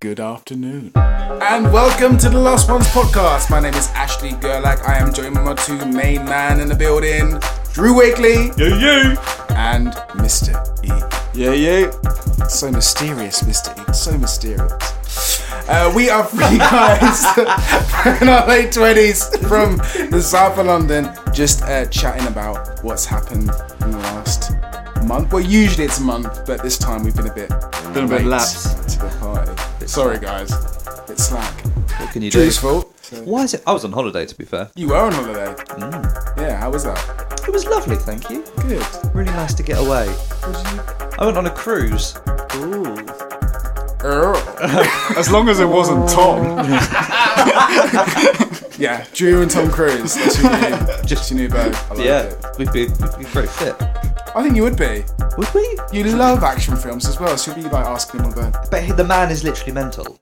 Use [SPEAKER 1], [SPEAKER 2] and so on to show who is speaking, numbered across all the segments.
[SPEAKER 1] Good afternoon. And welcome to the Last Ones podcast. My name is Ashley Gerlach. I am joined by my two main man in the building, Drew Wakely
[SPEAKER 2] Yeah, yeah.
[SPEAKER 1] and Mr. E.
[SPEAKER 2] Yeah, yeah.
[SPEAKER 1] So mysterious, Mr. E. So mysterious. Uh, we are three guys in our late 20s from the south of London just uh, chatting about what's happened in the last month. Well, usually it's a month, but this time we've been a bit,
[SPEAKER 2] Been a bit
[SPEAKER 1] late
[SPEAKER 2] lapsed.
[SPEAKER 1] to the party. Sorry, guys. It's slack.
[SPEAKER 2] What can you do?
[SPEAKER 1] Drew's fault. So-
[SPEAKER 2] Why is it? I was on holiday, to be fair.
[SPEAKER 1] You were on holiday. Yeah, how was that?
[SPEAKER 2] It was lovely, thank you.
[SPEAKER 1] Good.
[SPEAKER 2] Really nice to get away. I went on a cruise.
[SPEAKER 1] as long as it wasn't Tom. Oh. yeah, Drew and Tom Cruise. That's who you knew. Just
[SPEAKER 2] Just-
[SPEAKER 1] you knew both. I like
[SPEAKER 2] yeah,
[SPEAKER 1] it.
[SPEAKER 2] we'd be, we'd be a great fit.
[SPEAKER 1] I think you would be.
[SPEAKER 2] Would we?
[SPEAKER 1] You love action films as well, so you'd be like asking him about.
[SPEAKER 2] But he- the man is literally mental.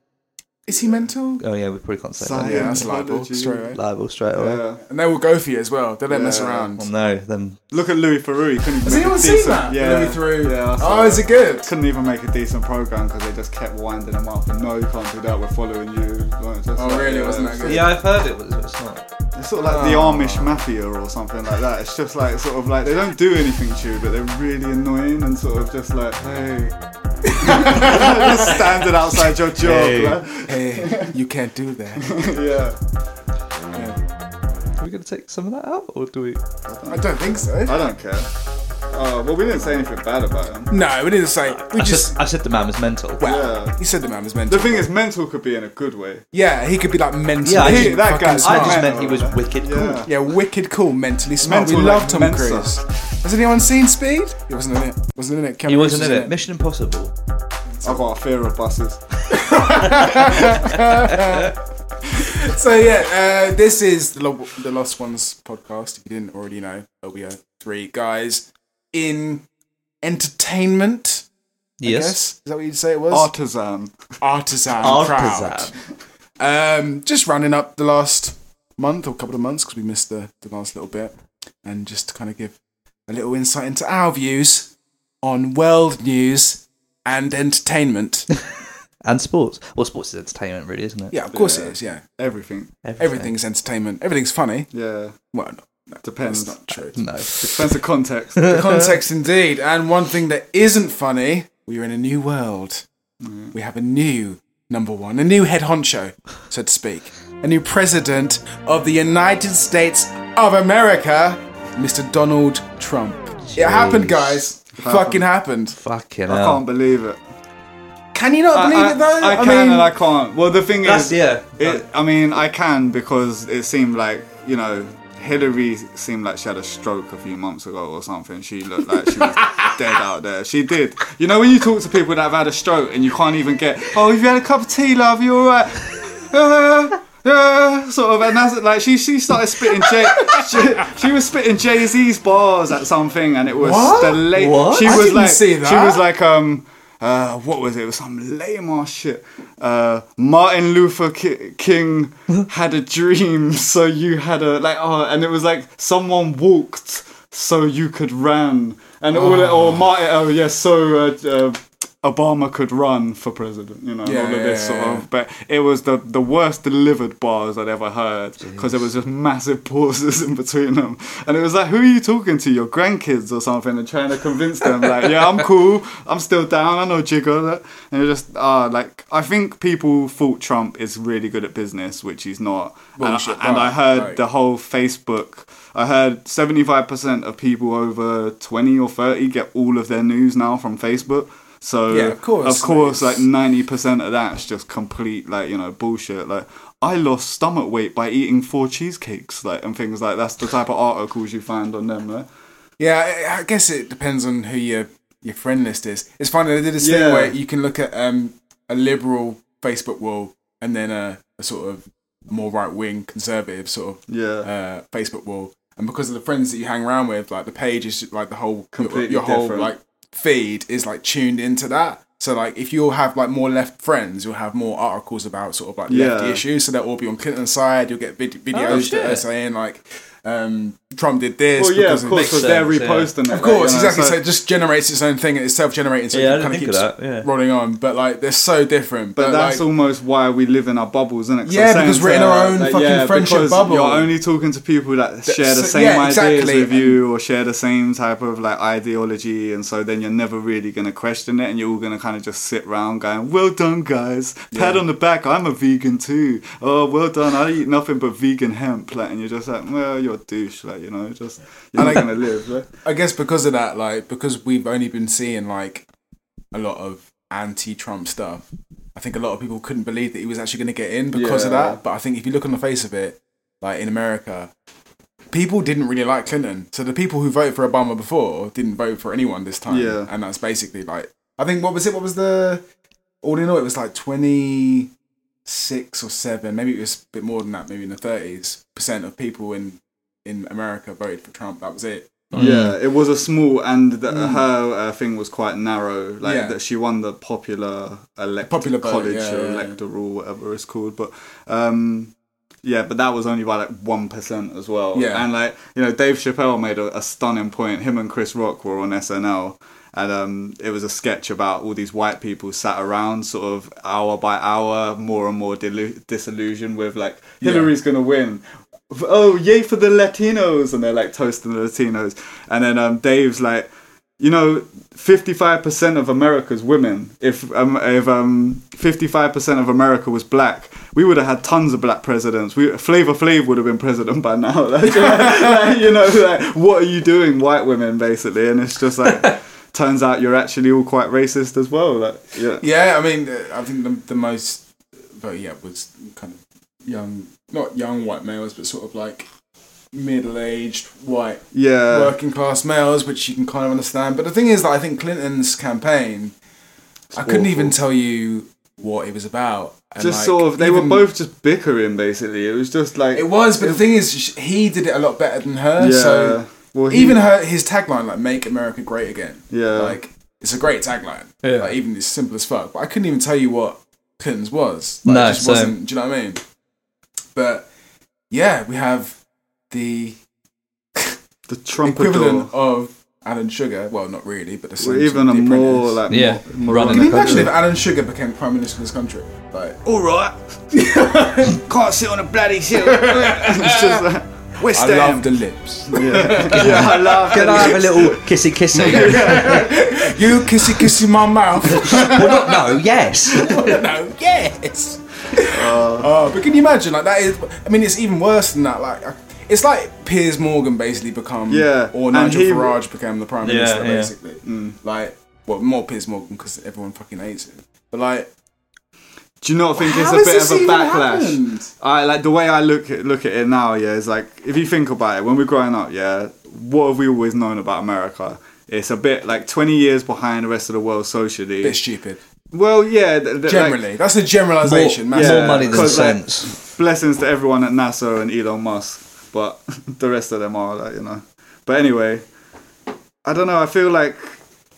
[SPEAKER 1] Is he mental?
[SPEAKER 2] Oh yeah, we probably can't say that.
[SPEAKER 1] yeah, that's libel straight away.
[SPEAKER 2] Libel straight away.
[SPEAKER 1] And they will go for you as well. They don't mess around.
[SPEAKER 2] Well, no, then
[SPEAKER 3] Look at Louis Theroux. He couldn't even
[SPEAKER 1] Has
[SPEAKER 3] make
[SPEAKER 1] anyone
[SPEAKER 3] a
[SPEAKER 1] seen
[SPEAKER 3] decent,
[SPEAKER 1] that?
[SPEAKER 3] Yeah.
[SPEAKER 1] Louis Theroux.
[SPEAKER 3] Yeah, I saw
[SPEAKER 1] oh, is
[SPEAKER 3] that.
[SPEAKER 1] it good?
[SPEAKER 3] Couldn't even make a decent program because they just kept winding him up. And no, you can't do that. We're following you. Like, just
[SPEAKER 1] Oh,
[SPEAKER 3] like,
[SPEAKER 1] really?
[SPEAKER 3] yeah,
[SPEAKER 1] Wasn't that
[SPEAKER 3] it's
[SPEAKER 1] good? Oh.
[SPEAKER 2] yeah, I've heard it, but it's not.
[SPEAKER 3] It's sort of like the Amish mafia or something like that. It's just like sort of like they don't do anything to you, but they're really annoying and sort of just like hey, just standing outside your job.
[SPEAKER 2] Hey.
[SPEAKER 3] like,
[SPEAKER 1] Hey, you can't do that.
[SPEAKER 3] yeah,
[SPEAKER 2] Are we going to take some of that out, or do we?
[SPEAKER 1] I don't think so.
[SPEAKER 3] I don't care. Oh well, we didn't say anything bad about him.
[SPEAKER 1] No, we didn't say. We
[SPEAKER 2] I
[SPEAKER 1] just.
[SPEAKER 2] said, I said the man was mental.
[SPEAKER 1] Well,
[SPEAKER 3] Yeah.
[SPEAKER 1] you said the man was
[SPEAKER 3] The
[SPEAKER 1] mental.
[SPEAKER 3] thing is, mental could be in a good way.
[SPEAKER 1] Yeah, he could be like mentally
[SPEAKER 2] Yeah, I
[SPEAKER 3] He,
[SPEAKER 2] just-
[SPEAKER 3] that
[SPEAKER 1] fucking
[SPEAKER 3] guy,
[SPEAKER 1] smart.
[SPEAKER 3] I
[SPEAKER 2] just meant he was
[SPEAKER 3] Yeah.
[SPEAKER 2] wicked cool.
[SPEAKER 3] Yeah.
[SPEAKER 1] Yeah, wicked cool, mentally smart.
[SPEAKER 3] Mental
[SPEAKER 1] we
[SPEAKER 3] like
[SPEAKER 1] love Tom
[SPEAKER 3] Mensa.
[SPEAKER 1] Cruise. Has anyone seen Speed? He wasn't in it. Wasn't in it. Keanu
[SPEAKER 2] He wasn't
[SPEAKER 1] Reeves
[SPEAKER 2] in it. Mission Impossible.
[SPEAKER 3] I've got a fear of buses.
[SPEAKER 1] So yeah, uh, this is the, Lo- the Lost Ones podcast. If you didn't already know, uh, we are three guys in entertainment. I
[SPEAKER 2] Yes.
[SPEAKER 1] guess. is that what you'd say it was?
[SPEAKER 3] Artisan.
[SPEAKER 1] artisan,
[SPEAKER 2] Artisan.
[SPEAKER 1] crowd. Um, just rounding up the last month or couple of months because we missed the, the last little bit, and just to kind of give a little insight into our views on world news and entertainment.
[SPEAKER 2] And sports. Well, sports is entertainment, really, isn't it?
[SPEAKER 1] Yeah, of course it
[SPEAKER 3] Yeah.
[SPEAKER 1] is. Yeah,
[SPEAKER 3] Everything.
[SPEAKER 1] everything's entertainment. Everything's funny.
[SPEAKER 3] Yeah.
[SPEAKER 1] Well, no, no,
[SPEAKER 3] Depends.
[SPEAKER 1] That's not true.
[SPEAKER 2] Mm. No.
[SPEAKER 3] Depends the context.
[SPEAKER 1] The context, indeed. And one thing that isn't funny: we are in a new world.
[SPEAKER 3] Mm.
[SPEAKER 1] We have a new number one, a new head honcho, so to speak, a new president of the United States of America, Mr. Donald Trump. It happened,
[SPEAKER 2] Jeez.
[SPEAKER 1] guys. It Fucking happened.
[SPEAKER 2] Fucking
[SPEAKER 3] I
[SPEAKER 2] hell.
[SPEAKER 3] can't believe it.
[SPEAKER 1] Can you not believe
[SPEAKER 3] I,
[SPEAKER 1] it though?
[SPEAKER 3] I can and I can't. Well, the thing
[SPEAKER 2] That's-
[SPEAKER 3] is,
[SPEAKER 2] yeah.
[SPEAKER 3] It, I mean, I can because it seemed like you know Hillary seemed like she had a stroke a few months ago or something. She looked like she was dead out there. She did. You know when you talk to people that have had a stroke and you can't even get, oh, have you had a cup of tea, love? You alright? Uh, uh, sort of, and that's like she she started spitting Jay, she, she was spitting Jay Z's bars at something, and it was
[SPEAKER 1] What?
[SPEAKER 3] the late.
[SPEAKER 2] What?
[SPEAKER 3] She
[SPEAKER 1] I
[SPEAKER 3] was
[SPEAKER 1] didn't
[SPEAKER 3] like
[SPEAKER 1] see
[SPEAKER 3] she was
[SPEAKER 1] that.
[SPEAKER 3] like um uh, what was it? It was some lame ass shit. Uh, Martin Luther Ki- King had a dream, so you had a like. Oh, and it was like someone
[SPEAKER 1] Ah.
[SPEAKER 3] walked, so you could run, and all. Or Martin. Oh yeah, so uh, uh, Obama could run for president, you know, and
[SPEAKER 1] Yeah,
[SPEAKER 3] all of this
[SPEAKER 1] yeah,
[SPEAKER 3] sort
[SPEAKER 1] yeah, yeah.
[SPEAKER 3] of. But it was the, the worst delivered bars I'd ever heard because there was just massive pauses in between them. And it was like, who are you talking to? Your grandkids or something? And trying to convince them, like, yeah, I'm cool. I'm still down. I know Jigger. And it just, ah, like, I think people thought Trump is really good at business, which he's not. And I-
[SPEAKER 1] Bullshit,
[SPEAKER 3] and I
[SPEAKER 1] right,
[SPEAKER 3] heard
[SPEAKER 1] right.
[SPEAKER 3] the the whole Facebook. I heard 75% of people over 20 or 30 get all of their news now from Facebook. So
[SPEAKER 1] Yeah, of course.
[SPEAKER 3] of course, like
[SPEAKER 1] It's-
[SPEAKER 3] 90% of that's just complete like, you know, bullshit. Like I lost stomach weight by eating four cheesecakes like and things like that's the type of articles you find on them, right?
[SPEAKER 1] Yeah, I, I guess it depends on who your your friend list is. It's funny they did this
[SPEAKER 3] Yeah.
[SPEAKER 1] thing where you can look at um, a liberal Facebook wall and then a, a sort of more right wing conservative sort of
[SPEAKER 3] Yeah.
[SPEAKER 1] uh, Facebook wall, and because of the friends that you hang around with, like the page is just, like the whole
[SPEAKER 3] Completely
[SPEAKER 1] your, your whole
[SPEAKER 3] different.
[SPEAKER 1] like feed is like tuned into that. So like if you'll have like more left friends, you'll have more articles about sort of like lefty
[SPEAKER 3] Yeah.
[SPEAKER 1] issues. So they'll all be on Clinton's side. You'll get vid- videos that are
[SPEAKER 2] shit.
[SPEAKER 1] saying like um, Trump did this.
[SPEAKER 3] well, yeah, of
[SPEAKER 1] because
[SPEAKER 3] course,
[SPEAKER 1] this.
[SPEAKER 3] because they're
[SPEAKER 2] sense, yeah.
[SPEAKER 3] reposting it.
[SPEAKER 1] Of course,
[SPEAKER 3] like, you know,
[SPEAKER 1] exactly. So, it just generates its own thing and it's self generating, so
[SPEAKER 2] Yeah, I
[SPEAKER 1] it
[SPEAKER 2] didn't
[SPEAKER 1] kind of
[SPEAKER 2] think
[SPEAKER 1] keeps
[SPEAKER 2] of that, yeah.
[SPEAKER 1] rolling on. But like, they're so different.
[SPEAKER 3] But that's
[SPEAKER 1] like,
[SPEAKER 3] almost why we live in our bubbles, isn't it?
[SPEAKER 1] Yeah, because we're in our own fucking friendship bubble.
[SPEAKER 3] You're only talking to people that share the
[SPEAKER 1] so-
[SPEAKER 3] same
[SPEAKER 1] yeah,
[SPEAKER 3] ideas
[SPEAKER 1] exactly.
[SPEAKER 3] with you or share the same type of like ideology, and so then you're never really gonna question it, and you're all gonna kind of just sit round going, "Well done, guys! Pat on the back. I'm a vegan too. Oh, well done! I eat nothing but vegan hemp." Like, and you're just like, "Well, you're a douche." Like, you know, just you're not gonna live. Like.
[SPEAKER 1] I guess because of that, like, because we've only been seeing like a lot of anti Trump stuff, I think a lot of people couldn't believe that he was actually going to get in because of
[SPEAKER 3] Yeah.
[SPEAKER 1] that. But I think if you look on the face of it, like in America, people didn't really like Clinton. So the people who voted for Obama before didn't vote for anyone this time.
[SPEAKER 3] Yeah.
[SPEAKER 1] And that's basically like, I think, what was it? What was the, all in all, it was like 20. six or seven, maybe it was a bit more than that, maybe in the thirties percent of people in in America voted for Trump. That was it. um,
[SPEAKER 3] Yeah, it was a small, and the, her uh, thing was quite narrow. Like
[SPEAKER 1] Mm. Yeah.
[SPEAKER 3] that, she won the popular elect
[SPEAKER 1] Popular vote,
[SPEAKER 3] college
[SPEAKER 1] yeah,
[SPEAKER 3] or
[SPEAKER 1] yeah, yeah.
[SPEAKER 3] electoral, whatever it's called. But um, yeah, but that was only by like one percent as well.
[SPEAKER 1] Yeah.
[SPEAKER 3] and like you know, Dave Chappelle made a, a stunning point. Him and Chris Rock were on SNL. And um, it was a sketch about all these white people sat around, sort of hour by hour, more and more dilu- disillusioned with like Hillary's gonna win oh yay for the latinos and they're like toasting the latinos and then um dave's like you know 55% of america's women if um if um 55% of america was black we would have had tons of black presidents we flavor flav would have been president by now like, like, you know like what are you doing white women basically and it's just like turns out you're actually all quite racist as well like yeah
[SPEAKER 1] Yeah, I mean, uh, I think the the most vote yeah was kind of young, not young white males, but sort of like middle aged white
[SPEAKER 3] yeah
[SPEAKER 1] working class males, which you can kind of understand. But the thing is that I think Clinton's campaign, I couldn't
[SPEAKER 3] awful.
[SPEAKER 1] even tell you what it was about. And
[SPEAKER 3] just
[SPEAKER 1] like,
[SPEAKER 3] sort of they were
[SPEAKER 1] even-
[SPEAKER 3] both just bickering basically it was just like
[SPEAKER 1] It was, but the thing is, sh- he did it a lot better than her.
[SPEAKER 3] Yeah.
[SPEAKER 1] So
[SPEAKER 3] Well, he-
[SPEAKER 1] even her, his tagline, like "Make America Great Again,"
[SPEAKER 3] Yeah.
[SPEAKER 1] like it's a great tagline.
[SPEAKER 2] Yeah.
[SPEAKER 1] Like, even it's simple as fuck. But I couldn't even tell you what Clinton's was. Like,
[SPEAKER 2] No,
[SPEAKER 1] it just
[SPEAKER 2] same.
[SPEAKER 1] wasn't. Do you know what I mean? But yeah, we have the
[SPEAKER 3] the trump
[SPEAKER 1] equivalent of Alan Sugar. Well, not really, but the same.
[SPEAKER 3] Well,
[SPEAKER 1] sort
[SPEAKER 3] even
[SPEAKER 1] of
[SPEAKER 3] a
[SPEAKER 1] the
[SPEAKER 3] more
[SPEAKER 1] apprentice.
[SPEAKER 3] like
[SPEAKER 2] Yeah,
[SPEAKER 3] more,
[SPEAKER 2] running
[SPEAKER 1] Can you
[SPEAKER 2] the
[SPEAKER 1] imagine if Alan Sugar became prime minister of this country? Like,
[SPEAKER 3] all right can't sit on a bloody hill it's just like, West
[SPEAKER 1] I love the lips.
[SPEAKER 3] yeah. yeah I love
[SPEAKER 2] Can I have a little kissy kissy?
[SPEAKER 1] you kissy kissy my mouth.
[SPEAKER 2] well, not no, yes.
[SPEAKER 1] no, yes.
[SPEAKER 3] Uh.
[SPEAKER 1] Oh, but can you imagine? Like that is. I mean, it's even worse than that. Like, it's like Piers Morgan basically become,
[SPEAKER 3] Yeah,
[SPEAKER 1] or
[SPEAKER 3] and
[SPEAKER 1] Nigel
[SPEAKER 3] he- Mm.
[SPEAKER 1] Farage became the prime minister,
[SPEAKER 2] yeah.
[SPEAKER 1] basically. Like, well, more Piers Morgan because everyone fucking hates him. But like,
[SPEAKER 3] do you not think
[SPEAKER 1] How
[SPEAKER 3] it's
[SPEAKER 1] has
[SPEAKER 3] a bit
[SPEAKER 1] this
[SPEAKER 3] of a
[SPEAKER 1] even happened?
[SPEAKER 3] backlash I like the way I look at, look at it now yeah is like if you think about it when we're growing up yeah what have we always known about America it's a bit like 20 years behind the rest of the world socially
[SPEAKER 1] bit stupid.
[SPEAKER 3] well yeah th- th- like-
[SPEAKER 1] Generally, that's a generalization.
[SPEAKER 2] more,
[SPEAKER 1] massive.
[SPEAKER 2] more money than
[SPEAKER 3] 'cause, like,
[SPEAKER 2] sense.
[SPEAKER 3] blessings to everyone at NASA and Elon Musk, but the rest of them are like, you know. But anyway, I don't know. I feel like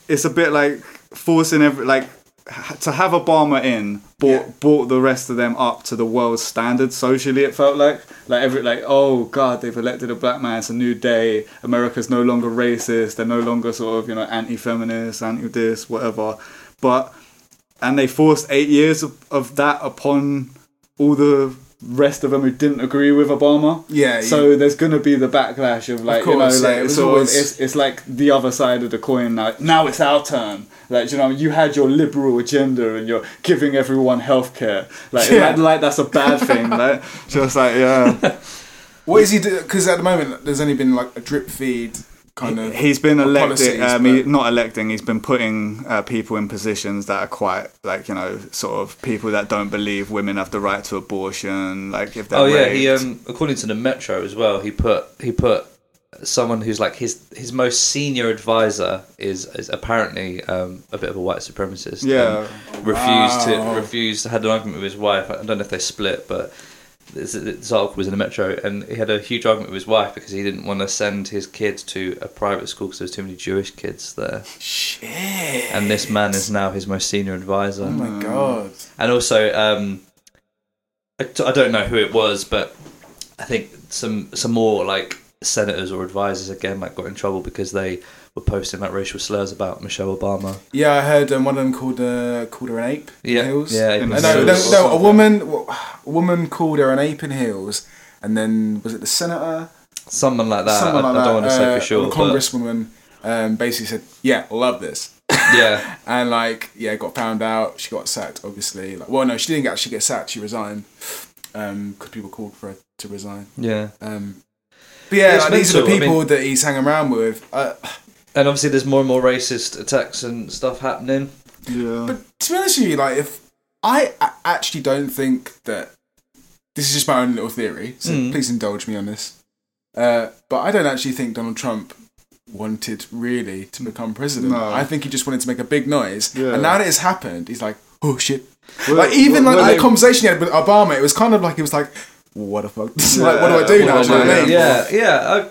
[SPEAKER 3] it's a bit like forcing every like ha- to have Obama in brought brought the rest of them up to the world standard socially. It felt like like every like oh god they've elected a black man. It's a new day. America's no longer racist. They're no longer sort of you know anti-feminist, anti-this, whatever. But and they forced eight years of, of that upon all the rest of them who didn't agree with Obama.
[SPEAKER 1] Yeah,
[SPEAKER 3] So there's gonna be the backlash of like
[SPEAKER 1] course,
[SPEAKER 3] you know
[SPEAKER 1] yeah,
[SPEAKER 3] like
[SPEAKER 1] it was
[SPEAKER 3] so
[SPEAKER 1] always-
[SPEAKER 3] it's it's like the other side of the coin. Like now it's our turn. Like you know you had your liberal agenda and you're giving everyone healthcare. Like
[SPEAKER 1] Yeah.
[SPEAKER 3] like, like that's a bad thing. Like just like yeah,
[SPEAKER 1] What is he doing? Because at the moment, there's only been like a drip feed kind of.
[SPEAKER 3] he's been elected.
[SPEAKER 1] policies,
[SPEAKER 3] Um, he,
[SPEAKER 1] but-
[SPEAKER 3] not electing. He's been putting uh, people in positions that are quite like you know sort of people that don't believe women have the right to abortion. Like if they're
[SPEAKER 2] Oh yeah, he
[SPEAKER 3] raped.
[SPEAKER 2] um according to the Metro as well, he put he put someone who's like his his most senior advisor is, is apparently um, a bit of a white supremacist. and
[SPEAKER 3] Yeah.
[SPEAKER 2] refused to refused had an argument with his wife. I don't know if they split, but this, this article was in the Metro, and he had a huge argument with his wife because he didn't want to send his kids to a private school because there was too many Jewish kids there.
[SPEAKER 1] Shit.
[SPEAKER 2] And this man is now his most senior advisor.
[SPEAKER 1] Oh my god.
[SPEAKER 2] And also, um, I t- I don't know who it was, but I think some some more like senators or advisors again like got in trouble because they were posting like racial slurs about Michelle Obama.
[SPEAKER 1] Yeah, I heard um, one of them called uh, called her an ape.
[SPEAKER 2] Yeah.
[SPEAKER 1] in heels.
[SPEAKER 2] Yeah, it
[SPEAKER 1] no,
[SPEAKER 2] was
[SPEAKER 1] no,
[SPEAKER 2] heels.
[SPEAKER 1] no, no, a woman, a woman called her an ape in heels, and then was it the senator?
[SPEAKER 2] Someone like that.
[SPEAKER 1] Someone
[SPEAKER 2] I,
[SPEAKER 1] like
[SPEAKER 2] I
[SPEAKER 1] that.
[SPEAKER 2] don't want to say
[SPEAKER 1] uh,
[SPEAKER 2] for sure.
[SPEAKER 1] The congresswoman um, basically said, "Yeah, love this."
[SPEAKER 2] But yeah.
[SPEAKER 1] and like yeah got found out she got sacked obviously like well no she didn't actually get sacked she resigned um because people called for her to resign
[SPEAKER 2] Yeah.
[SPEAKER 1] um but yeah
[SPEAKER 2] It's
[SPEAKER 1] like, these are the
[SPEAKER 2] mental, I
[SPEAKER 1] people
[SPEAKER 2] mean-
[SPEAKER 1] that he's hanging around with uh,
[SPEAKER 2] And obviously there's more and more racist attacks and stuff happening.
[SPEAKER 3] yeah.
[SPEAKER 1] but to be honest with you like if i a- actually don't think that this is just my own little theory so please indulge me on this uh but i don't actually think donald trump wanted really to become president
[SPEAKER 3] No.
[SPEAKER 1] i think he just wanted to make a big noise
[SPEAKER 3] Yeah.
[SPEAKER 1] and now that it's happened he's like oh shit
[SPEAKER 3] Well,
[SPEAKER 1] like even
[SPEAKER 3] well,
[SPEAKER 1] like
[SPEAKER 3] well,
[SPEAKER 1] the
[SPEAKER 3] they-
[SPEAKER 1] conversation he had with Obama, it was kind of like he was like, "What the fuck? like, what do I do
[SPEAKER 3] Yeah,
[SPEAKER 1] now?"
[SPEAKER 3] well,
[SPEAKER 1] Do you know what I
[SPEAKER 3] yeah.
[SPEAKER 1] mean?
[SPEAKER 2] Yeah, yeah. I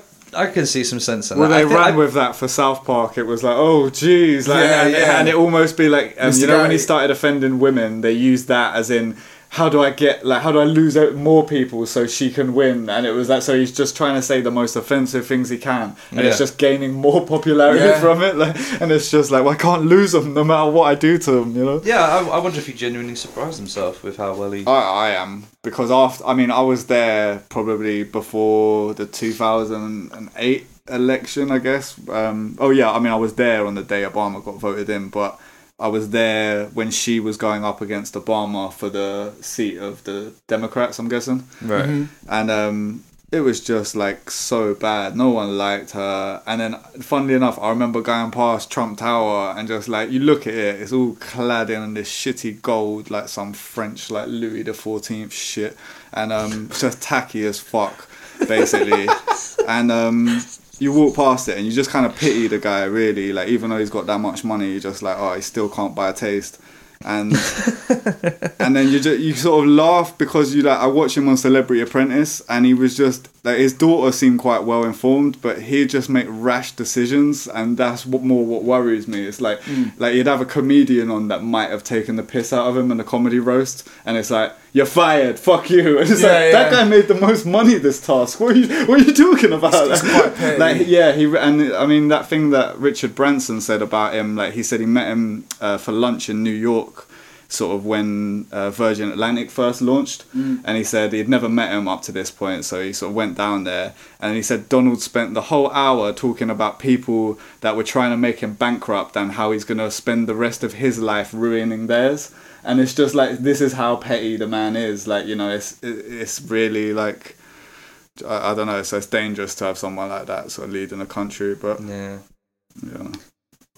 [SPEAKER 2] I can see some sense in
[SPEAKER 3] Well,
[SPEAKER 2] that.
[SPEAKER 3] they
[SPEAKER 2] I think-
[SPEAKER 3] ran
[SPEAKER 2] I-
[SPEAKER 3] with that for South Park. It was like, oh, geez, like,
[SPEAKER 1] Yeah,
[SPEAKER 3] and,
[SPEAKER 1] yeah.
[SPEAKER 3] and it almost be like, um,
[SPEAKER 1] Mr.
[SPEAKER 3] you know, when he
[SPEAKER 1] Guy.
[SPEAKER 3] started offending women, they used that as in, how do I get, like, how do I lose out more people so she can win? And it was that, so he's just trying to say the most offensive things he can, and it's
[SPEAKER 2] Yeah.
[SPEAKER 3] just gaining more popularity
[SPEAKER 1] Yeah.
[SPEAKER 3] from it. Like, and it's just like, well, I can't lose them no matter what I do to them, you know.
[SPEAKER 2] yeah, I, I wonder if he genuinely surprised himself with how well he.
[SPEAKER 1] Oh.
[SPEAKER 3] I, I am because after I mean I was there probably before the 2008 election I guess um, oh yeah I mean I was there on the day Obama got voted in but I was there when she was going up against Obama for the seat of the Democrats I'm guessing
[SPEAKER 2] right.
[SPEAKER 3] and um, it was just like so bad. No one liked her. And then, funnily enough, I remember going past Trump Tower and just like you look at it, it's all clad in this shitty gold, like some French like Louis the Fourteenth shit, and um, it's just tacky as fuck, basically. and um, you walk past it and you just kind of pity the guy, really. Like even though he's got that much money, you're just like, oh, he still can't buy a taste. And and then you just, you sort of laugh because you like I watched him on Celebrity Apprentice and he was just like his daughter seemed quite well informed, but he'd just make rash decisions and that's what more what worries me. It's like
[SPEAKER 1] Hmm.
[SPEAKER 3] like you'd have a comedian on that might have taken the piss out of him in a comedy roast, and it's like you're fired, fuck you. And it's
[SPEAKER 1] Yeah,
[SPEAKER 3] like
[SPEAKER 1] yeah.
[SPEAKER 3] that guy made the most money this task. What are you what are you talking about?
[SPEAKER 1] It's- it's quite petty.
[SPEAKER 3] like yeah, he and I mean that thing that Richard Branson said about him, like he said he met him uh, for lunch in New York, sort of when uh, Virgin Atlantic first launched,
[SPEAKER 1] Mm.
[SPEAKER 3] and he said he'd never met him up to this point, so he sort of went down there, and he said Donald spent the whole hour talking about people that were trying to make him bankrupt and how he's gonna spend the rest of his life ruining theirs. And it's just like this is how petty the man is. Like you know, it's it- it's really like I, I don't know. So it's dangerous to have someone like that sort of leading a country. But
[SPEAKER 2] Yeah.
[SPEAKER 3] yeah,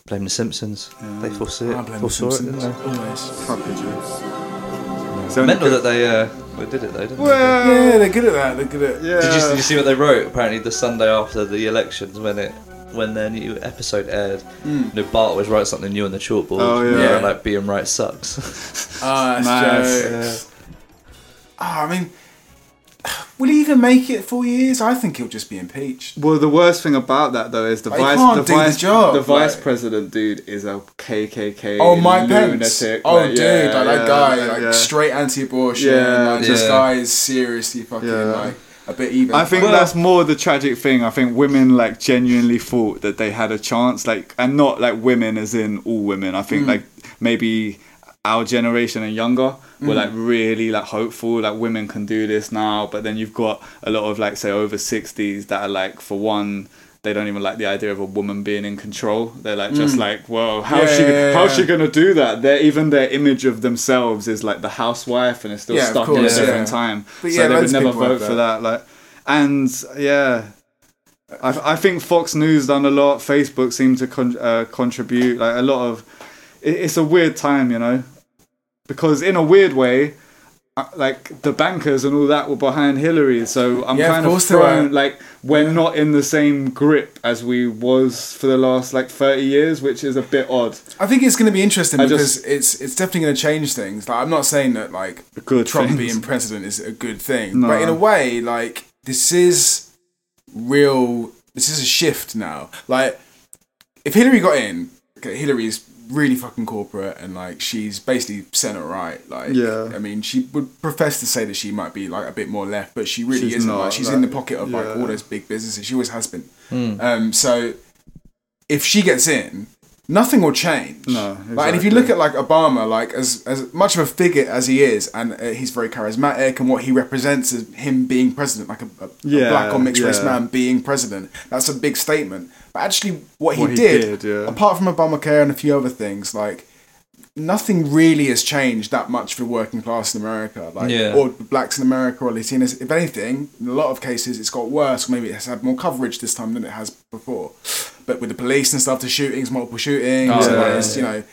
[SPEAKER 2] Blame the Simpsons. They foresaw
[SPEAKER 1] I blame
[SPEAKER 2] it.
[SPEAKER 1] the
[SPEAKER 2] Foresaw it, didn't
[SPEAKER 1] Ah, Simpsons.
[SPEAKER 2] they?
[SPEAKER 1] Always.
[SPEAKER 3] fuck it, Joe. So
[SPEAKER 2] Mental that they uh, they did it though, didn't they?
[SPEAKER 3] Well,
[SPEAKER 1] Yeah, they're good at that. They're good at.
[SPEAKER 3] yeah.
[SPEAKER 2] Did you, did you see what they wrote? Apparently, the Sunday after the elections, when it when their new episode aired, you know, Bart was writing something new on the chalkboard.
[SPEAKER 3] Hmm. Oh, yeah.
[SPEAKER 2] You know,
[SPEAKER 1] Yeah.
[SPEAKER 2] like being right sucks.
[SPEAKER 1] Ah,
[SPEAKER 3] Nice.
[SPEAKER 1] that's jokes. Ah, I mean, will he even make it four years? I think he'll just be impeached.
[SPEAKER 3] Well, the worst thing about that though is the
[SPEAKER 1] Like, you
[SPEAKER 3] vice,
[SPEAKER 1] can't
[SPEAKER 3] the
[SPEAKER 1] do the
[SPEAKER 3] vice,
[SPEAKER 1] job,
[SPEAKER 3] the vice
[SPEAKER 1] like-
[SPEAKER 3] president dude is a KKK
[SPEAKER 1] Oh, my Pence.
[SPEAKER 3] lunatic.
[SPEAKER 1] Oh,
[SPEAKER 3] like,
[SPEAKER 1] dude,
[SPEAKER 3] yeah,
[SPEAKER 1] like that
[SPEAKER 3] yeah,
[SPEAKER 1] guy, like
[SPEAKER 3] yeah.
[SPEAKER 1] straight anti-abortion.
[SPEAKER 3] Yeah,
[SPEAKER 1] like, This
[SPEAKER 2] yeah.
[SPEAKER 1] guy is seriously fucking
[SPEAKER 3] Yeah.
[SPEAKER 1] like a bit evil.
[SPEAKER 3] I think
[SPEAKER 2] Well-
[SPEAKER 3] that's more the tragic thing. I think women like
[SPEAKER 1] Mm.
[SPEAKER 3] genuinely thought that they had a chance, like, and not like women as in all women. I think like maybe our generation and younger
[SPEAKER 1] Mm.
[SPEAKER 3] were like really like hopeful like women can do this now but then you've got a lot of like say over 60s that are like for one they don't even like the idea of a woman being in control they're like just like whoa how's
[SPEAKER 1] Mm. Yeah,
[SPEAKER 3] she
[SPEAKER 1] yeah, yeah,
[SPEAKER 3] how's she
[SPEAKER 1] yeah.
[SPEAKER 3] gonna do that their even their image of themselves is like the housewife and it's still
[SPEAKER 1] Yeah, of
[SPEAKER 3] stuck in a
[SPEAKER 1] course,
[SPEAKER 3] different
[SPEAKER 1] yeah.
[SPEAKER 3] time
[SPEAKER 1] But
[SPEAKER 3] so
[SPEAKER 1] yeah,
[SPEAKER 3] they
[SPEAKER 1] loads
[SPEAKER 3] would
[SPEAKER 1] of
[SPEAKER 3] never
[SPEAKER 1] people have
[SPEAKER 3] vote for that like and yeah I, I think Fox News done a lot. Facebook seemed to con- uh, contribute like a lot of. It, it's a weird time, you know, because in a weird way, uh, like the bankers and all that were behind Hillary. So I'm
[SPEAKER 1] Yeah, of
[SPEAKER 3] kind of,
[SPEAKER 1] course they
[SPEAKER 3] thrown
[SPEAKER 1] were.
[SPEAKER 3] like we're not in the same grip as we was for the last like 30 years, which is a bit odd.
[SPEAKER 1] I think it's going to be interesting
[SPEAKER 3] I
[SPEAKER 1] because
[SPEAKER 3] just-
[SPEAKER 1] it's it's definitely going to change things. Like I'm not saying that like
[SPEAKER 3] Good
[SPEAKER 1] Trump
[SPEAKER 3] things.
[SPEAKER 1] being president is a good thing, but in a way, like this is real. This is a shift now. Like if Hillary got in, okay, Hillary's really fucking corporate and like she's basically centre right. Like
[SPEAKER 3] Yeah.
[SPEAKER 1] I mean, she would profess to say that she might be like a bit more left, but she really
[SPEAKER 3] She's
[SPEAKER 1] isn't.
[SPEAKER 3] not,
[SPEAKER 1] like she's
[SPEAKER 3] like,
[SPEAKER 1] in the pocket of like all
[SPEAKER 3] yeah.
[SPEAKER 1] those big businesses. She always has been.
[SPEAKER 3] Hmm.
[SPEAKER 1] Um, so if she gets in, nothing will change.
[SPEAKER 3] No,
[SPEAKER 1] Like, and if you
[SPEAKER 3] exactly.
[SPEAKER 1] look at like Obama, like as as much of a figure as he is, and uh, he's very charismatic, and what he represents is him being president, like a, a, a
[SPEAKER 3] Yeah,
[SPEAKER 1] black or mixed race
[SPEAKER 3] yeah.
[SPEAKER 1] man being president. That's a big statement. But actually, what he,
[SPEAKER 3] What he
[SPEAKER 1] did,
[SPEAKER 3] did, yeah.
[SPEAKER 1] apart from Obamacare and a few other things, like nothing really has changed that much for working class in America, like
[SPEAKER 2] Yeah.
[SPEAKER 1] or blacks in America or Latinos. If anything, in a lot of cases, it's got worse. Or maybe it has had more coverage this time than it has before. But with the police and stuff, the shootings, multiple shootings,
[SPEAKER 2] Oh,
[SPEAKER 1] and, like,
[SPEAKER 2] yeah,
[SPEAKER 1] it's, you know,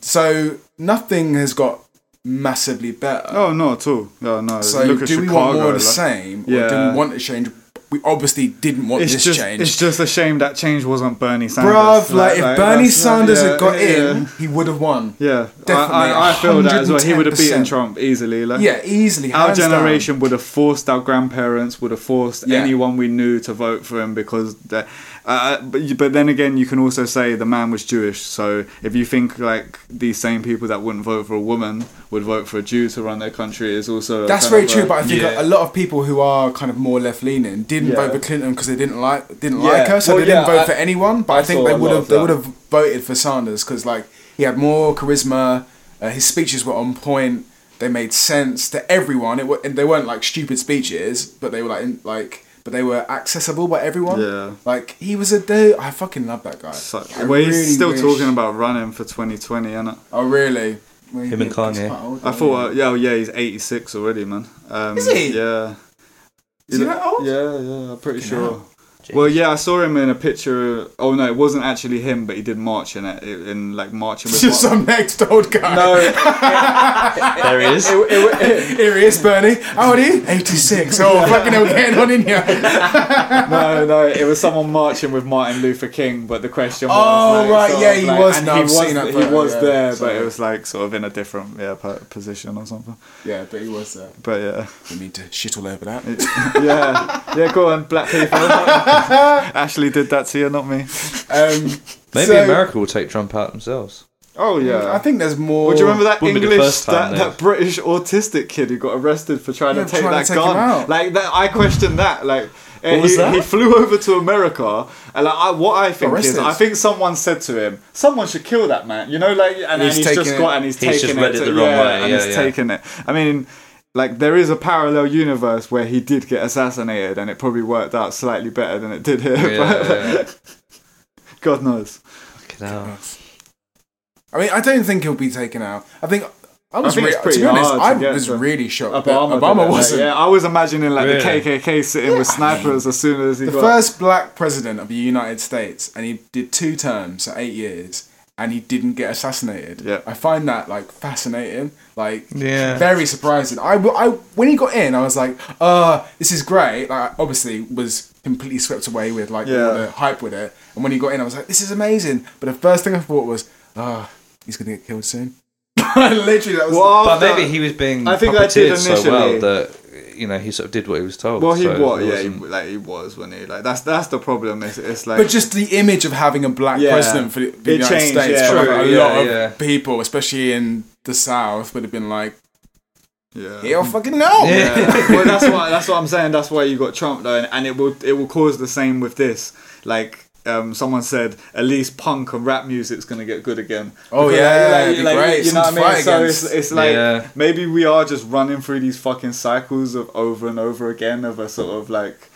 [SPEAKER 1] so nothing has got massively better.
[SPEAKER 3] Oh, not at all. No, no.
[SPEAKER 1] so
[SPEAKER 3] Look
[SPEAKER 1] do
[SPEAKER 3] at
[SPEAKER 1] we want more
[SPEAKER 3] Chicago,
[SPEAKER 1] of the
[SPEAKER 3] like-
[SPEAKER 1] same, or do
[SPEAKER 3] Yeah.
[SPEAKER 1] we want to change? We obviously didn't want
[SPEAKER 3] It's
[SPEAKER 1] this
[SPEAKER 3] just,
[SPEAKER 1] change.
[SPEAKER 3] it's just a shame that change wasn't Bernie Sanders.
[SPEAKER 1] Bruv, like, if Bernie
[SPEAKER 3] that's-
[SPEAKER 1] Sanders
[SPEAKER 3] yeah,
[SPEAKER 1] had got
[SPEAKER 3] yeah.
[SPEAKER 1] in, he would have won.
[SPEAKER 3] Yeah,
[SPEAKER 1] Definitely,
[SPEAKER 3] I, I, I feel that as well. He would have beaten
[SPEAKER 1] 110%.
[SPEAKER 3] Trump easily. Like,
[SPEAKER 1] Yeah, easily.
[SPEAKER 3] our
[SPEAKER 1] hands down.
[SPEAKER 3] generation would have forced our grandparents, would have forced
[SPEAKER 1] Yeah.
[SPEAKER 3] anyone we knew to vote for him because. The, uh, but you- but then again, you can also say the man was Jewish. So if you think like these same people that wouldn't vote for a woman would vote for a Jew to run their country is also
[SPEAKER 1] That's
[SPEAKER 3] kind
[SPEAKER 1] very
[SPEAKER 3] of
[SPEAKER 1] true,
[SPEAKER 3] a-
[SPEAKER 1] but I think
[SPEAKER 2] Yeah.
[SPEAKER 1] a lot of people who are kind of more left leaning didn't
[SPEAKER 3] Yeah.
[SPEAKER 1] vote for Clinton because they didn't like didn't
[SPEAKER 3] Yeah.
[SPEAKER 1] like her, so
[SPEAKER 3] Well,
[SPEAKER 1] they didn't
[SPEAKER 3] yeah,
[SPEAKER 1] vote
[SPEAKER 3] I-
[SPEAKER 1] for anyone. But I,
[SPEAKER 3] I
[SPEAKER 1] think
[SPEAKER 3] saw
[SPEAKER 1] they
[SPEAKER 3] a
[SPEAKER 1] would
[SPEAKER 3] lot
[SPEAKER 1] have
[SPEAKER 3] of
[SPEAKER 1] they
[SPEAKER 3] that.
[SPEAKER 1] would have voted for Sanders because like he had more charisma, uh, his speeches were on point, they made sense to everyone. It wa- and they weren't like stupid speeches, but they were like in, like but they were accessible by everyone.
[SPEAKER 3] Yeah.
[SPEAKER 1] like he was a dude. I fucking love that guy.
[SPEAKER 3] Such,
[SPEAKER 1] I
[SPEAKER 3] well, he's still
[SPEAKER 1] wish-
[SPEAKER 3] talking about running for 2020, isn't it?
[SPEAKER 1] Oh really? Well,
[SPEAKER 2] Him and
[SPEAKER 1] he's quite
[SPEAKER 2] Kanye.
[SPEAKER 1] old,
[SPEAKER 3] I
[SPEAKER 1] though,
[SPEAKER 3] thought, uh, yeah, oh, yeah, he's 86 already, man. Um,
[SPEAKER 1] Is he?
[SPEAKER 3] Yeah.
[SPEAKER 1] Is he that old?
[SPEAKER 3] Yeah, yeah, I'm pretty sure. Well, yeah, I saw him in a picture. Oh no, it wasn't actually him, but he did march in it, it- in like marching with.
[SPEAKER 1] It's just
[SPEAKER 3] Mar-
[SPEAKER 1] some next old guy.
[SPEAKER 3] no, it,
[SPEAKER 2] There he is.
[SPEAKER 3] it, it,
[SPEAKER 1] Here he is, Bernie. How old are you? 86. Oh, fucking hell, getting on in here.
[SPEAKER 3] no, no, it was someone marching with Martin Luther King, but the question was.
[SPEAKER 1] Oh,
[SPEAKER 3] like,
[SPEAKER 1] right,
[SPEAKER 3] sort
[SPEAKER 1] yeah,
[SPEAKER 3] of
[SPEAKER 1] he
[SPEAKER 3] like-
[SPEAKER 1] was-
[SPEAKER 3] and
[SPEAKER 1] no,
[SPEAKER 3] he
[SPEAKER 1] I've
[SPEAKER 3] was,
[SPEAKER 1] seen that
[SPEAKER 3] he
[SPEAKER 1] photo,
[SPEAKER 3] was
[SPEAKER 1] yeah,
[SPEAKER 3] there,
[SPEAKER 1] sorry.
[SPEAKER 3] but it was like sort of in a different yeah po- position or something.
[SPEAKER 1] Yeah, but he was there.
[SPEAKER 3] But yeah.
[SPEAKER 1] We need to shit all over that.
[SPEAKER 3] yeah, yeah, go on, black people. Ashley did that to you, not me.
[SPEAKER 1] Um,
[SPEAKER 2] Maybe
[SPEAKER 1] so-
[SPEAKER 2] America will take Trump out themselves.
[SPEAKER 3] Oh yeah,
[SPEAKER 1] I think there's more.
[SPEAKER 3] Well, do you remember that
[SPEAKER 2] Wouldn't be the
[SPEAKER 3] English,
[SPEAKER 2] first time,
[SPEAKER 3] that,
[SPEAKER 2] though.
[SPEAKER 3] that British autistic kid who got arrested for trying
[SPEAKER 1] Yeah,
[SPEAKER 3] to take
[SPEAKER 1] trying to
[SPEAKER 3] that
[SPEAKER 1] take him
[SPEAKER 3] gun?
[SPEAKER 1] out.
[SPEAKER 3] Like that, I questioned that. Like, eh,
[SPEAKER 2] was
[SPEAKER 3] he,
[SPEAKER 2] that?
[SPEAKER 3] he flew over to America, and like, I, what I think is,
[SPEAKER 1] Arrested.
[SPEAKER 3] I think someone said to him, "Someone should kill that man," you know, like, and, and
[SPEAKER 1] He's
[SPEAKER 3] he's,
[SPEAKER 1] taking
[SPEAKER 3] just got
[SPEAKER 1] it-
[SPEAKER 3] and he's,
[SPEAKER 2] He's
[SPEAKER 3] taking
[SPEAKER 2] just read
[SPEAKER 3] it,
[SPEAKER 2] it
[SPEAKER 3] to-
[SPEAKER 2] the wrong
[SPEAKER 3] yeah,
[SPEAKER 2] way,
[SPEAKER 3] and
[SPEAKER 2] yeah,
[SPEAKER 3] he's
[SPEAKER 2] yeah.
[SPEAKER 3] taking it. I mean. Like there is a parallel universe where he did get assassinated, and it probably worked out slightly better than it did here. but
[SPEAKER 2] Yeah.
[SPEAKER 3] God knows.
[SPEAKER 2] Fucking hell.
[SPEAKER 1] I mean, I don't think he'll be taken out. I think. I was
[SPEAKER 3] think
[SPEAKER 1] really,
[SPEAKER 3] it's pretty
[SPEAKER 1] to be honest,
[SPEAKER 3] hard to
[SPEAKER 1] I
[SPEAKER 3] get
[SPEAKER 1] was
[SPEAKER 3] to-
[SPEAKER 1] really shocked. that
[SPEAKER 3] Obama, did it,
[SPEAKER 1] Obama
[SPEAKER 3] like,
[SPEAKER 1] wasn't.
[SPEAKER 3] yeah, I was imagining like
[SPEAKER 2] Really?
[SPEAKER 3] the KKK sitting with snipers as soon as he
[SPEAKER 1] The
[SPEAKER 3] got.
[SPEAKER 1] first black president of the United States, and he did two terms, so eight years, and he didn't get assassinated.
[SPEAKER 3] Yeah.
[SPEAKER 1] I find that like fascinating, like
[SPEAKER 2] Yeah.
[SPEAKER 1] very surprising. I, w- I- when he got in, I was like, uh, this is great. Like, I obviously was completely swept away with like all
[SPEAKER 3] Yeah.
[SPEAKER 1] the hype with it, and when he got in, I was like, this is amazing. But the first thing I thought was, ah, he's gonna get killed soon. Literally, that was.
[SPEAKER 3] Well,
[SPEAKER 2] But
[SPEAKER 3] after-
[SPEAKER 2] maybe he was being
[SPEAKER 3] I think I did
[SPEAKER 2] puppeteered so well
[SPEAKER 3] initially.
[SPEAKER 2] that you know he sort of did what he was told.
[SPEAKER 3] Well, he
[SPEAKER 2] so
[SPEAKER 3] was.
[SPEAKER 2] it
[SPEAKER 3] Yeah, he,
[SPEAKER 2] wasn't-
[SPEAKER 3] like he was when he like that's that's the problem. It's, it's like
[SPEAKER 1] But just the image of having a black
[SPEAKER 3] Yeah.
[SPEAKER 1] president for the, the
[SPEAKER 3] It
[SPEAKER 1] United
[SPEAKER 3] changed,
[SPEAKER 1] States
[SPEAKER 3] yeah.
[SPEAKER 1] for like
[SPEAKER 3] True,
[SPEAKER 1] a
[SPEAKER 2] yeah,
[SPEAKER 1] lot of
[SPEAKER 2] yeah.
[SPEAKER 1] people, especially in the South, would have been like,
[SPEAKER 3] yeah.
[SPEAKER 1] "You don't fucking know."
[SPEAKER 3] Yeah. well, that's why that's what I'm saying. That's why you got Trump though, and, and it will it will cause the same with this. Like uh, um, someone said at least punk and rap music's gonna get good again.
[SPEAKER 1] Oh,
[SPEAKER 3] Because,
[SPEAKER 1] yeah, yeah, it'd be great.
[SPEAKER 3] You know
[SPEAKER 1] Something
[SPEAKER 3] what
[SPEAKER 1] to
[SPEAKER 3] I mean?
[SPEAKER 1] fight
[SPEAKER 3] So
[SPEAKER 1] against.
[SPEAKER 3] it's, it's like
[SPEAKER 2] Yeah.
[SPEAKER 3] maybe we are just running through these fucking cycles of over and over again of a sort of like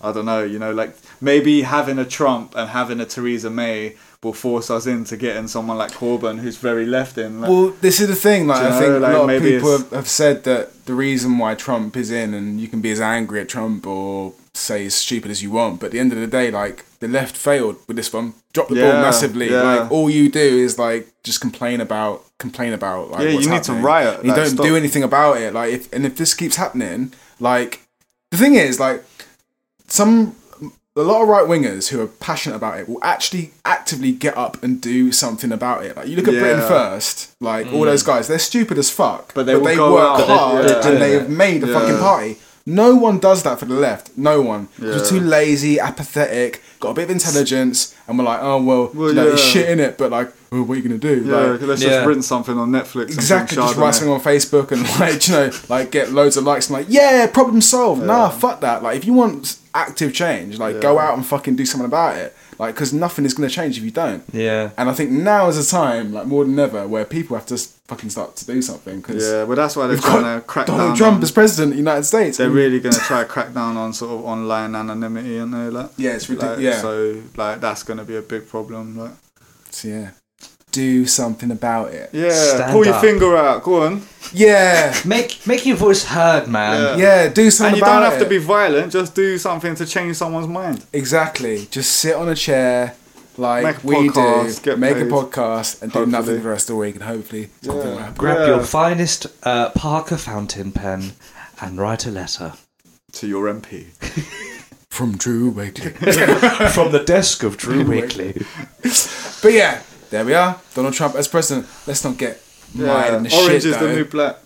[SPEAKER 3] I don't know, you know, like maybe having a Trump and having a Theresa May will force us into getting someone like Corbyn who's very left in. Like,
[SPEAKER 1] Well, this is the thing. Like,
[SPEAKER 3] Do you
[SPEAKER 1] I
[SPEAKER 3] know,
[SPEAKER 1] think
[SPEAKER 3] like,
[SPEAKER 1] a lot of
[SPEAKER 3] maybe
[SPEAKER 1] people
[SPEAKER 3] it's-
[SPEAKER 1] have, have said that the reason why Trump is in, and you can be as angry at Trump or say as stupid as you want, but at the end of the day, like the left failed with this one, dropped the ball
[SPEAKER 3] Yeah,
[SPEAKER 1] massively.
[SPEAKER 3] yeah.
[SPEAKER 1] Like all you do is like just complain about, complain about. Like,
[SPEAKER 3] Yeah,
[SPEAKER 1] what's
[SPEAKER 3] you need to
[SPEAKER 1] happening.
[SPEAKER 3] riot,
[SPEAKER 1] You
[SPEAKER 3] like,
[SPEAKER 1] don't
[SPEAKER 3] stop.
[SPEAKER 1] do anything about it. Like, if and if this keeps happening, like the thing is, like some a lot of right wingers who are passionate about it will actually actively get up and do something about it. Like you look at Britain
[SPEAKER 3] Yeah. Mm.
[SPEAKER 1] first, like all those guys, they're stupid as fuck,
[SPEAKER 3] But they will go
[SPEAKER 1] work
[SPEAKER 3] out.
[SPEAKER 1] hard
[SPEAKER 3] But they-
[SPEAKER 1] and
[SPEAKER 3] they do
[SPEAKER 1] they've
[SPEAKER 3] it.
[SPEAKER 1] made a
[SPEAKER 3] Yeah.
[SPEAKER 1] fucking party. No one does that for the left. No one. 'Cause We're
[SPEAKER 3] Yeah.
[SPEAKER 1] too lazy, apathetic, got a bit of intelligence, and we're like, oh well,
[SPEAKER 3] Well,
[SPEAKER 1] you know, there's
[SPEAKER 3] yeah.
[SPEAKER 1] shit in it, but like, well, what are you gonna do?
[SPEAKER 3] yeah,
[SPEAKER 1] like,
[SPEAKER 3] let's
[SPEAKER 2] Yeah.
[SPEAKER 3] just print something on Netflix. and
[SPEAKER 1] exactly
[SPEAKER 3] drink
[SPEAKER 1] just write
[SPEAKER 3] Chardonnay.
[SPEAKER 1] something on Facebook and like you know like get loads of likes and like yeah problem solved nah fuck that like if you want active change like go out and fucking do something about it like because nothing is going to change if you don't
[SPEAKER 2] Yeah.
[SPEAKER 1] and I think now is a time like more than ever where people have to s- fucking start to do something because
[SPEAKER 3] Yeah, well, that's why they're
[SPEAKER 1] we've
[SPEAKER 3] trying
[SPEAKER 1] got
[SPEAKER 3] to crack
[SPEAKER 1] Donald
[SPEAKER 3] down.
[SPEAKER 1] Trump
[SPEAKER 3] on-
[SPEAKER 1] as president of the United States
[SPEAKER 3] they're
[SPEAKER 1] and-
[SPEAKER 3] really going to try to crack down on sort of online anonymity and all that.
[SPEAKER 1] Yeah, it's ridic-
[SPEAKER 3] Like,
[SPEAKER 1] yeah.
[SPEAKER 3] So like that's going to be a big problem. Like
[SPEAKER 1] so, yeah do something about it
[SPEAKER 3] yeah,
[SPEAKER 2] Stand
[SPEAKER 3] pull your
[SPEAKER 2] up.
[SPEAKER 3] finger out. Go on.
[SPEAKER 1] yeah
[SPEAKER 2] Make make your voice heard, man.
[SPEAKER 1] yeah do something
[SPEAKER 3] And you
[SPEAKER 1] about
[SPEAKER 3] don't have
[SPEAKER 1] it.
[SPEAKER 3] to be violent. Just do something to change someone's mind.
[SPEAKER 1] Exactly. Just sit on a chair like
[SPEAKER 3] Make a
[SPEAKER 1] we
[SPEAKER 3] podcast,
[SPEAKER 1] do,
[SPEAKER 3] get
[SPEAKER 1] make a
[SPEAKER 3] paid.
[SPEAKER 1] podcast, and do
[SPEAKER 3] Hopefully.
[SPEAKER 1] nothing for the rest of the week, and hopefully something will happen.
[SPEAKER 2] Grab
[SPEAKER 3] Yeah.
[SPEAKER 2] your finest uh, Parker fountain pen and write a letter
[SPEAKER 3] To your MP.
[SPEAKER 1] From Drew Wakely.
[SPEAKER 2] from the desk of Drew Wakely.
[SPEAKER 1] but yeah, there we are. Donald Trump as president. Let's not get mired in the
[SPEAKER 3] Orange
[SPEAKER 1] shit.
[SPEAKER 3] is
[SPEAKER 1] though.
[SPEAKER 3] the new black.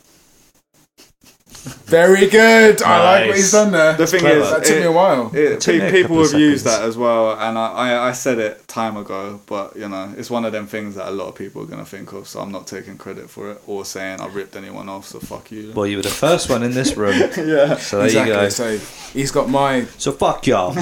[SPEAKER 1] Very good. I like what
[SPEAKER 2] Nice.
[SPEAKER 1] he's done there.
[SPEAKER 3] The thing is,
[SPEAKER 1] that took
[SPEAKER 3] it-
[SPEAKER 1] me a while.
[SPEAKER 3] It,
[SPEAKER 2] took me
[SPEAKER 3] pe-
[SPEAKER 2] a
[SPEAKER 3] people
[SPEAKER 2] couple of
[SPEAKER 3] have used
[SPEAKER 2] seconds.
[SPEAKER 3] that as well, and I, I, I said it time ago, but you know, it's one of them things that a lot of people are gonna think of. So I'm not taking credit for it or saying I ripped anyone off. So fuck you.
[SPEAKER 2] Well, you were the first one in this room.
[SPEAKER 3] yeah,
[SPEAKER 2] So there
[SPEAKER 1] exactly.
[SPEAKER 2] you go.
[SPEAKER 1] So he's got my.
[SPEAKER 2] So fuck y'all.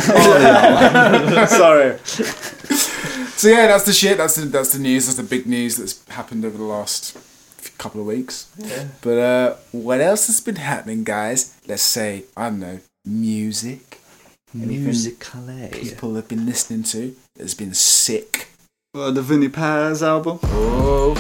[SPEAKER 3] sorry.
[SPEAKER 1] So yeah, that's the shit. That's the that's the news. That's the big news that's happened over the last f- couple of weeks. Yeah. But uh, what else has been happening, guys? Let's say I don't know music. Anything
[SPEAKER 2] Musically.
[SPEAKER 1] people have been listening to has been sick.
[SPEAKER 3] Well, Uh, the Vinnie Paz album,
[SPEAKER 1] Oh,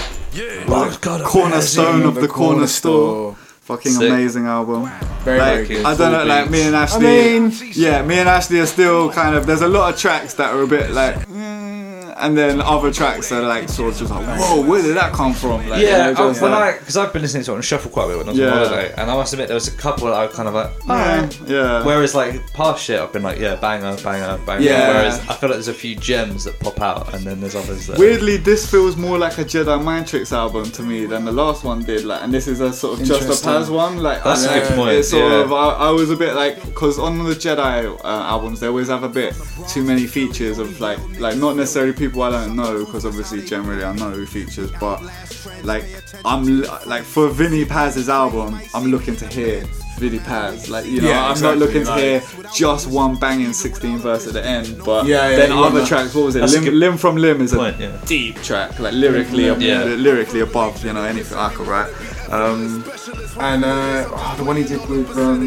[SPEAKER 3] cornerstone of the corner store. Fucking
[SPEAKER 2] Sick.
[SPEAKER 3] amazing album.
[SPEAKER 1] Very,
[SPEAKER 3] Like,
[SPEAKER 1] very good.
[SPEAKER 3] I don't know, like me and Ashley.
[SPEAKER 1] mean-
[SPEAKER 3] yeah, me and Ashley are still kind of. There's a lot of tracks that are a bit like, mm, and then other tracks that are like sort of just like, whoa, where did that come from? Like,
[SPEAKER 2] Yeah,
[SPEAKER 3] you know, just
[SPEAKER 2] I, when
[SPEAKER 3] like-
[SPEAKER 2] I because I've been listening to it on shuffle quite a bit when I was
[SPEAKER 3] Yeah.
[SPEAKER 2] on holiday, and I must admit there was a couple that I was kind of like, alright.
[SPEAKER 3] yeah.
[SPEAKER 2] Whereas like past shit, I've been like, yeah, banger, banger, banger.
[SPEAKER 3] Yeah.
[SPEAKER 2] Whereas I feel like there's a few gems that pop out, and then there's others that.
[SPEAKER 3] Weirdly, this feels more like a Jedi Mind Tricks album to me than the last one did. Like, and this is a sort of just a
[SPEAKER 1] Interesting.
[SPEAKER 3] Paz one. Like,
[SPEAKER 2] That's
[SPEAKER 3] I
[SPEAKER 2] a
[SPEAKER 3] don't
[SPEAKER 2] good
[SPEAKER 3] know,
[SPEAKER 2] point,
[SPEAKER 3] It's sort
[SPEAKER 2] yeah.
[SPEAKER 3] of, I, I was a bit like, because on the Jedi uh, albums, they always have a bit too many features of like, like not necessarily people I don't know, because obviously generally I know features, but like, I'm l- like for Vinny Paz's album, I'm looking to hear. Vinny Paz, like you know,
[SPEAKER 1] Yeah,
[SPEAKER 3] I'm
[SPEAKER 1] exactly,
[SPEAKER 3] not looking
[SPEAKER 1] like-
[SPEAKER 3] to hear just one banging 16 verse at the end, but
[SPEAKER 1] Yeah, yeah,
[SPEAKER 3] then
[SPEAKER 1] you
[SPEAKER 3] other
[SPEAKER 1] wanna-
[SPEAKER 3] tracks. What was it?
[SPEAKER 2] That's a
[SPEAKER 3] Limb,
[SPEAKER 2] good
[SPEAKER 3] Limb from Limb is a
[SPEAKER 2] point, yeah.
[SPEAKER 4] Deep.
[SPEAKER 3] track, like lyrically, ab-
[SPEAKER 2] Yeah.
[SPEAKER 3] lyrically above, you know, anything I could write. Um,
[SPEAKER 1] And uh, oh, the one he did with um,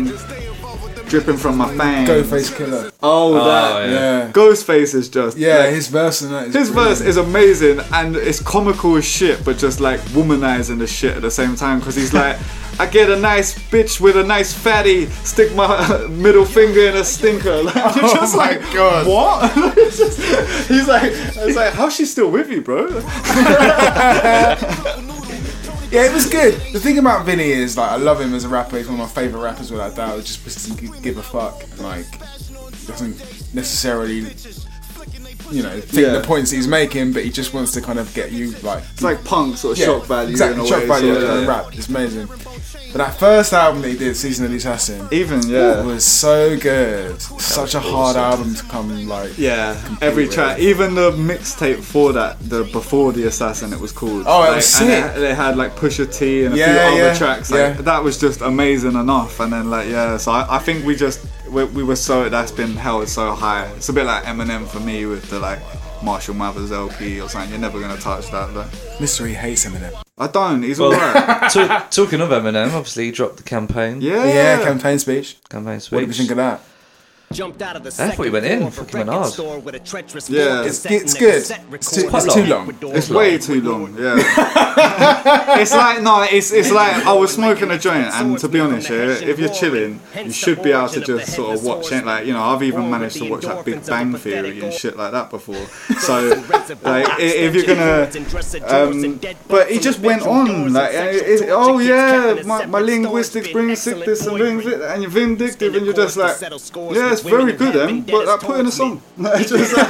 [SPEAKER 3] dripping from my veins.
[SPEAKER 1] Ghostface Killer.
[SPEAKER 3] Oh, that.
[SPEAKER 2] yeah.
[SPEAKER 1] Yeah.
[SPEAKER 3] Ghostface is just.
[SPEAKER 1] Yeah,
[SPEAKER 3] like,
[SPEAKER 1] his verse in that is
[SPEAKER 3] his
[SPEAKER 1] brilliant.
[SPEAKER 3] verse is amazing and it's comical as shit, but just like womanizing the shit at the same time because he's like, I get a nice bitch with a nice fatty, stick my middle finger in a stinker. Like, you're just
[SPEAKER 1] Oh my
[SPEAKER 3] like,
[SPEAKER 1] God.
[SPEAKER 3] what? It's just- he's like, it's like, how's she still with you, bro?
[SPEAKER 1] Yeah, it was good. The thing about Vinny is like I love him as a rapper. He's one of my favorite rappers without doubt. It's Just because he can give a fuck. and, Like doesn't necessarily. You know, think
[SPEAKER 3] Yeah.
[SPEAKER 1] the points he's making, but he just wants to kind of get you like
[SPEAKER 3] It's like punk sort of shock value.
[SPEAKER 1] Exactly,
[SPEAKER 3] in a
[SPEAKER 1] shock
[SPEAKER 3] way,
[SPEAKER 1] value
[SPEAKER 3] sort of,
[SPEAKER 1] uh,
[SPEAKER 3] yeah.
[SPEAKER 1] rap. It's amazing. But that first album that he did, Season of the Assassin,
[SPEAKER 3] Even yeah.
[SPEAKER 1] it was so good. Such a hard album to come like.
[SPEAKER 3] Yeah, every track, even the mixtape for that, the before the assassin, it was called.
[SPEAKER 1] Oh, it
[SPEAKER 3] Like,
[SPEAKER 1] was
[SPEAKER 3] and
[SPEAKER 1] sick.
[SPEAKER 3] it- they had like Pusha T and a
[SPEAKER 1] Yeah,
[SPEAKER 3] few
[SPEAKER 1] yeah,
[SPEAKER 3] other tracks. Like,
[SPEAKER 1] yeah.
[SPEAKER 3] That was just amazing enough. And then like yeah, so I, I think we just we, we were so that's been held so high. It's a bit like Eminem for me with the like Marshall Mathers LP or something. You're never gonna touch that. Though.
[SPEAKER 1] Mystery hates Eminem.
[SPEAKER 3] I don't. He's
[SPEAKER 2] Well-
[SPEAKER 3] alright.
[SPEAKER 2] Talk, talking of Eminem, obviously he dropped the campaign.
[SPEAKER 3] Yeah.
[SPEAKER 1] Yeah, campaign speech.
[SPEAKER 2] Campaign
[SPEAKER 1] What did you
[SPEAKER 2] speech.
[SPEAKER 1] think of that?
[SPEAKER 5] Jumped out of the
[SPEAKER 2] I thought he went in, fucking went hard.
[SPEAKER 3] Yeah.
[SPEAKER 1] It's- it's good. It's too-
[SPEAKER 2] it's too
[SPEAKER 1] long.
[SPEAKER 3] It's way too long. Yeah. it's like no. It's it's like I was smoking a joint, and to be honest, yeah, if you're chilling, you should be able to just sort of watch it. Like you know, I've even managed to watch like Big Bang Theory and shit like that before. So like i- if you're gonna, um, but he just went on like and it, it, oh yeah, my, my linguistics brings sick this and brings it, and you're vindictive, and you're just like yeah, it's very good, em, but like, put in a song. Like, just like-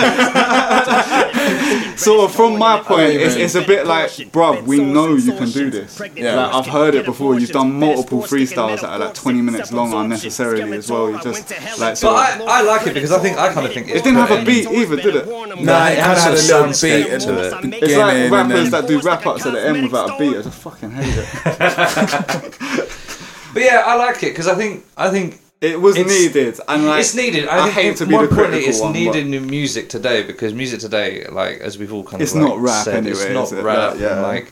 [SPEAKER 3] So from my point, it's, it's a bit like, bruv, we know you can do this.
[SPEAKER 1] Yeah.
[SPEAKER 3] Like, I've heard it before. You've done multiple freestyles that are like 20 minutes long unnecessarily as well. You just like, so
[SPEAKER 2] But I, I like it because I think I kind of think it's
[SPEAKER 3] it didn't have
[SPEAKER 2] put
[SPEAKER 3] a
[SPEAKER 2] in.
[SPEAKER 3] beat either, did it?
[SPEAKER 1] Nah, it had
[SPEAKER 2] had
[SPEAKER 1] a
[SPEAKER 2] a
[SPEAKER 1] little
[SPEAKER 2] soundscape
[SPEAKER 1] beat at
[SPEAKER 2] to
[SPEAKER 1] the
[SPEAKER 2] it.
[SPEAKER 1] beginning.
[SPEAKER 3] It's like
[SPEAKER 1] and
[SPEAKER 3] rappers
[SPEAKER 1] then-
[SPEAKER 3] that do rap ups at the end without a beat. I just fucking hate it.
[SPEAKER 2] But yeah, I like it because I think I think
[SPEAKER 3] It was
[SPEAKER 2] It's-
[SPEAKER 3] needed, and like
[SPEAKER 2] it's needed. I,
[SPEAKER 3] I,
[SPEAKER 2] think
[SPEAKER 3] hate to be
[SPEAKER 2] more
[SPEAKER 3] the
[SPEAKER 2] importantly,
[SPEAKER 3] critical
[SPEAKER 2] it's
[SPEAKER 3] one, but
[SPEAKER 2] needed in music today because music today, like as we've all kind of
[SPEAKER 3] It's
[SPEAKER 2] like,
[SPEAKER 3] not rap
[SPEAKER 2] said,
[SPEAKER 3] anyway,
[SPEAKER 2] it's
[SPEAKER 3] is
[SPEAKER 2] not
[SPEAKER 3] it?
[SPEAKER 2] rap.
[SPEAKER 3] That- yeah.
[SPEAKER 2] and, like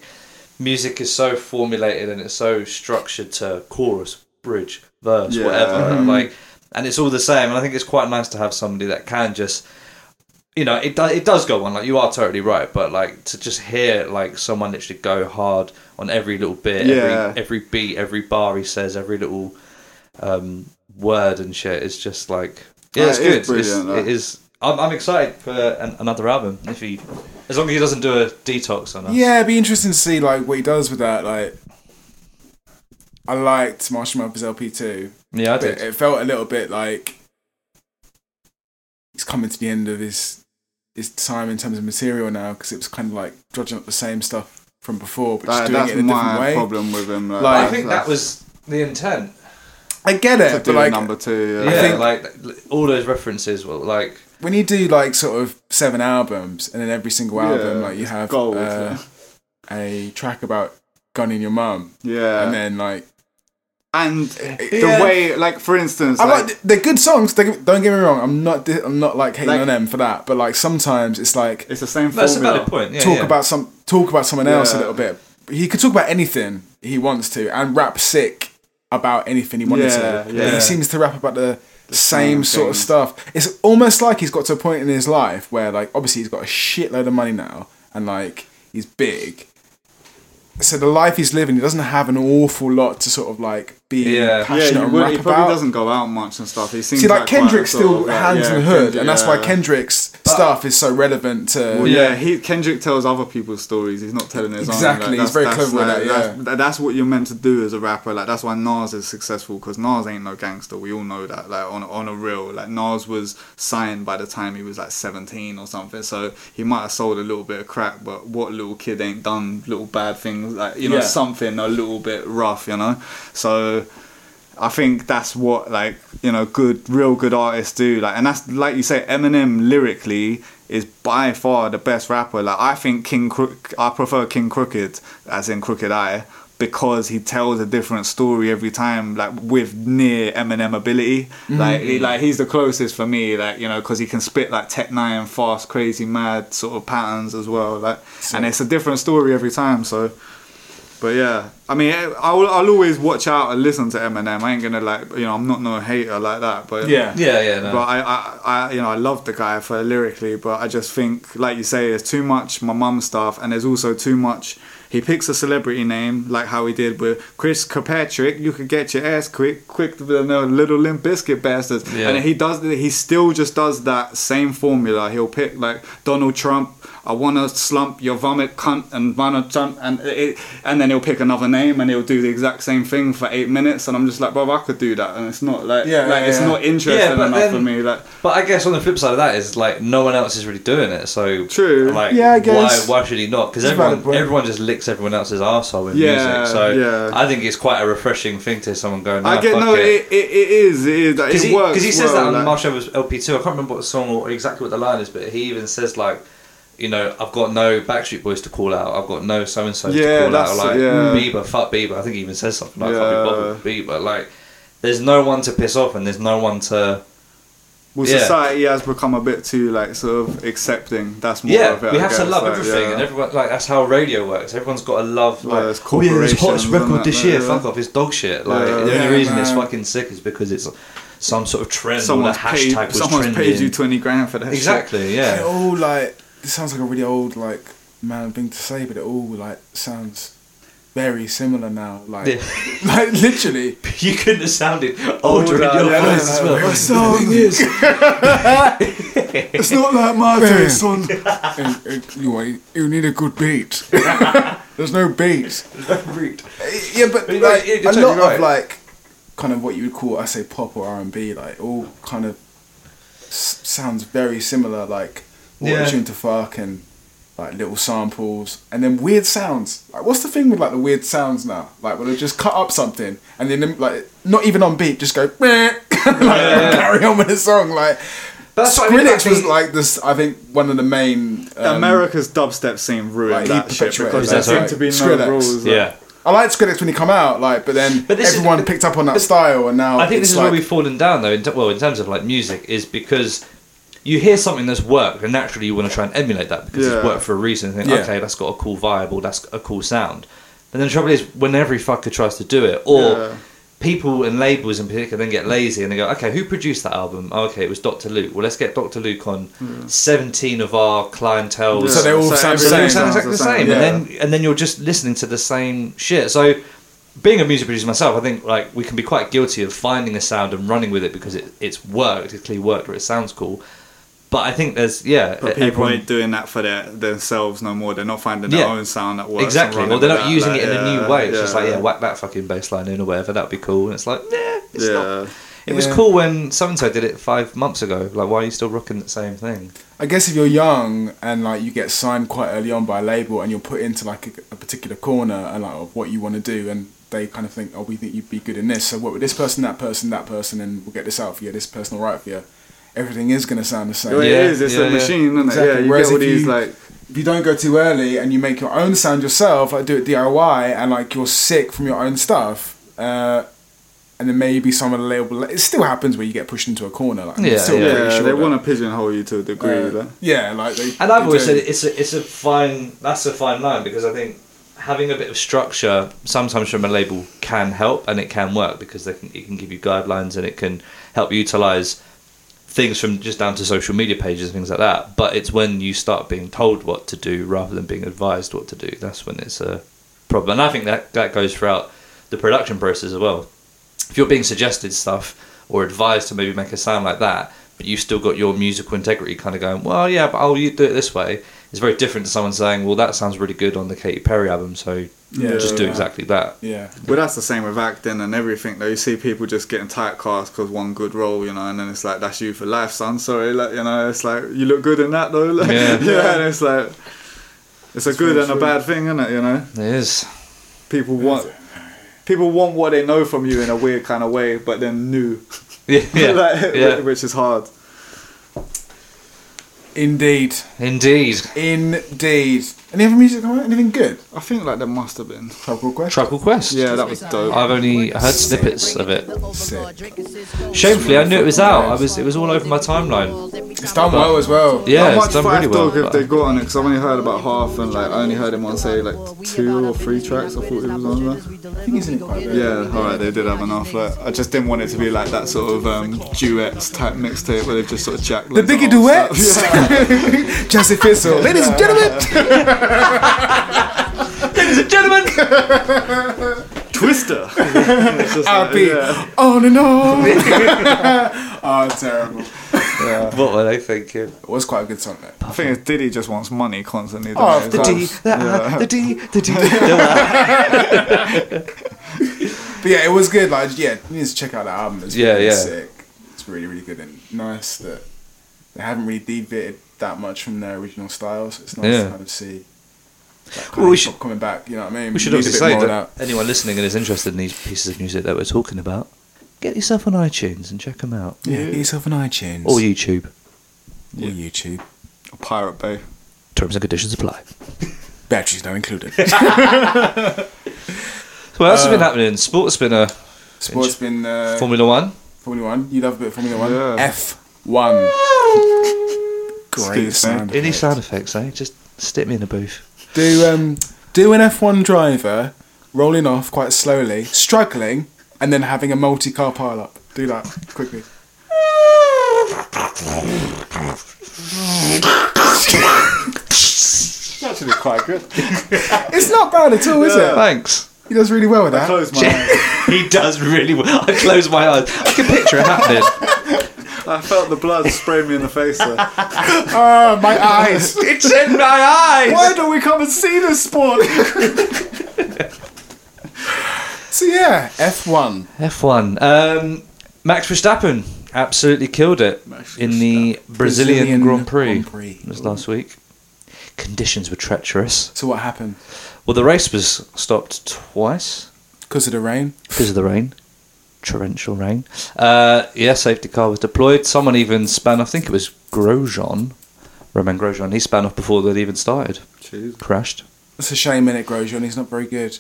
[SPEAKER 2] music is so formulated and it's so structured to chorus, bridge, verse,
[SPEAKER 3] Yeah. Mm-hmm.
[SPEAKER 2] whatever. Like, and it's all the same. And I think it's quite nice to have somebody that can just. You know, it, do, it does go on. Like you are totally right, but like to just hear like someone literally go hard on every little bit,
[SPEAKER 3] Yeah.
[SPEAKER 2] every every beat, every bar he says, every little um, word and shit is just like yeah,
[SPEAKER 3] Yeah,
[SPEAKER 2] it's
[SPEAKER 3] it
[SPEAKER 2] good.
[SPEAKER 3] is brilliant,
[SPEAKER 2] it's, it
[SPEAKER 3] though.
[SPEAKER 2] is. I'm, I'm excited for an, another album if he, as long as he doesn't do a detox on us.
[SPEAKER 1] Yeah, it'd be interesting to see like what he does with that. Like, I liked Marshall Mathers LP too,
[SPEAKER 2] yeah, I
[SPEAKER 1] but
[SPEAKER 2] did.
[SPEAKER 1] it felt a little bit like he's coming to the end of his his time in terms of material now because it was kind of like dredging up the same stuff from before, but
[SPEAKER 3] that-
[SPEAKER 1] just doing
[SPEAKER 3] that's
[SPEAKER 1] it in a different
[SPEAKER 3] my
[SPEAKER 1] way.
[SPEAKER 3] problem with him. Like,
[SPEAKER 1] Like-
[SPEAKER 2] I
[SPEAKER 3] that's-
[SPEAKER 2] think that
[SPEAKER 3] that's
[SPEAKER 2] was the intent.
[SPEAKER 1] I get
[SPEAKER 3] to
[SPEAKER 1] it,
[SPEAKER 3] do
[SPEAKER 1] but like
[SPEAKER 3] number two.
[SPEAKER 2] Yeah,
[SPEAKER 3] Yeah.
[SPEAKER 2] like all those references were like
[SPEAKER 1] when you do like sort of seven albums and then every single album
[SPEAKER 3] Yeah,
[SPEAKER 1] like you
[SPEAKER 3] it's
[SPEAKER 1] have
[SPEAKER 3] gold,
[SPEAKER 1] uh,
[SPEAKER 3] yeah.
[SPEAKER 1] a track about gunning your mum
[SPEAKER 3] Yeah.
[SPEAKER 1] and then like
[SPEAKER 3] and the
[SPEAKER 1] Yeah.
[SPEAKER 3] way, like for instance,
[SPEAKER 1] I
[SPEAKER 3] like,
[SPEAKER 1] like they're good songs. They, don't get me wrong. I'm not. di- I'm not like hating
[SPEAKER 3] Like-
[SPEAKER 1] on them for that. But like sometimes it's like
[SPEAKER 3] it's the same
[SPEAKER 2] that's a
[SPEAKER 3] formula.
[SPEAKER 2] valid point. Yeah,
[SPEAKER 1] talk
[SPEAKER 2] yeah.
[SPEAKER 1] about some talk about someone else a
[SPEAKER 3] Yeah.
[SPEAKER 1] little bit. He could talk about anything he wants to and rap sick about anything he wanted
[SPEAKER 3] Yeah,
[SPEAKER 1] to.
[SPEAKER 3] yeah.
[SPEAKER 1] He seems to rap about the, same,
[SPEAKER 3] same
[SPEAKER 1] sort of
[SPEAKER 3] things.
[SPEAKER 1] stuff. It's almost like he's got to a point in his life where like obviously he's got a shitload of money now and like he's big. So the life he's living, he doesn't have an awful lot to sort of like be
[SPEAKER 2] Yeah. Yeah,
[SPEAKER 3] Yeah,
[SPEAKER 1] passionate
[SPEAKER 3] he,
[SPEAKER 1] and
[SPEAKER 3] would-
[SPEAKER 1] rap
[SPEAKER 3] he
[SPEAKER 1] about.
[SPEAKER 3] probably doesn't go out much and stuff. He seems
[SPEAKER 1] See, like
[SPEAKER 3] quite a
[SPEAKER 1] Kendrick's
[SPEAKER 3] sort
[SPEAKER 1] still
[SPEAKER 3] of, like,
[SPEAKER 1] hands
[SPEAKER 3] yeah,
[SPEAKER 1] in the hood,
[SPEAKER 3] Kendrick-
[SPEAKER 1] and that's why
[SPEAKER 3] yeah.
[SPEAKER 1] Kendrick's stuff is so relevant to.
[SPEAKER 3] Well, yeah, he Kendrick tells other people's stories. He's not telling his
[SPEAKER 1] Exactly,
[SPEAKER 3] own.
[SPEAKER 1] he's very clever with that, yeah.
[SPEAKER 3] That's, that's what you're meant to do as a rapper. Like that's why Nas is successful because Nas ain't no gangster. We all know that. Like on on a real, like Nas was signed by the time he was like 17 or something. So he might have sold a little bit of crack, but what little kid ain't done little bad things? Like you know
[SPEAKER 1] Yeah.
[SPEAKER 3] something a little bit rough. You know, so. I think that's what like you know good real good artists do like and that's like you say Eminem lyrically is by far the best rapper like I think King Crook I prefer King Crooked as in Crooked Eye because he tells a different story every time like with near Eminem ability like he, like he's the closest for me like you know because he can spit like Tech Nine fast crazy mad sort of patterns as well like and it's a different story every time so but yeah, I mean, I'll, I'll always watch out and listen to Eminem. I ain't gonna like, you know, I'm not no hater like that. But
[SPEAKER 1] Yeah.
[SPEAKER 2] yeah, yeah. No.
[SPEAKER 3] but I, I, I, you know, I love the guy for lyrically, but I just think, like you say, there's too much my mum stuff, and there's also too much. He picks a celebrity name, like how he did with Chris Kirkpatrick. You could get your ass quick, quick, you know, little limp biscuit bastards.
[SPEAKER 2] Yeah.
[SPEAKER 3] And he does, he still just does that same formula. He'll pick like Donald Trump. I want to slump your vomit, cunt, and Donald Trump, and it, and then he'll pick another name, and he'll do the exact same thing for eight minutes, and I'm just like, bro, I could do that, and it's not like,
[SPEAKER 1] Yeah,
[SPEAKER 3] like
[SPEAKER 1] yeah,
[SPEAKER 3] it's
[SPEAKER 1] yeah.
[SPEAKER 3] not interesting
[SPEAKER 2] Yeah, but
[SPEAKER 3] enough
[SPEAKER 2] then-
[SPEAKER 3] for me. Like,
[SPEAKER 2] But I guess on the flip side of that is like no one else is really doing it, so
[SPEAKER 3] True.
[SPEAKER 2] Like,
[SPEAKER 1] Yeah, I guess.
[SPEAKER 2] why why should he not? Because
[SPEAKER 1] It's a valid
[SPEAKER 2] everyone
[SPEAKER 1] point.
[SPEAKER 2] everyone just licks everyone else's arsehole in
[SPEAKER 3] Yeah,
[SPEAKER 2] music. So
[SPEAKER 3] yeah.
[SPEAKER 2] I think it's quite a refreshing thing to hear someone going.
[SPEAKER 3] I get no. It. It, it is. It is. Like,
[SPEAKER 2] because
[SPEAKER 3] it
[SPEAKER 2] he,
[SPEAKER 3] works.
[SPEAKER 2] 'cause he says
[SPEAKER 3] well,
[SPEAKER 2] that on
[SPEAKER 3] like-
[SPEAKER 2] Marshall was LP two. I can't remember what song or exactly what the line is, but he even says like, you know, I've got no Backstreet Boys to call out. I've got no so and so to
[SPEAKER 3] Yeah,
[SPEAKER 2] call out.
[SPEAKER 3] that's-
[SPEAKER 2] Or like
[SPEAKER 3] yeah.
[SPEAKER 2] Bieber, fuck Bieber. I think he even says something like,
[SPEAKER 3] Yeah.
[SPEAKER 2] "Fuck Bieber, Bieber." Like there's no one to piss off and there's no one to.
[SPEAKER 3] Well,
[SPEAKER 2] Yeah.
[SPEAKER 3] society has become a bit too like sort of accepting. That's more
[SPEAKER 2] yeah,
[SPEAKER 3] of it.
[SPEAKER 2] we
[SPEAKER 3] I
[SPEAKER 2] have to
[SPEAKER 3] guess,
[SPEAKER 2] love
[SPEAKER 3] like,
[SPEAKER 2] everything,
[SPEAKER 3] yeah.
[SPEAKER 2] and everyone like that's how radio works. Everyone's got to love
[SPEAKER 3] Well,
[SPEAKER 2] like
[SPEAKER 3] there's
[SPEAKER 2] oh yeah, this hottest
[SPEAKER 3] corporations,
[SPEAKER 2] record
[SPEAKER 3] isn't
[SPEAKER 2] this
[SPEAKER 3] it?
[SPEAKER 2] year.
[SPEAKER 3] Yeah.
[SPEAKER 2] Fuck off, it's dog shit. Like
[SPEAKER 3] Yeah.
[SPEAKER 2] the only
[SPEAKER 1] Yeah,
[SPEAKER 2] reason it's
[SPEAKER 1] man.
[SPEAKER 2] fucking sick is because it's some sort of trend.
[SPEAKER 3] someone's
[SPEAKER 2] or the hashtag
[SPEAKER 3] paid.
[SPEAKER 2] was
[SPEAKER 3] Someone's paid
[SPEAKER 2] trending.
[SPEAKER 3] you twenty grand for that.
[SPEAKER 2] Exactly.
[SPEAKER 1] It
[SPEAKER 2] Yeah.
[SPEAKER 1] all like this sounds like a really old like man thing to say, but it all like sounds very similar now. Like,
[SPEAKER 2] Yeah.
[SPEAKER 1] like literally.
[SPEAKER 2] You couldn't have sounded older in your
[SPEAKER 3] yeah,
[SPEAKER 2] voice as well.
[SPEAKER 3] Shit. So it's not like my
[SPEAKER 1] Man.
[SPEAKER 3] taste on.
[SPEAKER 1] And, and, you, know, you need a good beat. There's no beat. Eh, Yeah, but
[SPEAKER 2] But you know,
[SPEAKER 1] like,
[SPEAKER 2] you're
[SPEAKER 1] a
[SPEAKER 2] totally
[SPEAKER 1] lot
[SPEAKER 2] right.
[SPEAKER 1] of like kind of what you would call I say pop or R and B, like all kind of s- sounds very similar, like
[SPEAKER 2] Yeah.
[SPEAKER 1] auto tune to fuck and like little samples and then weird sounds. Like what's the thing with like the weird sounds now? Like where they just cut up something and then like not even on beat, just go "Meh," like carry on with the song. Like
[SPEAKER 2] That's what I mean,
[SPEAKER 1] Skrillex was
[SPEAKER 2] actually-
[SPEAKER 1] like this. I think one of the main. Um,
[SPEAKER 3] America's dubstep scene
[SPEAKER 1] like,
[SPEAKER 3] ruined
[SPEAKER 1] he
[SPEAKER 3] that shit
[SPEAKER 1] perpetuated
[SPEAKER 3] because
[SPEAKER 2] that,
[SPEAKER 3] there seemed
[SPEAKER 2] like,
[SPEAKER 3] to be no
[SPEAKER 1] Skrillex.
[SPEAKER 3] rules. like-
[SPEAKER 2] Yeah.
[SPEAKER 1] I liked Skrillex when he come out, like, but then
[SPEAKER 2] But this is-
[SPEAKER 1] everyone picked up on that
[SPEAKER 2] but-
[SPEAKER 1] style, and now
[SPEAKER 2] I think
[SPEAKER 1] it's
[SPEAKER 2] this is
[SPEAKER 1] like,
[SPEAKER 2] where we've fallen down, though. In t- well, in terms of like music, is because you hear something that's worked, and naturally you want to try and emulate that because
[SPEAKER 3] Yeah.
[SPEAKER 2] it's worked for a reason. And think,
[SPEAKER 1] Yeah.
[SPEAKER 2] okay, that's got a cool vibe, or that's a cool sound. But then the trouble is, when every fucker tries to do it, or
[SPEAKER 3] Yeah.
[SPEAKER 2] people and labels in particular then get lazy and they go, okay, who produced that album? Oh, okay, it was Dr. Luke. Well, let's get Dr. Luke on 17 of our clientele.
[SPEAKER 1] Hmm. So they all sound
[SPEAKER 2] So they all
[SPEAKER 3] everything
[SPEAKER 2] sound
[SPEAKER 3] sounds
[SPEAKER 2] exactly the same,
[SPEAKER 3] yeah.
[SPEAKER 2] and then and then you're just listening to the same shit. So, being a music producer myself, I think like we can be quite guilty of finding a sound and running with it because it, it's worked, it's clearly worked, or it sounds cool. But I think there's yeah, e-
[SPEAKER 3] But people
[SPEAKER 2] everyone-
[SPEAKER 3] ain't doing that for their, themselves no more. They're not finding
[SPEAKER 2] Yeah.
[SPEAKER 3] their own sound that works. and
[SPEAKER 2] exactly.
[SPEAKER 3] running
[SPEAKER 2] Well, they're
[SPEAKER 3] with
[SPEAKER 2] not
[SPEAKER 3] that,
[SPEAKER 2] using
[SPEAKER 3] like,
[SPEAKER 2] it in a
[SPEAKER 3] yeah,
[SPEAKER 2] new way. It's just like
[SPEAKER 3] yeah.
[SPEAKER 2] yeah, whack that fucking bass line in or whatever. That'd be cool. And it's like nah, it's
[SPEAKER 3] Yeah.
[SPEAKER 2] not. It was
[SPEAKER 1] Yeah.
[SPEAKER 2] cool when so and so did it five months ago. Like, why are you still rocking the same thing?
[SPEAKER 1] I guess if you're young and like you get signed quite early on by a label, and you're put into like a, a particular corner and like of what you want to do, and they kind of think, oh, we think you'd be good in this, so work with this person, that person, that person, and we'll get this out for you. This person will write for you. Everything is gonna sound the same.
[SPEAKER 3] Well,
[SPEAKER 2] Yeah,
[SPEAKER 3] it is. It's
[SPEAKER 2] yeah,
[SPEAKER 3] a
[SPEAKER 2] yeah.
[SPEAKER 3] machine, isn't
[SPEAKER 1] Exactly.
[SPEAKER 3] it? Yeah, you
[SPEAKER 1] Whereas
[SPEAKER 3] get all
[SPEAKER 1] if you-
[SPEAKER 3] these like
[SPEAKER 1] if you don't go too early and you make your own sound yourself, like do it DIY, and like you're sick from your own stuff, uh, and then maybe some of the label, it still happens where you get pushed into a corner. Like, I'm
[SPEAKER 2] Yeah,
[SPEAKER 1] still
[SPEAKER 2] yeah.
[SPEAKER 1] pretty
[SPEAKER 3] yeah,
[SPEAKER 1] Uh, sure
[SPEAKER 3] they
[SPEAKER 1] that,
[SPEAKER 3] want to pigeonhole you to a degree.
[SPEAKER 1] uh,
[SPEAKER 3] like.
[SPEAKER 1] yeah, like they.
[SPEAKER 2] And I've
[SPEAKER 1] they
[SPEAKER 2] always
[SPEAKER 1] do.
[SPEAKER 2] said it's a it's a fine that's a fine line because I think having a bit of structure sometimes from a label can help and it can work because they can it can give you guidelines and it can help utilize things from just down to social media pages and things like that. But it's when you start being told what to do rather than being advised what to do that's when it's a problem. And I think that that goes throughout the production process as well. If you're being suggested stuff or advised to maybe make a sound like that, but you've still got your musical integrity kind of going, well, yeah, but oh, you do it this way. It's very different to someone saying, well, that sounds really good on the Katy Perry album, so
[SPEAKER 1] Yeah.
[SPEAKER 2] just do
[SPEAKER 1] Yeah.
[SPEAKER 2] exactly that.
[SPEAKER 1] Yeah.
[SPEAKER 3] But that's the same with acting and everything. Though you see people just getting typecast because one good role, you know, and then it's like that's you for life, son. Sorry, like you know, it's like you look good in that though. Like,
[SPEAKER 2] Yeah.
[SPEAKER 3] and it's like it's a good
[SPEAKER 1] very
[SPEAKER 3] and a
[SPEAKER 1] true.
[SPEAKER 3] bad thing, isn't it? You know,
[SPEAKER 2] It is.
[SPEAKER 3] people want people want what they know from you in a weird kind of way, but then new,
[SPEAKER 2] Yeah, yeah,
[SPEAKER 3] like,
[SPEAKER 2] yeah.
[SPEAKER 3] which is hard.
[SPEAKER 1] Indeed.
[SPEAKER 2] indeed.
[SPEAKER 1] Indeed. Any other music come out? Anything good?
[SPEAKER 3] I think like there must have been.
[SPEAKER 1] Tropical Quest?
[SPEAKER 2] Tribal Quest.
[SPEAKER 3] Yeah, that was dope.
[SPEAKER 2] I've only heard snippets of it.
[SPEAKER 1] Sick.
[SPEAKER 2] Shamefully, I knew it was out. I was, it was all over my timeline.
[SPEAKER 1] It's done well as well.
[SPEAKER 2] Yeah,
[SPEAKER 3] How
[SPEAKER 2] it's
[SPEAKER 3] much
[SPEAKER 2] done
[SPEAKER 3] Five
[SPEAKER 2] really well.
[SPEAKER 3] Dog have
[SPEAKER 2] but-
[SPEAKER 3] they got on it? Because I've only heard about half and like I only heard him on say like two or three tracks. I thought it was on there.
[SPEAKER 1] I think it's in it quite a bit.
[SPEAKER 3] Yeah, alright, they did have enough. Like, I just didn't want it to be like that sort of um, duets type mixtape where they've just sort of jacked.
[SPEAKER 1] The bigger duets. Jesse Fizzle. Ladies and gentlemen.
[SPEAKER 2] Ladies and gentlemen!
[SPEAKER 3] Twister.
[SPEAKER 1] I'll be on and on. oh, terrible.
[SPEAKER 2] what were they thinking?
[SPEAKER 1] It was quite a good song, though.
[SPEAKER 3] I think it's Diddy just wants money constantly.
[SPEAKER 1] Oh,
[SPEAKER 3] doesn't
[SPEAKER 1] the
[SPEAKER 3] he? It's like-
[SPEAKER 1] D,
[SPEAKER 2] The, uh, the D, the D, the
[SPEAKER 1] But yeah, it was good. Like, yeah, you need to check out that album. It's
[SPEAKER 2] Yeah,
[SPEAKER 1] really
[SPEAKER 2] yeah.
[SPEAKER 1] sick. It's really, really good and nice that they haven't really deviated that much from their original styles. It's nice
[SPEAKER 2] Yeah.
[SPEAKER 1] to kind of see. that kind
[SPEAKER 2] Well,
[SPEAKER 1] of
[SPEAKER 2] we should-
[SPEAKER 1] hip-hop coming back, you know what I mean?
[SPEAKER 2] We should
[SPEAKER 1] Needs a
[SPEAKER 2] obviously
[SPEAKER 1] bit
[SPEAKER 2] say
[SPEAKER 1] more of
[SPEAKER 2] that anyone listening and is interested in these pieces of music that we're talking about, get yourself on iTunes and check them out.
[SPEAKER 1] Yeah, get yourself on iTunes
[SPEAKER 2] Or YouTube.
[SPEAKER 1] or YouTube.
[SPEAKER 3] Pirate Bay.
[SPEAKER 2] Terms and conditions apply.
[SPEAKER 1] Batteries not included.
[SPEAKER 2] Uh, So what else has been happening? Sport's been a
[SPEAKER 1] Sports been uh,
[SPEAKER 2] Formula One.
[SPEAKER 1] Formula One. You love a bit of Formula One.
[SPEAKER 3] Yeah.
[SPEAKER 1] F one. Great
[SPEAKER 3] Steve, man.
[SPEAKER 1] sound.
[SPEAKER 2] Any
[SPEAKER 1] effects.
[SPEAKER 2] sound effects, eh? Just stick me in a booth.
[SPEAKER 1] Do um do an F one driver rolling off quite slowly, struggling, and then having a multi car pile up. Do that quickly.
[SPEAKER 3] It's actually quite good.
[SPEAKER 1] It's not bad at all, is it?
[SPEAKER 2] Thanks.
[SPEAKER 1] He does really well with that.
[SPEAKER 3] Close my eyes.
[SPEAKER 2] He does really well. I close my eyes. I can picture it happening.
[SPEAKER 3] I felt the blood spray me in the face there.
[SPEAKER 1] Oh, my eyes.
[SPEAKER 2] it's in my eyes.
[SPEAKER 1] Why don't we come and see this sport? so yeah, F one.
[SPEAKER 2] F1. Um, Max Verstappen absolutely killed it in the Brazilian,
[SPEAKER 1] Brazilian
[SPEAKER 2] Grand Prix.
[SPEAKER 1] Grand Prix.
[SPEAKER 2] It was last week. Conditions were treacherous.
[SPEAKER 1] So what happened?
[SPEAKER 2] Well, the race was stopped twice
[SPEAKER 1] Because of the rain.
[SPEAKER 2] because of the rain, torrential rain. Uh, yeah, safety car was deployed. Someone even span. I think it was Grosjean, Roman Grosjean. He span off before they'd even started.
[SPEAKER 3] Jeez.
[SPEAKER 2] Crashed.
[SPEAKER 1] It's a shame, innit, Grosjean? He's not very good.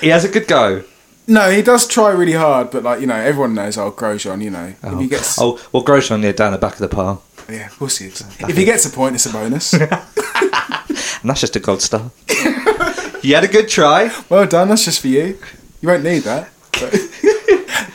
[SPEAKER 2] He has a good go.
[SPEAKER 1] No, he does try really hard, but like you know, everyone knows oh Grosjean. You know, if
[SPEAKER 2] Oh,
[SPEAKER 1] he gets
[SPEAKER 2] oh well, Grosjean yeah, down the back of the pile,
[SPEAKER 1] yeah, we'll see. If he gets a point, it's a bonus.
[SPEAKER 2] and that's just a gold star. he had a good try.
[SPEAKER 1] well done. That's just for you. You won't need that. But...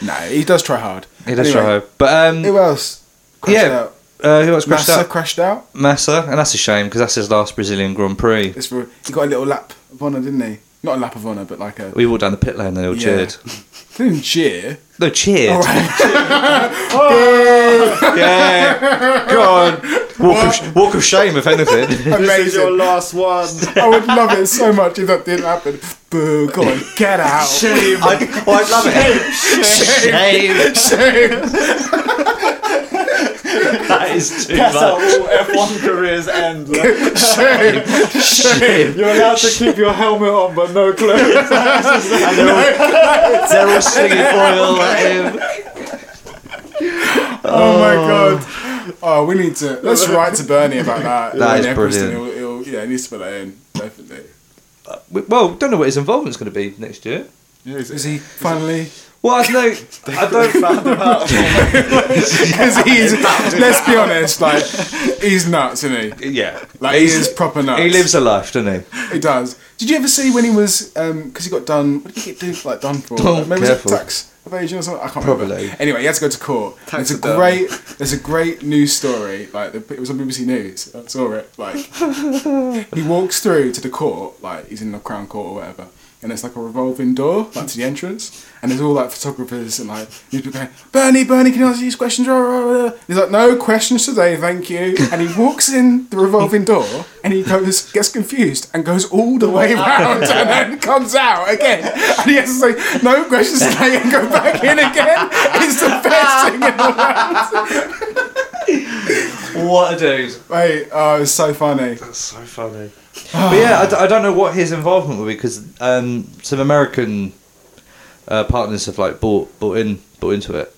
[SPEAKER 1] no, he does try hard.
[SPEAKER 2] He does
[SPEAKER 1] Anyway,
[SPEAKER 2] try hard, but um,
[SPEAKER 1] Who else? Crashed
[SPEAKER 2] Yeah,
[SPEAKER 1] out.
[SPEAKER 2] Uh, who else crashed
[SPEAKER 1] Massa
[SPEAKER 2] out?
[SPEAKER 1] crashed out.
[SPEAKER 2] Massa, and that's a shame because that's his last Brazilian Grand Prix.
[SPEAKER 1] It's for, he got a little lap of honour, didn't he? Not a lap of honour, but like a
[SPEAKER 2] We walked down the pit lane and they all
[SPEAKER 1] Yeah.
[SPEAKER 2] cheered.
[SPEAKER 1] didn't cheer.
[SPEAKER 2] No, cheered.
[SPEAKER 1] All right.
[SPEAKER 2] Oh. Yeah, go on. Walk of, sh- walk of shame, if anything.
[SPEAKER 3] This is
[SPEAKER 1] Amazing.
[SPEAKER 3] your last one.
[SPEAKER 1] I would love it so much if that didn't happen. Boo! Go on, get out.
[SPEAKER 2] Shame. I'd, oh, I'd love it. Shame. That is too
[SPEAKER 3] That's how
[SPEAKER 2] much.
[SPEAKER 3] all F1 careers end. like,
[SPEAKER 2] Shame.
[SPEAKER 3] You're allowed to keep your helmet on, but no clothes.
[SPEAKER 2] They're all singing oil at him.
[SPEAKER 1] Oh my god. Oh, we need to let's write to Bernie about that.
[SPEAKER 2] That is
[SPEAKER 1] Bernie Ecclestone,
[SPEAKER 2] brilliant.
[SPEAKER 1] He'll, he'll, yeah, he needs to put that in definitely.
[SPEAKER 2] We- Well, don't know what his involvement's going to be next year.
[SPEAKER 1] Is he finally?
[SPEAKER 2] Well, I know. I don't.
[SPEAKER 1] Because he's let's be honest, like he's nuts, isn't he?
[SPEAKER 2] Yeah.
[SPEAKER 1] Like he is proper nuts.
[SPEAKER 2] He lives a life, doesn't he?
[SPEAKER 1] He does. Did you ever see when he was? Because he got done. What did he get do, like done for?
[SPEAKER 2] Oh,
[SPEAKER 1] Like, maybe it was
[SPEAKER 2] careful.
[SPEAKER 1] tax evasion or something. I can't
[SPEAKER 2] Probably.
[SPEAKER 1] remember. Anyway, he had to go to court. There's a
[SPEAKER 3] Taxidermy.
[SPEAKER 1] great. There's a great news story. Like the, it was on BBC News. I saw it. Like he walks through to the court. Like he's in the Crown Court or whatever. And it's like a revolving door, like to the entrance, and there's all like photographers and like newspeople going, Bernie, Bernie, can I ask you these questions? Rah, rah, rah, rah." He's like, no questions today, thank you. And he walks in the revolving door, and he goes, gets confused, and goes all the way round, and then comes out again, and he has to say, no questions today, and go back in again. It's the best thing in the world.
[SPEAKER 2] What a dude.
[SPEAKER 1] Mate, oh, it's so funny.
[SPEAKER 2] So funny. but yeah, I, d- I don't know what his involvement will be because um, some American uh, partners have like bought bought in bought into it,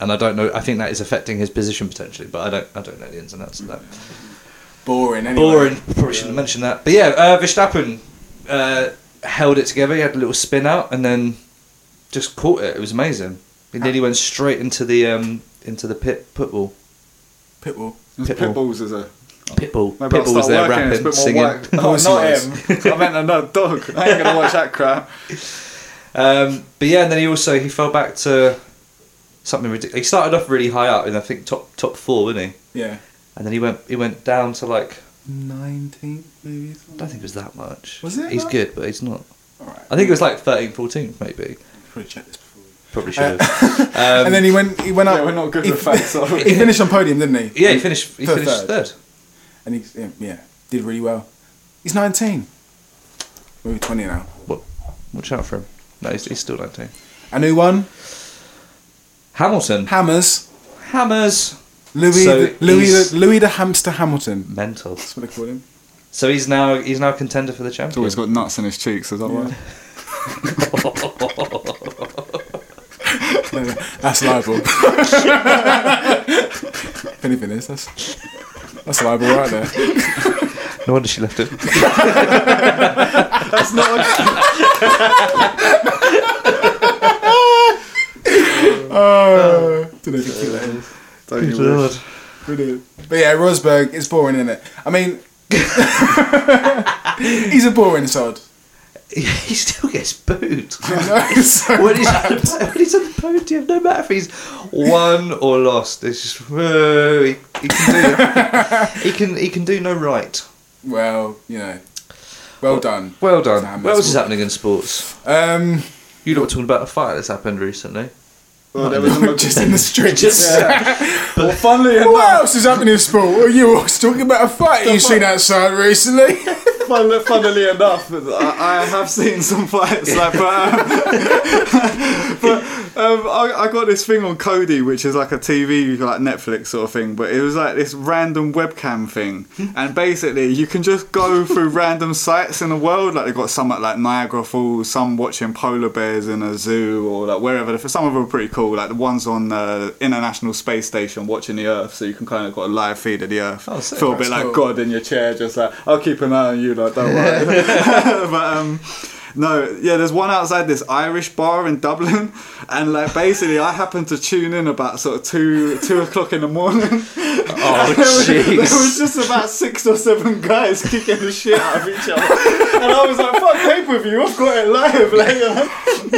[SPEAKER 2] and I don't know. I think that is affecting his position potentially, but I don't I don't know the ins and outs of that.
[SPEAKER 1] Boring. Anyway.
[SPEAKER 2] Boring. Probably shouldn't have mentioned that. But yeah, uh, Verstappen uh, held it together. He had a little spin out and then just caught it. It was amazing. He nearly went straight into the um, into the pit pit wall.
[SPEAKER 1] Pitbull.
[SPEAKER 3] Pit bulls is a.
[SPEAKER 2] Pitbull.
[SPEAKER 3] Maybe I'll
[SPEAKER 2] Pitbull was there
[SPEAKER 3] start working. It's a
[SPEAKER 2] rapping,
[SPEAKER 3] bit more
[SPEAKER 2] singing.
[SPEAKER 3] work. Oh, not him. I meant another dog. I ain't gonna watch that crap.
[SPEAKER 2] Um, but yeah, and then he also he fell back to something ridiculous. He started off really high up in I think top top four, didn't he?
[SPEAKER 1] Yeah.
[SPEAKER 2] And then he went he went down to like
[SPEAKER 1] Nineteenth, maybe.
[SPEAKER 2] I don't think it was that much.
[SPEAKER 1] Was it
[SPEAKER 2] He's
[SPEAKER 1] not?
[SPEAKER 2] good, but he's not.
[SPEAKER 1] All right.
[SPEAKER 2] I think it was like 13, 14 maybe. Uh,
[SPEAKER 1] Probably check this before.
[SPEAKER 2] Probably should have.
[SPEAKER 1] and then he went. He went up.
[SPEAKER 3] Yeah, we're not good
[SPEAKER 1] he,
[SPEAKER 3] with facts, are we?
[SPEAKER 1] he finished on podium, didn't he?
[SPEAKER 2] yeah, he finished he
[SPEAKER 1] Third,
[SPEAKER 2] finished
[SPEAKER 1] third.
[SPEAKER 2] third.
[SPEAKER 1] And he, yeah, yeah, did really well. He's nineteen. Maybe twenty now.
[SPEAKER 2] Watch out for him. No, he's, he's still nineteen.
[SPEAKER 1] And who won?
[SPEAKER 2] Hamilton
[SPEAKER 1] Hammers.
[SPEAKER 2] hammers
[SPEAKER 1] Louis.
[SPEAKER 2] So
[SPEAKER 1] the, Louis.
[SPEAKER 2] he's-
[SPEAKER 1] The, Louis the Hamster Hamilton.
[SPEAKER 2] mental.
[SPEAKER 1] That's what they call him.
[SPEAKER 2] So he's now he's now contender for the champion.
[SPEAKER 3] He's always got nuts in his cheeks, is that right?
[SPEAKER 1] No, no, that's libel. if anything is, that's that's libel right there.
[SPEAKER 2] No wonder she left it.
[SPEAKER 3] That's not.
[SPEAKER 2] Uh,
[SPEAKER 3] English. Brilliant.
[SPEAKER 1] But yeah, Rosberg is boring, isn't it? I mean, he's a boring sod.
[SPEAKER 2] he still gets booed.
[SPEAKER 1] So-
[SPEAKER 2] when, he's on the, when he's on the podium, no matter if he's won or lost, it's just "Whoa," he, he can do he can he can do no right.
[SPEAKER 1] well, you know, well done.
[SPEAKER 2] Well done.
[SPEAKER 1] Damn,
[SPEAKER 2] what
[SPEAKER 1] that's
[SPEAKER 2] else is
[SPEAKER 1] all-
[SPEAKER 2] happening in sports?
[SPEAKER 1] Um,
[SPEAKER 2] You lot were talking about a fight that's happened recently.
[SPEAKER 3] Well, there was a
[SPEAKER 1] just in the streets.
[SPEAKER 3] well, funnily
[SPEAKER 1] What
[SPEAKER 3] enough,
[SPEAKER 1] else is happening in sport? Well, you were talking about a fight you seen outside recently.
[SPEAKER 3] fun, funnily enough, I, I have seen some fights, like, but, um, but um, I, I got this thing on Cody, which is like a TV, like Netflix sort of thing. But it was like this random webcam thing, and basically you can just go through random sites in the world. Like they've got some at like Niagara Falls, some watching polar bears in a zoo, or like wherever. Some of them are pretty cool. Like the ones on the International Space Station watching the Earth, so you can kind of got a live feed of the Earth.
[SPEAKER 2] Oh, sick.
[SPEAKER 3] Feel a bit like God in your chair, just like I'll keep an eye on you, like don't worry. but um, no, yeah, there's one outside this Irish bar in Dublin, and like basically, I happened to tune in about sort of two two o'clock in the morning.
[SPEAKER 2] Oh
[SPEAKER 3] There
[SPEAKER 2] jeez.
[SPEAKER 3] was just about six or seven guys kicking the shit out of each other, and I was like, "Fuck pay per view, I've got it live." Like, you know?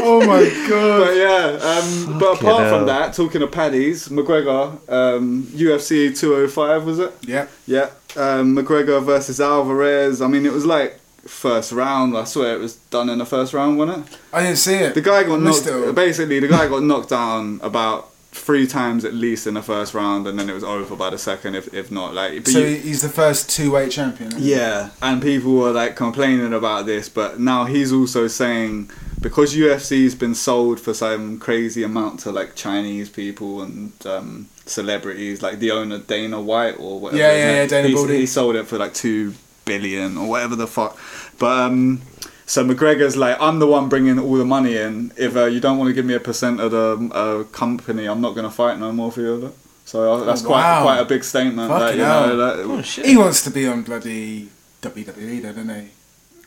[SPEAKER 1] oh my
[SPEAKER 3] But yeah, um, but
[SPEAKER 2] Fucking
[SPEAKER 3] apart
[SPEAKER 2] hell.
[SPEAKER 3] from that, talking of paddies, McGregor, um, UFC 205 was it?
[SPEAKER 1] Yeah.
[SPEAKER 3] Yeah, um, McGregor versus Alvarez. I mean, it was like first round. I swear it was done in the first round, wasn't it?
[SPEAKER 1] I didn't see it.
[SPEAKER 3] The guy got
[SPEAKER 1] Missed
[SPEAKER 3] knocked.
[SPEAKER 1] it all.
[SPEAKER 3] Basically, the guy got knocked down about three times at least in the first round, and then it was over by the second, if if not like. but
[SPEAKER 1] So
[SPEAKER 3] you-
[SPEAKER 1] he's the first two-weight champion.
[SPEAKER 3] yeah, and people were like complaining about this, but now he's also saying because UFC's been sold for some crazy amount to like Chinese people and um, celebrities, like the owner Dana White or whatever.
[SPEAKER 1] Yeah,
[SPEAKER 3] his
[SPEAKER 1] yeah,
[SPEAKER 3] name-
[SPEAKER 1] yeah, Dana
[SPEAKER 3] he's-
[SPEAKER 1] Baldy.
[SPEAKER 3] He sold it for like two billion or whatever the fuck. But um, so McGregor's like, I'm the one bringing all the money in. If uh, you don't want to give me a percent of the uh, company, I'm not gonna fight no more for you. So uh, that's
[SPEAKER 1] wow.
[SPEAKER 3] quite quite a big statement. Like,
[SPEAKER 1] Fucking
[SPEAKER 3] you
[SPEAKER 1] hell.
[SPEAKER 3] know, like,
[SPEAKER 2] Oh shit.
[SPEAKER 1] He wants to be on bloody WWE, though, doesn't he?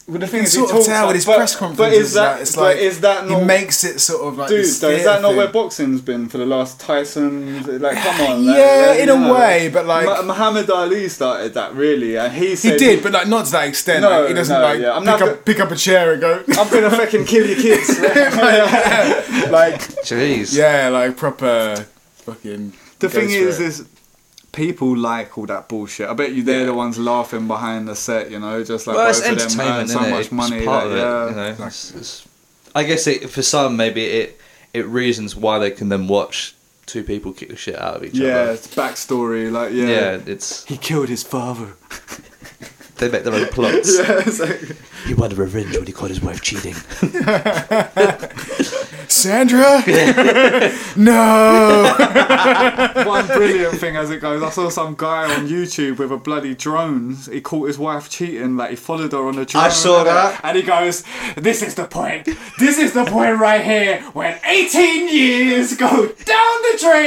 [SPEAKER 3] Well, the
[SPEAKER 1] You
[SPEAKER 3] thing
[SPEAKER 1] can
[SPEAKER 3] is, he
[SPEAKER 1] sort of
[SPEAKER 3] talks
[SPEAKER 1] tell
[SPEAKER 3] like-
[SPEAKER 1] with his
[SPEAKER 3] but-
[SPEAKER 1] press conferences.
[SPEAKER 3] But is that,
[SPEAKER 1] that, it's
[SPEAKER 3] but
[SPEAKER 1] like
[SPEAKER 3] is that not
[SPEAKER 1] he makes it sort of like
[SPEAKER 3] dude?
[SPEAKER 1] this
[SPEAKER 3] Though is
[SPEAKER 1] theatre
[SPEAKER 3] that not where
[SPEAKER 1] thing.
[SPEAKER 3] boxing's been for the last Tyson? Like, come on. like,
[SPEAKER 1] Yeah,
[SPEAKER 3] like,
[SPEAKER 1] in
[SPEAKER 3] you
[SPEAKER 1] a
[SPEAKER 3] know.
[SPEAKER 1] way, but, like-
[SPEAKER 3] Ma- Muhammad Ali started that really, and he
[SPEAKER 1] He
[SPEAKER 3] said
[SPEAKER 1] did, but like not to that extent.
[SPEAKER 3] No,
[SPEAKER 1] like, he doesn't
[SPEAKER 3] no,
[SPEAKER 1] like
[SPEAKER 3] yeah, I'm
[SPEAKER 1] pick,
[SPEAKER 3] not
[SPEAKER 1] up,
[SPEAKER 3] go-
[SPEAKER 1] pick up a chair and go.
[SPEAKER 3] I'm gonna fucking kill your kids. like
[SPEAKER 2] Jeez.
[SPEAKER 1] yeah, like proper fucking.
[SPEAKER 3] the
[SPEAKER 1] goes
[SPEAKER 3] thing
[SPEAKER 1] for
[SPEAKER 3] is,
[SPEAKER 1] it.
[SPEAKER 3] is people like all that bullshit. I bet you they're the ones laughing behind the set. You know, just like
[SPEAKER 2] Well, it's
[SPEAKER 3] both of them earn
[SPEAKER 2] entertainment,
[SPEAKER 3] so
[SPEAKER 2] innit?
[SPEAKER 3] much
[SPEAKER 2] It's
[SPEAKER 3] money.
[SPEAKER 2] part
[SPEAKER 3] like,
[SPEAKER 2] of it, you
[SPEAKER 3] yeah.
[SPEAKER 2] know. It's- it's- I guess it, for some, maybe it it reasons why they can then watch two people kick the shit out of each
[SPEAKER 3] Yeah,
[SPEAKER 2] other.
[SPEAKER 3] it's backstory. Like,
[SPEAKER 2] Yeah,
[SPEAKER 3] yeah,
[SPEAKER 2] it's
[SPEAKER 3] he killed his father.
[SPEAKER 2] they make their own plots.
[SPEAKER 3] yeah, it's like,
[SPEAKER 2] He wanted revenge when he caught his wife cheating.
[SPEAKER 1] Sandra. no.
[SPEAKER 3] One brilliant thing as it goes, I saw some guy on YouTube with a bloody drone. He caught his wife cheating, like he followed her on a drone.
[SPEAKER 2] I saw that.
[SPEAKER 3] And he goes, This is the point. This is the point right here when 18 years go down the drain.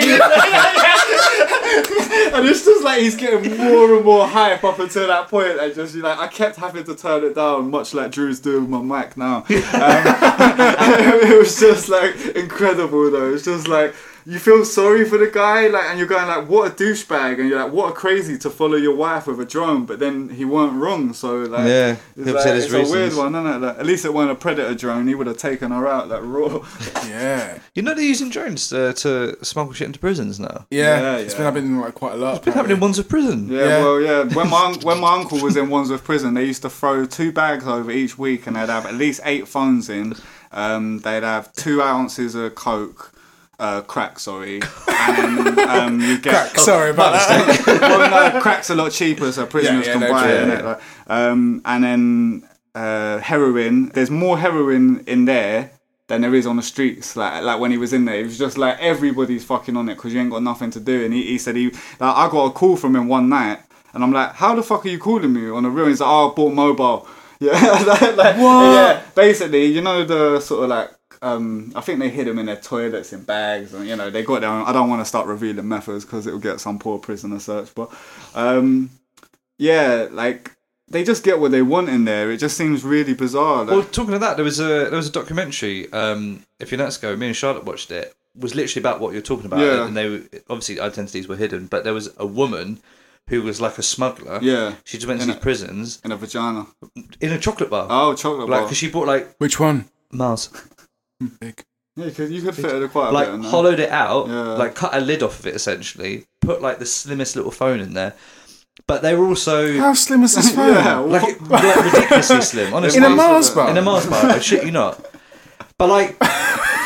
[SPEAKER 3] and it's just like he's getting more and more hype up until that point, And just, you know, I kept having to turn it down, much like Drew's doing with my mic now. Um, it was just like incredible though. It's just like you feel sorry for the guy, like, and you're going like, what a douchebag, and you're like, what a crazy to follow your wife with a drone. But then he weren't wrong, so like,
[SPEAKER 2] Yeah,
[SPEAKER 3] it's,
[SPEAKER 2] he'll
[SPEAKER 3] like,
[SPEAKER 2] say his
[SPEAKER 3] it's a weird
[SPEAKER 2] reasons.
[SPEAKER 3] one, isn't it? Like, at least it weren't a predator drone. He would have taken her out like raw.
[SPEAKER 1] Yeah.
[SPEAKER 2] you know they're using drones uh, to smuggle shit into prisons now.
[SPEAKER 1] Yeah,
[SPEAKER 3] Yeah,
[SPEAKER 1] it's
[SPEAKER 3] yeah.
[SPEAKER 1] been happening like quite a lot. It's
[SPEAKER 2] Been happening in ones of prison.
[SPEAKER 3] Yeah,
[SPEAKER 1] Yeah.
[SPEAKER 3] well, yeah. When my un- when my uncle was in Wandsworth Prison, they used to throw two bags over each week, and they'd have at least eight phones in. Um, they'd have two ounces of coke, uh, crack, sorry, and um, you get
[SPEAKER 1] Crack, sorry about that.
[SPEAKER 3] well, no, crack's a lot cheaper, so prisoners
[SPEAKER 1] Yeah, yeah,
[SPEAKER 3] can
[SPEAKER 1] no,
[SPEAKER 3] buy it.
[SPEAKER 1] true,
[SPEAKER 3] innit? Like, um, and then uh, heroin. There's more heroin in there than there is on the streets. Like, like when he was in there, it was just like everybody's fucking on it because you ain't got nothing to do. And he, he said he, like, I got a call from him one night, and I'm like, how the fuck are you calling me on the real? He's like, oh, I bought mobile. Yeah, like, like, yeah. Basically, you know the sort of like um, I think they hid them in their toilets in bags, and you know they got their own. I don't want to start revealing methods because it'll get some poor prisoner search, but um, yeah, like they just get what they want in there. It just seems really bizarre. Like,
[SPEAKER 2] Well, talking of that, there was a there was a documentary um, a few nights ago. Me and Charlotte watched it, was literally about what you're talking about.
[SPEAKER 3] Yeah.
[SPEAKER 2] And they were, obviously identities were hidden, but there was a woman who was like a smuggler.
[SPEAKER 3] Yeah.
[SPEAKER 2] She just went to
[SPEAKER 3] In
[SPEAKER 2] these
[SPEAKER 3] a-
[SPEAKER 2] prisons
[SPEAKER 3] in a vagina.
[SPEAKER 2] in a chocolate bar.
[SPEAKER 3] Oh, chocolate
[SPEAKER 2] like,
[SPEAKER 3] bar.
[SPEAKER 2] because she bought like
[SPEAKER 1] Which one?
[SPEAKER 2] Mars,
[SPEAKER 1] Big.
[SPEAKER 3] Yeah, 'cause you could fit it in quite a
[SPEAKER 2] like
[SPEAKER 3] bit. in there.
[SPEAKER 2] hollowed it out,
[SPEAKER 3] Yeah.
[SPEAKER 2] like cut a lid off of it essentially, put like the slimmest little phone in there. But they were also
[SPEAKER 1] How slim is this phone?
[SPEAKER 3] Yeah, what-
[SPEAKER 2] like, like ridiculously slim, honestly.
[SPEAKER 1] In a
[SPEAKER 3] Mars
[SPEAKER 1] Mars
[SPEAKER 3] bar.
[SPEAKER 1] bar.
[SPEAKER 2] in a Mars bar, I shit you not. But like,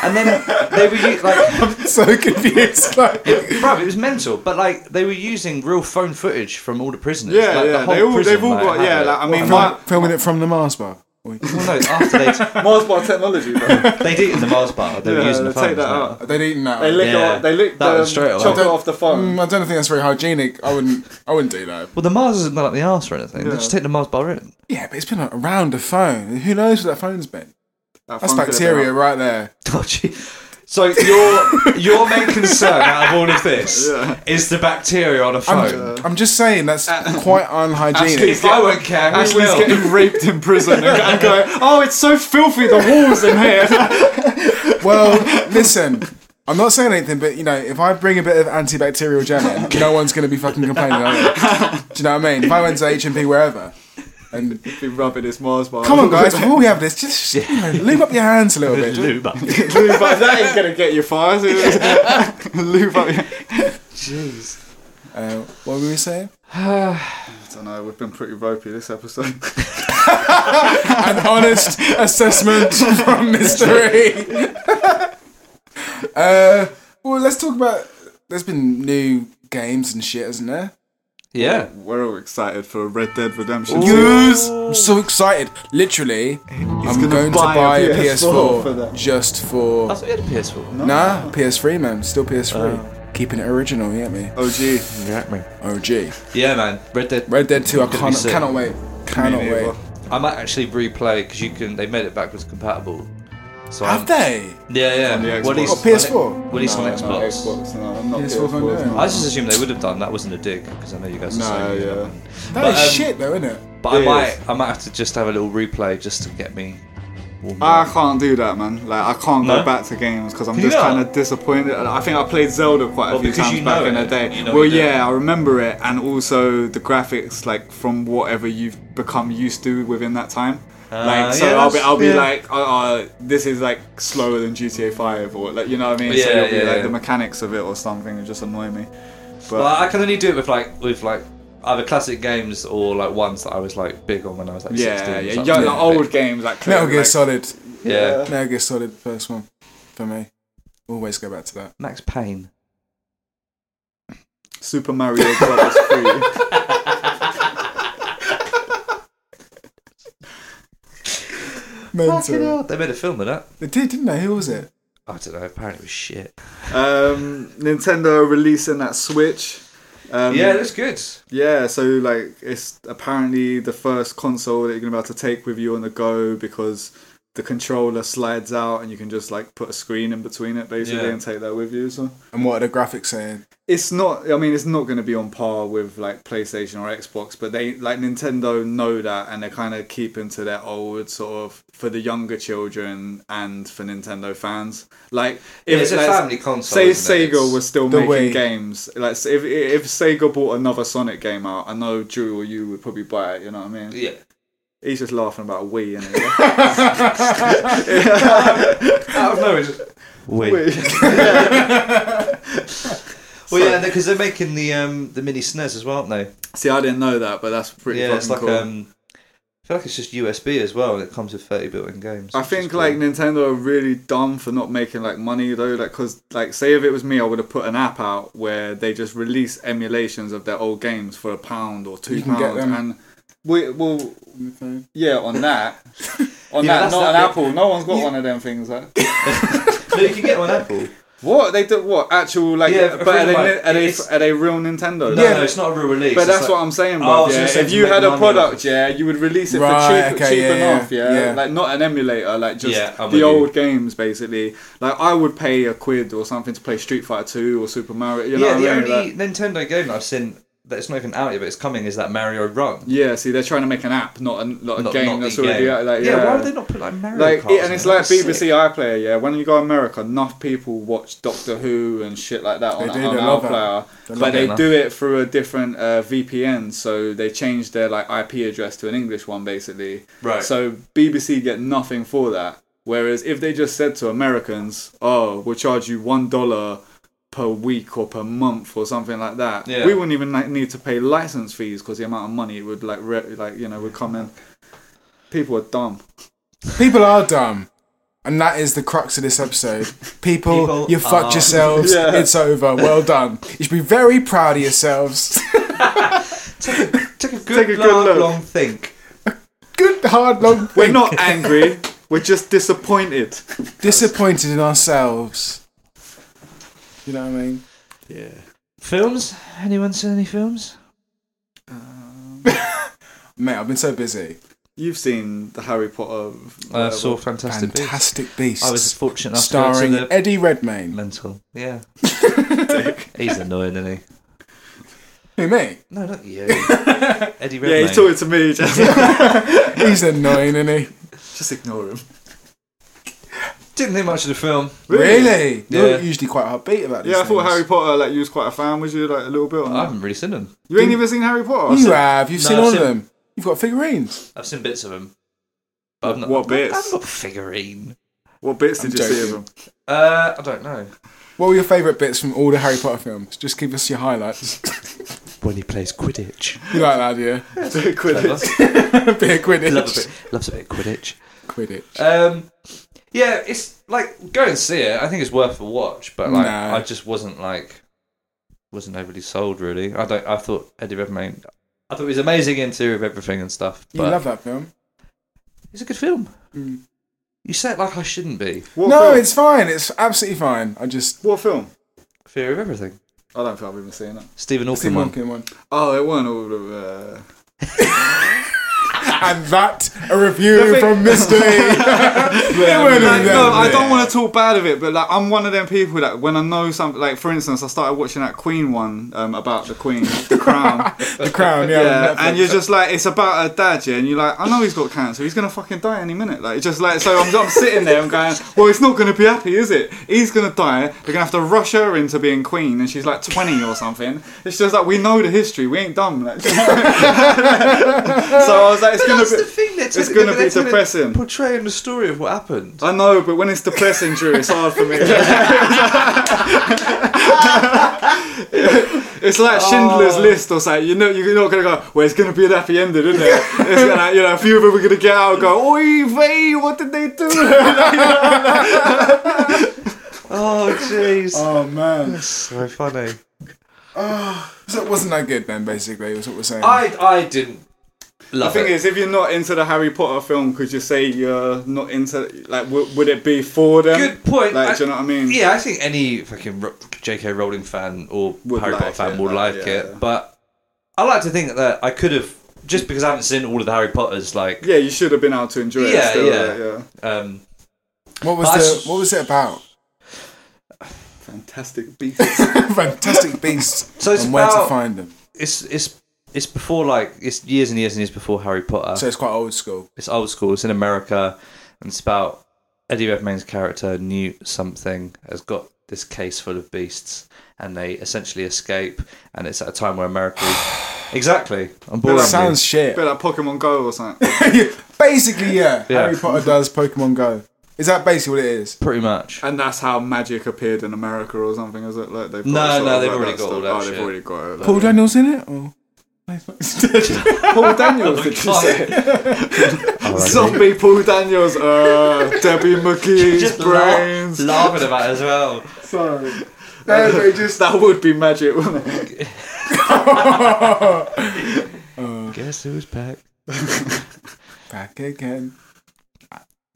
[SPEAKER 2] and then they were u- like,
[SPEAKER 1] so confused. Like,
[SPEAKER 2] bruv, it was mental. But like, they were using real phone footage from all the prisoners.
[SPEAKER 3] Yeah,
[SPEAKER 2] like, the
[SPEAKER 3] yeah,
[SPEAKER 2] whole
[SPEAKER 3] they all-
[SPEAKER 2] prison,
[SPEAKER 3] they've all got-
[SPEAKER 2] had
[SPEAKER 3] yeah,
[SPEAKER 2] it.
[SPEAKER 3] like, I mean,
[SPEAKER 2] And,
[SPEAKER 3] my-
[SPEAKER 1] filming it from the Mars bar. Oi.
[SPEAKER 2] well, no, after they
[SPEAKER 3] Mars bar technology. Bro.
[SPEAKER 2] they did it in the Mars bar, they were
[SPEAKER 3] Yeah,
[SPEAKER 2] using the
[SPEAKER 3] they
[SPEAKER 2] phone.
[SPEAKER 3] take that out.
[SPEAKER 1] They'd eaten that.
[SPEAKER 3] They lick
[SPEAKER 2] Yeah.
[SPEAKER 3] off, they lick
[SPEAKER 2] That
[SPEAKER 3] the
[SPEAKER 2] was straight away.
[SPEAKER 3] chocolate off the phone.
[SPEAKER 1] Mm, I don't think that's very hygienic. I wouldn't. I wouldn't do that.
[SPEAKER 2] Well, the Mars isn't like the arse or anything. They just take the Mars bar in.
[SPEAKER 1] Yeah, but it's been around a phone. Who knows what that phone's been?
[SPEAKER 3] That
[SPEAKER 1] That's
[SPEAKER 3] phone could've been
[SPEAKER 1] bacteria
[SPEAKER 3] out.
[SPEAKER 1] right there.
[SPEAKER 2] Oh, gee. So your your main concern out of all of this is the bacteria on a
[SPEAKER 1] I'm,
[SPEAKER 2] phone.
[SPEAKER 1] I'm just saying that's
[SPEAKER 3] Uh,
[SPEAKER 1] quite unhygienic.
[SPEAKER 2] If I won't care, who
[SPEAKER 3] Ashley's
[SPEAKER 2] will?
[SPEAKER 3] getting raped in prison and, go- and going, oh, it's so filthy, the walls in here.
[SPEAKER 1] Well, listen. I'm not saying anything, but you know, if I bring a bit of antibacterial gel in, no one's going to be fucking complaining. Are they? Do you know what I mean? If I went to H&P wherever, and
[SPEAKER 3] Be rubbing this Mars bar.
[SPEAKER 1] come on guys, before we have this, just you know, lube up your hands a little bit.
[SPEAKER 4] Lube up.
[SPEAKER 3] Lube up- that ain't gonna get you far. Is it? Lube up. your-
[SPEAKER 1] Uh, what were we saying?
[SPEAKER 3] I don't know. We've been pretty ropey this episode.
[SPEAKER 1] an honest assessment from mystery. uh, well, let's talk about. There's been new games and shit, hasn't there?
[SPEAKER 2] Yeah.
[SPEAKER 3] We're all excited for Red Dead Redemption.
[SPEAKER 1] Yes, I'm so excited. Literally, I'm
[SPEAKER 3] gonna
[SPEAKER 1] going
[SPEAKER 3] buy
[SPEAKER 1] to buy
[SPEAKER 3] a
[SPEAKER 1] a
[SPEAKER 3] PS4
[SPEAKER 1] PS4,
[SPEAKER 3] for that.
[SPEAKER 1] just for.
[SPEAKER 2] That's what you had a PS4.
[SPEAKER 1] Nah, PS3 man, still PS3. Keeping it original, you get me?
[SPEAKER 3] Oh gee,
[SPEAKER 1] Oh gee,
[SPEAKER 2] Yeah, man. Red Dead.
[SPEAKER 1] Red Dead 2. I
[SPEAKER 2] Gonna be
[SPEAKER 1] can't,
[SPEAKER 2] sick.
[SPEAKER 1] cannot wait. Cannot wait.
[SPEAKER 2] I might actually replay because you can. They made it backwards compatible. So I'm-
[SPEAKER 1] Have they?
[SPEAKER 2] Yeah, yeah.
[SPEAKER 3] the Xbox.
[SPEAKER 2] Well, at least
[SPEAKER 3] Oh,
[SPEAKER 2] on
[SPEAKER 1] PS4?
[SPEAKER 2] it- well, at least on
[SPEAKER 3] No,
[SPEAKER 2] Xbox.
[SPEAKER 3] Xbox. No, I'm not
[SPEAKER 1] PS4
[SPEAKER 3] PS4.
[SPEAKER 1] fan, yeah.
[SPEAKER 2] I just assume they would have done. That wasn't a dig because I know you guys. Are
[SPEAKER 3] No,
[SPEAKER 2] saying you
[SPEAKER 3] yeah.
[SPEAKER 2] haven't.
[SPEAKER 1] That
[SPEAKER 2] But,
[SPEAKER 1] is
[SPEAKER 2] um,
[SPEAKER 1] shit though, isn't it?
[SPEAKER 2] But I
[SPEAKER 3] It
[SPEAKER 2] might.
[SPEAKER 3] is.
[SPEAKER 2] I might have to just have a little replay just to get me. warmed
[SPEAKER 3] I
[SPEAKER 2] up.
[SPEAKER 3] can't do that, man. Like I can't
[SPEAKER 2] No?
[SPEAKER 3] go back to games because I'm
[SPEAKER 2] you
[SPEAKER 3] just
[SPEAKER 2] not?
[SPEAKER 3] kind of disappointed. I think I played Zelda quite
[SPEAKER 2] Well,
[SPEAKER 3] a few
[SPEAKER 2] because
[SPEAKER 3] times
[SPEAKER 2] you
[SPEAKER 3] back
[SPEAKER 2] know
[SPEAKER 3] in the
[SPEAKER 2] it,
[SPEAKER 3] day.
[SPEAKER 2] you know
[SPEAKER 3] well,
[SPEAKER 2] you do
[SPEAKER 3] yeah,
[SPEAKER 2] it.
[SPEAKER 3] I remember it, and also the graphics, like from whatever you've become used to within that time. like so,
[SPEAKER 2] Uh, yeah,
[SPEAKER 3] I'll be,
[SPEAKER 2] that's-
[SPEAKER 3] I'll be
[SPEAKER 2] yeah.
[SPEAKER 3] like, oh, oh, this is like slower than GTA 5, or like you know what I mean. so
[SPEAKER 2] Yeah,
[SPEAKER 3] you'll be
[SPEAKER 2] yeah,
[SPEAKER 3] like
[SPEAKER 2] yeah.
[SPEAKER 3] the mechanics of it or something, it just annoy me.
[SPEAKER 2] Well, I can only do it with like with like either classic games or like ones that I was like big on when I was like
[SPEAKER 3] Yeah,
[SPEAKER 2] 16.
[SPEAKER 3] yeah,
[SPEAKER 2] or
[SPEAKER 3] yeah,
[SPEAKER 2] something.
[SPEAKER 3] like old games, like
[SPEAKER 1] Metal Gear
[SPEAKER 3] like-
[SPEAKER 1] Solid.
[SPEAKER 2] Yeah.
[SPEAKER 1] Metal Gear Solid, first one for me. Always go back to that.
[SPEAKER 2] Max Payne.
[SPEAKER 3] Super Mario Brothers 3.
[SPEAKER 2] Fucking
[SPEAKER 1] Mental.
[SPEAKER 2] hell, They made a film of that.
[SPEAKER 1] They did, didn't they? Who was it?
[SPEAKER 2] I don't know. Apparently, it was shit.
[SPEAKER 3] um, Nintendo releasing that Switch. Um,
[SPEAKER 2] yeah, that's good.
[SPEAKER 3] yeah, So like, it's apparently the first console that you're gonna be able to take with you on the go because the controller slides out and you can just like put a screen in between it basically
[SPEAKER 2] Yeah.
[SPEAKER 3] and take that with you. So
[SPEAKER 1] And what are the graphics saying?
[SPEAKER 3] it's not. I mean, it's not gonna be on par with like PlayStation or Xbox, but they like Nintendo know that and they're kind of keeping to their old sort of for the younger children and for Nintendo fans. Like, if
[SPEAKER 2] it's a
[SPEAKER 3] like,
[SPEAKER 2] family console.
[SPEAKER 3] Say
[SPEAKER 2] isn't it?
[SPEAKER 3] Sega
[SPEAKER 2] It's-
[SPEAKER 3] was still
[SPEAKER 1] the
[SPEAKER 3] making
[SPEAKER 1] way-
[SPEAKER 3] games. Like so if if Sega bought another Sonic game out, I know Drew or you would probably buy it. You know what I mean?
[SPEAKER 2] Yeah.
[SPEAKER 3] He's just laughing about Wii and
[SPEAKER 2] Out of nowhere. just- Wait. Well, yeah, because they're making the um the mini SNES as well, aren't they?
[SPEAKER 3] See, I didn't know that, but that's pretty.
[SPEAKER 2] yeah, it's
[SPEAKER 3] fucking
[SPEAKER 2] like
[SPEAKER 3] cool.
[SPEAKER 2] um. I feel like it's just USB as well, and it comes with thirty built-in games.
[SPEAKER 3] I
[SPEAKER 2] which is
[SPEAKER 3] think
[SPEAKER 2] cool.
[SPEAKER 3] like Nintendo are really dumb for not making like money though, like because like say if it was me, I would have put an app out where they just release emulations of their old games for a pound or two
[SPEAKER 1] You can get
[SPEAKER 3] pounds,
[SPEAKER 1] them.
[SPEAKER 3] and we well yeah on that on
[SPEAKER 2] Yeah,
[SPEAKER 3] that
[SPEAKER 2] that's
[SPEAKER 3] not
[SPEAKER 2] that
[SPEAKER 3] an
[SPEAKER 2] bit.
[SPEAKER 3] Apple. No one's got one of them things. Like.
[SPEAKER 2] no, you can get one Apple.
[SPEAKER 3] What they do? What actual like?
[SPEAKER 2] Yeah,
[SPEAKER 3] but are they,
[SPEAKER 2] like,
[SPEAKER 3] are they
[SPEAKER 2] it's-
[SPEAKER 3] are they real Nintendo?
[SPEAKER 2] No,
[SPEAKER 3] yeah,
[SPEAKER 2] no, it's not a real release.
[SPEAKER 3] but
[SPEAKER 2] it's
[SPEAKER 3] that's
[SPEAKER 2] like-
[SPEAKER 3] what I'm saying,
[SPEAKER 2] Oh,
[SPEAKER 3] bro.
[SPEAKER 2] I was
[SPEAKER 3] yeah,
[SPEAKER 2] gonna say
[SPEAKER 3] if
[SPEAKER 2] to
[SPEAKER 3] you
[SPEAKER 2] make
[SPEAKER 3] had a
[SPEAKER 2] money off
[SPEAKER 3] product,
[SPEAKER 2] it.
[SPEAKER 3] yeah, you would release it
[SPEAKER 1] Right,
[SPEAKER 3] for cheap,
[SPEAKER 1] okay,
[SPEAKER 3] cheap
[SPEAKER 1] yeah, yeah,
[SPEAKER 3] enough. Yeah?
[SPEAKER 1] yeah.
[SPEAKER 3] like not an emulator, like just
[SPEAKER 2] Yeah, I'm with
[SPEAKER 3] the
[SPEAKER 2] you.
[SPEAKER 3] old games, basically. Like I would pay a quid or something to play Street Fighter Two or Super Mario. You know
[SPEAKER 2] yeah,
[SPEAKER 3] what
[SPEAKER 2] the
[SPEAKER 3] I mean?
[SPEAKER 2] only Nintendo game that I've seen that it's not even out yet, but it's coming. Is that Mario Run?
[SPEAKER 3] Yeah, see, they're trying to make an app, not a, not a
[SPEAKER 2] Not-
[SPEAKER 3] game
[SPEAKER 2] not the
[SPEAKER 3] that's already
[SPEAKER 2] game.
[SPEAKER 3] out. Like,
[SPEAKER 2] Yeah,
[SPEAKER 3] yeah,
[SPEAKER 2] why would they not put, like, Mario
[SPEAKER 3] Like,
[SPEAKER 2] Kart
[SPEAKER 3] it- and
[SPEAKER 2] in
[SPEAKER 3] it's
[SPEAKER 2] it?
[SPEAKER 3] like
[SPEAKER 2] That's sick.
[SPEAKER 3] BBC iPlayer. Yeah, when you go to America, enough people watch Doctor Who and shit like that on,
[SPEAKER 1] They do,
[SPEAKER 3] on
[SPEAKER 1] they love
[SPEAKER 3] iPlayer,
[SPEAKER 1] that. They
[SPEAKER 3] but
[SPEAKER 1] love
[SPEAKER 3] they
[SPEAKER 2] it.
[SPEAKER 3] do it through a different uh, VPN. So they change their like IP address to an English one, basically.
[SPEAKER 2] Right.
[SPEAKER 3] So BBC get nothing for that. Whereas if they just said to Americans, "Oh, we'll charge you one dollar." per week or per month or something like that.
[SPEAKER 2] Yeah.
[SPEAKER 3] We wouldn't even like, need to pay license fees because the amount of money it would like re- like you know would come in. People are dumb.
[SPEAKER 1] People are dumb. And that is the crux of this episode. People,
[SPEAKER 2] People
[SPEAKER 1] you fucked
[SPEAKER 2] are-
[SPEAKER 1] yourselves.
[SPEAKER 3] Yeah.
[SPEAKER 1] It's over. Well done. You should be very proud of yourselves.
[SPEAKER 2] Take a good,
[SPEAKER 3] Take a good
[SPEAKER 2] long,
[SPEAKER 3] look.
[SPEAKER 2] long think.
[SPEAKER 1] Good, hard, long
[SPEAKER 3] We're
[SPEAKER 1] think.
[SPEAKER 3] not angry. We're just disappointed.
[SPEAKER 1] disappointed in ourselves. You know what I mean?
[SPEAKER 2] Films? Anyone seen any films?
[SPEAKER 1] Mate, I've been so busy.
[SPEAKER 3] You've seen the Harry Potter.
[SPEAKER 2] Uh, I
[SPEAKER 3] whatever.
[SPEAKER 2] saw Fantastic, Beasts.
[SPEAKER 1] Fantastic Beasts.
[SPEAKER 2] I was fortunate enough
[SPEAKER 1] starring
[SPEAKER 2] to go to the
[SPEAKER 1] Eddie Redmayne.
[SPEAKER 2] mental. Yeah. He's annoying, isn't he?
[SPEAKER 1] Who, me?
[SPEAKER 2] No, not you. Eddie Redmayne.
[SPEAKER 3] Yeah, he's talking to me. Just,
[SPEAKER 1] He's annoying, isn't he?
[SPEAKER 3] just ignore him.
[SPEAKER 2] Didn't think much of the film.
[SPEAKER 1] Really?
[SPEAKER 2] Yeah.
[SPEAKER 1] You're usually quite upbeat about this.
[SPEAKER 3] Yeah, I thought Harry Potter. Like you was quite a fan, was you? Like a little bit. On
[SPEAKER 2] I
[SPEAKER 3] that?
[SPEAKER 2] haven't really seen them.
[SPEAKER 3] You ain't even seen Harry Potter.
[SPEAKER 1] You have. You've
[SPEAKER 2] No,
[SPEAKER 1] seen
[SPEAKER 2] I've
[SPEAKER 1] all
[SPEAKER 2] seen-
[SPEAKER 1] of them. You've got figurines.
[SPEAKER 2] I've seen bits of them. But I've not,
[SPEAKER 3] What bits?
[SPEAKER 2] I've got figurine.
[SPEAKER 3] What bits
[SPEAKER 1] I'm
[SPEAKER 3] did you see of
[SPEAKER 1] joking.
[SPEAKER 3] him?
[SPEAKER 2] Uh, I don't know.
[SPEAKER 1] What were your favourite bits from all the Harry Potter films? Just give us your highlights.
[SPEAKER 2] When he plays Quidditch.
[SPEAKER 1] you like that, yeah?
[SPEAKER 2] Loves,
[SPEAKER 1] Be a
[SPEAKER 2] loves, a
[SPEAKER 1] Quidditch.
[SPEAKER 2] bit, loves a bit of Quidditch.
[SPEAKER 1] Quidditch.
[SPEAKER 2] Um, yeah, it's like go and see it. I think it's worth a watch, but like
[SPEAKER 1] No.
[SPEAKER 2] I just wasn't like wasn't overly sold really. I don't. I thought Eddie Redmayne. I thought he was amazing in theory of everything and stuff.
[SPEAKER 1] You
[SPEAKER 2] But
[SPEAKER 1] love that film.
[SPEAKER 2] it's a good film. You say it like I shouldn't be.
[SPEAKER 3] What
[SPEAKER 1] no,
[SPEAKER 3] film?
[SPEAKER 1] it's fine. It's absolutely fine. I just.
[SPEAKER 3] what film?
[SPEAKER 2] Theory of everything.
[SPEAKER 3] I don't think I've even seen it.
[SPEAKER 2] Stephen Hawking.
[SPEAKER 1] Tim
[SPEAKER 2] one.
[SPEAKER 1] Monkin one.
[SPEAKER 3] Oh, it weren't all the. Uh...
[SPEAKER 1] And that, a review from Mr. E.
[SPEAKER 3] Yeah,
[SPEAKER 1] would've
[SPEAKER 3] like,
[SPEAKER 1] done
[SPEAKER 3] no, I
[SPEAKER 1] it.
[SPEAKER 3] don't want to talk bad of it, but like I'm one of them people that when I know something, like for instance, I started watching that Queen one um, about the Queen, the Crown.
[SPEAKER 1] the Crown, yeah.
[SPEAKER 3] Yeah,
[SPEAKER 1] on Netflix.
[SPEAKER 3] and you're just like, it's about a dad, yeah, and you're like, I know he's got cancer, he's gonna fucking die any minute. Like, it's just like, so I'm, I'm sitting there, I'm going, well, it's not gonna be happy, is it? He's gonna die, they're gonna have to rush her into being queen, and she's like 20 or something. It's just like, we know the history, we ain't dumb. Like, so I was like, it's gonna
[SPEAKER 2] That's
[SPEAKER 3] be.
[SPEAKER 2] the thing. They're
[SPEAKER 3] it's gonna be depressing.
[SPEAKER 2] Portraying the story of what happened.
[SPEAKER 3] I know, but when it's depressing, Drew, it's hard for me. it's like
[SPEAKER 2] Oh.
[SPEAKER 3] Schindler's List or something. You know, you're not gonna go. Well, it's gonna be an happy ending, isn't it? It's gonna, you know, a few of them are gonna get out and go, "Oi, vey, what did they do?"
[SPEAKER 2] Oh jeez.
[SPEAKER 1] Oh, man.
[SPEAKER 2] so funny.
[SPEAKER 1] So it wasn't that good then, basically, was what we're saying.
[SPEAKER 2] I I didn't
[SPEAKER 3] the
[SPEAKER 2] love
[SPEAKER 3] thing
[SPEAKER 2] it.
[SPEAKER 3] is, if you're not into the Harry Potter film, could you say you're not into? Like, w- would it be for them?
[SPEAKER 2] Good point.
[SPEAKER 3] Um, Like, do you know what I mean?
[SPEAKER 2] Yeah, I think any fucking Ro- J.K. Rowling fan or
[SPEAKER 3] Would
[SPEAKER 2] Harry Potter
[SPEAKER 3] like
[SPEAKER 2] fan
[SPEAKER 3] it,
[SPEAKER 2] would
[SPEAKER 3] like,
[SPEAKER 2] like,
[SPEAKER 3] yeah.
[SPEAKER 2] it, but I like to think that I could have just because I haven't seen all of the Harry Potters. Like,
[SPEAKER 3] Yeah, you should have been able to enjoy it.
[SPEAKER 2] Yeah,
[SPEAKER 3] Still,
[SPEAKER 2] yeah.
[SPEAKER 3] like, yeah.
[SPEAKER 2] um,
[SPEAKER 1] what was
[SPEAKER 2] I
[SPEAKER 1] the?
[SPEAKER 2] s-
[SPEAKER 1] what was it about?
[SPEAKER 3] Fantastic beasts.
[SPEAKER 1] Fantastic Beasts
[SPEAKER 2] So it's
[SPEAKER 1] and where to
[SPEAKER 2] about-
[SPEAKER 1] find them.
[SPEAKER 2] it's it's it's before like it's years and years and years before Harry Potter.
[SPEAKER 1] So it's quite old school.
[SPEAKER 2] it's old school. It's in America, and it's about Eddie Redmayne's character Newt something has got this case full of beasts, and they essentially escape. And it's at a time where America is exactly. I'm bored.
[SPEAKER 3] That
[SPEAKER 1] Sounds shit.
[SPEAKER 3] bit like Pokemon Go or something.
[SPEAKER 1] basically, yeah.
[SPEAKER 2] Yeah.
[SPEAKER 1] Harry Potter does Pokemon Go. Is that basically what it is?
[SPEAKER 2] pretty much.
[SPEAKER 3] And that's how magic appeared in America or something, is it? Like they've got
[SPEAKER 2] No,
[SPEAKER 3] sort
[SPEAKER 2] no,
[SPEAKER 3] of
[SPEAKER 2] they've
[SPEAKER 3] like
[SPEAKER 2] already
[SPEAKER 3] that
[SPEAKER 2] got
[SPEAKER 3] stuff.
[SPEAKER 2] all that
[SPEAKER 3] Oh,
[SPEAKER 2] shit.
[SPEAKER 3] they've already got it. Oh,
[SPEAKER 1] Paul Daniels in it? Or?
[SPEAKER 3] Paul Daniels, did you say? Zombie Paul Daniels, uh, Debbie McGee's
[SPEAKER 2] just brains.
[SPEAKER 3] brains.
[SPEAKER 2] laughing about it as well.
[SPEAKER 1] Sorry.
[SPEAKER 3] No, but it just that would be magic, wouldn't it?
[SPEAKER 2] Guess who's back?
[SPEAKER 1] Back again.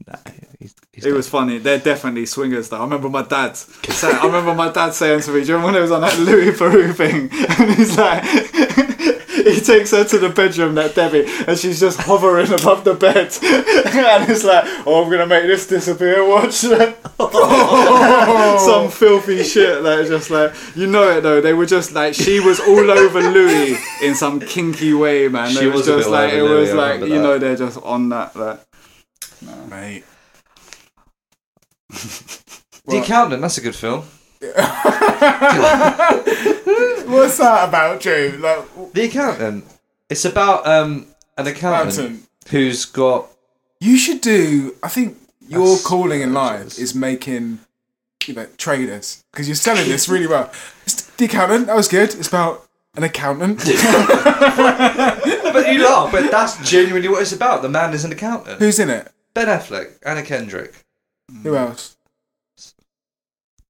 [SPEAKER 2] Nah, he's, he's
[SPEAKER 3] It was funny. They're definitely swingers, though. I remember my dad. Say, I remember my dad saying to me, "Do you remember when it was on that Louis Theroux thing?" And he's like, he takes her to the bedroom, that Debbie, and she's just hovering above the bed. and it's like, oh, I'm gonna make this disappear. Watch that.
[SPEAKER 2] Oh.
[SPEAKER 3] Some filthy shit. Like just like you know it though. They were just like she was all over Louis in some kinky way, man. They
[SPEAKER 2] She was
[SPEAKER 3] was,
[SPEAKER 2] a
[SPEAKER 3] just
[SPEAKER 2] bit
[SPEAKER 3] like
[SPEAKER 2] all
[SPEAKER 3] it
[SPEAKER 2] over Louis,
[SPEAKER 3] was
[SPEAKER 2] I
[SPEAKER 3] like
[SPEAKER 2] remember
[SPEAKER 3] you
[SPEAKER 2] that.
[SPEAKER 3] know they're just on that. Like
[SPEAKER 1] Mate.
[SPEAKER 2] Deep Camden, that's a good film.
[SPEAKER 1] What's that about, Joe? Like,
[SPEAKER 2] The Accountant. It's about um, an accountant
[SPEAKER 1] Accountant.
[SPEAKER 2] who's got.
[SPEAKER 1] you should do. I think your
[SPEAKER 2] That's-
[SPEAKER 1] calling in life is making you know traders because you're selling this really well. It's the accountant. That was good. It's about an accountant
[SPEAKER 2] But you laugh, but that's genuinely what it's about. The man is an accountant.
[SPEAKER 1] who's in it.
[SPEAKER 2] Ben Affleck, Anna Kendrick.
[SPEAKER 1] Who else?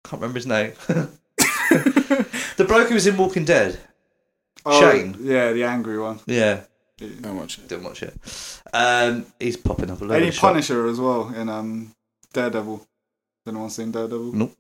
[SPEAKER 2] Can't remember his name. the bloke who was in Walking Dead.
[SPEAKER 3] oh,
[SPEAKER 2] Shane.
[SPEAKER 3] Yeah, the angry one.
[SPEAKER 2] Yeah,
[SPEAKER 1] Don't watch it.
[SPEAKER 2] didn't watch it. Um, he's popping up a lot.
[SPEAKER 3] Eddie Punisher as well in um, Daredevil. Anyone seen Daredevil?
[SPEAKER 2] Nope.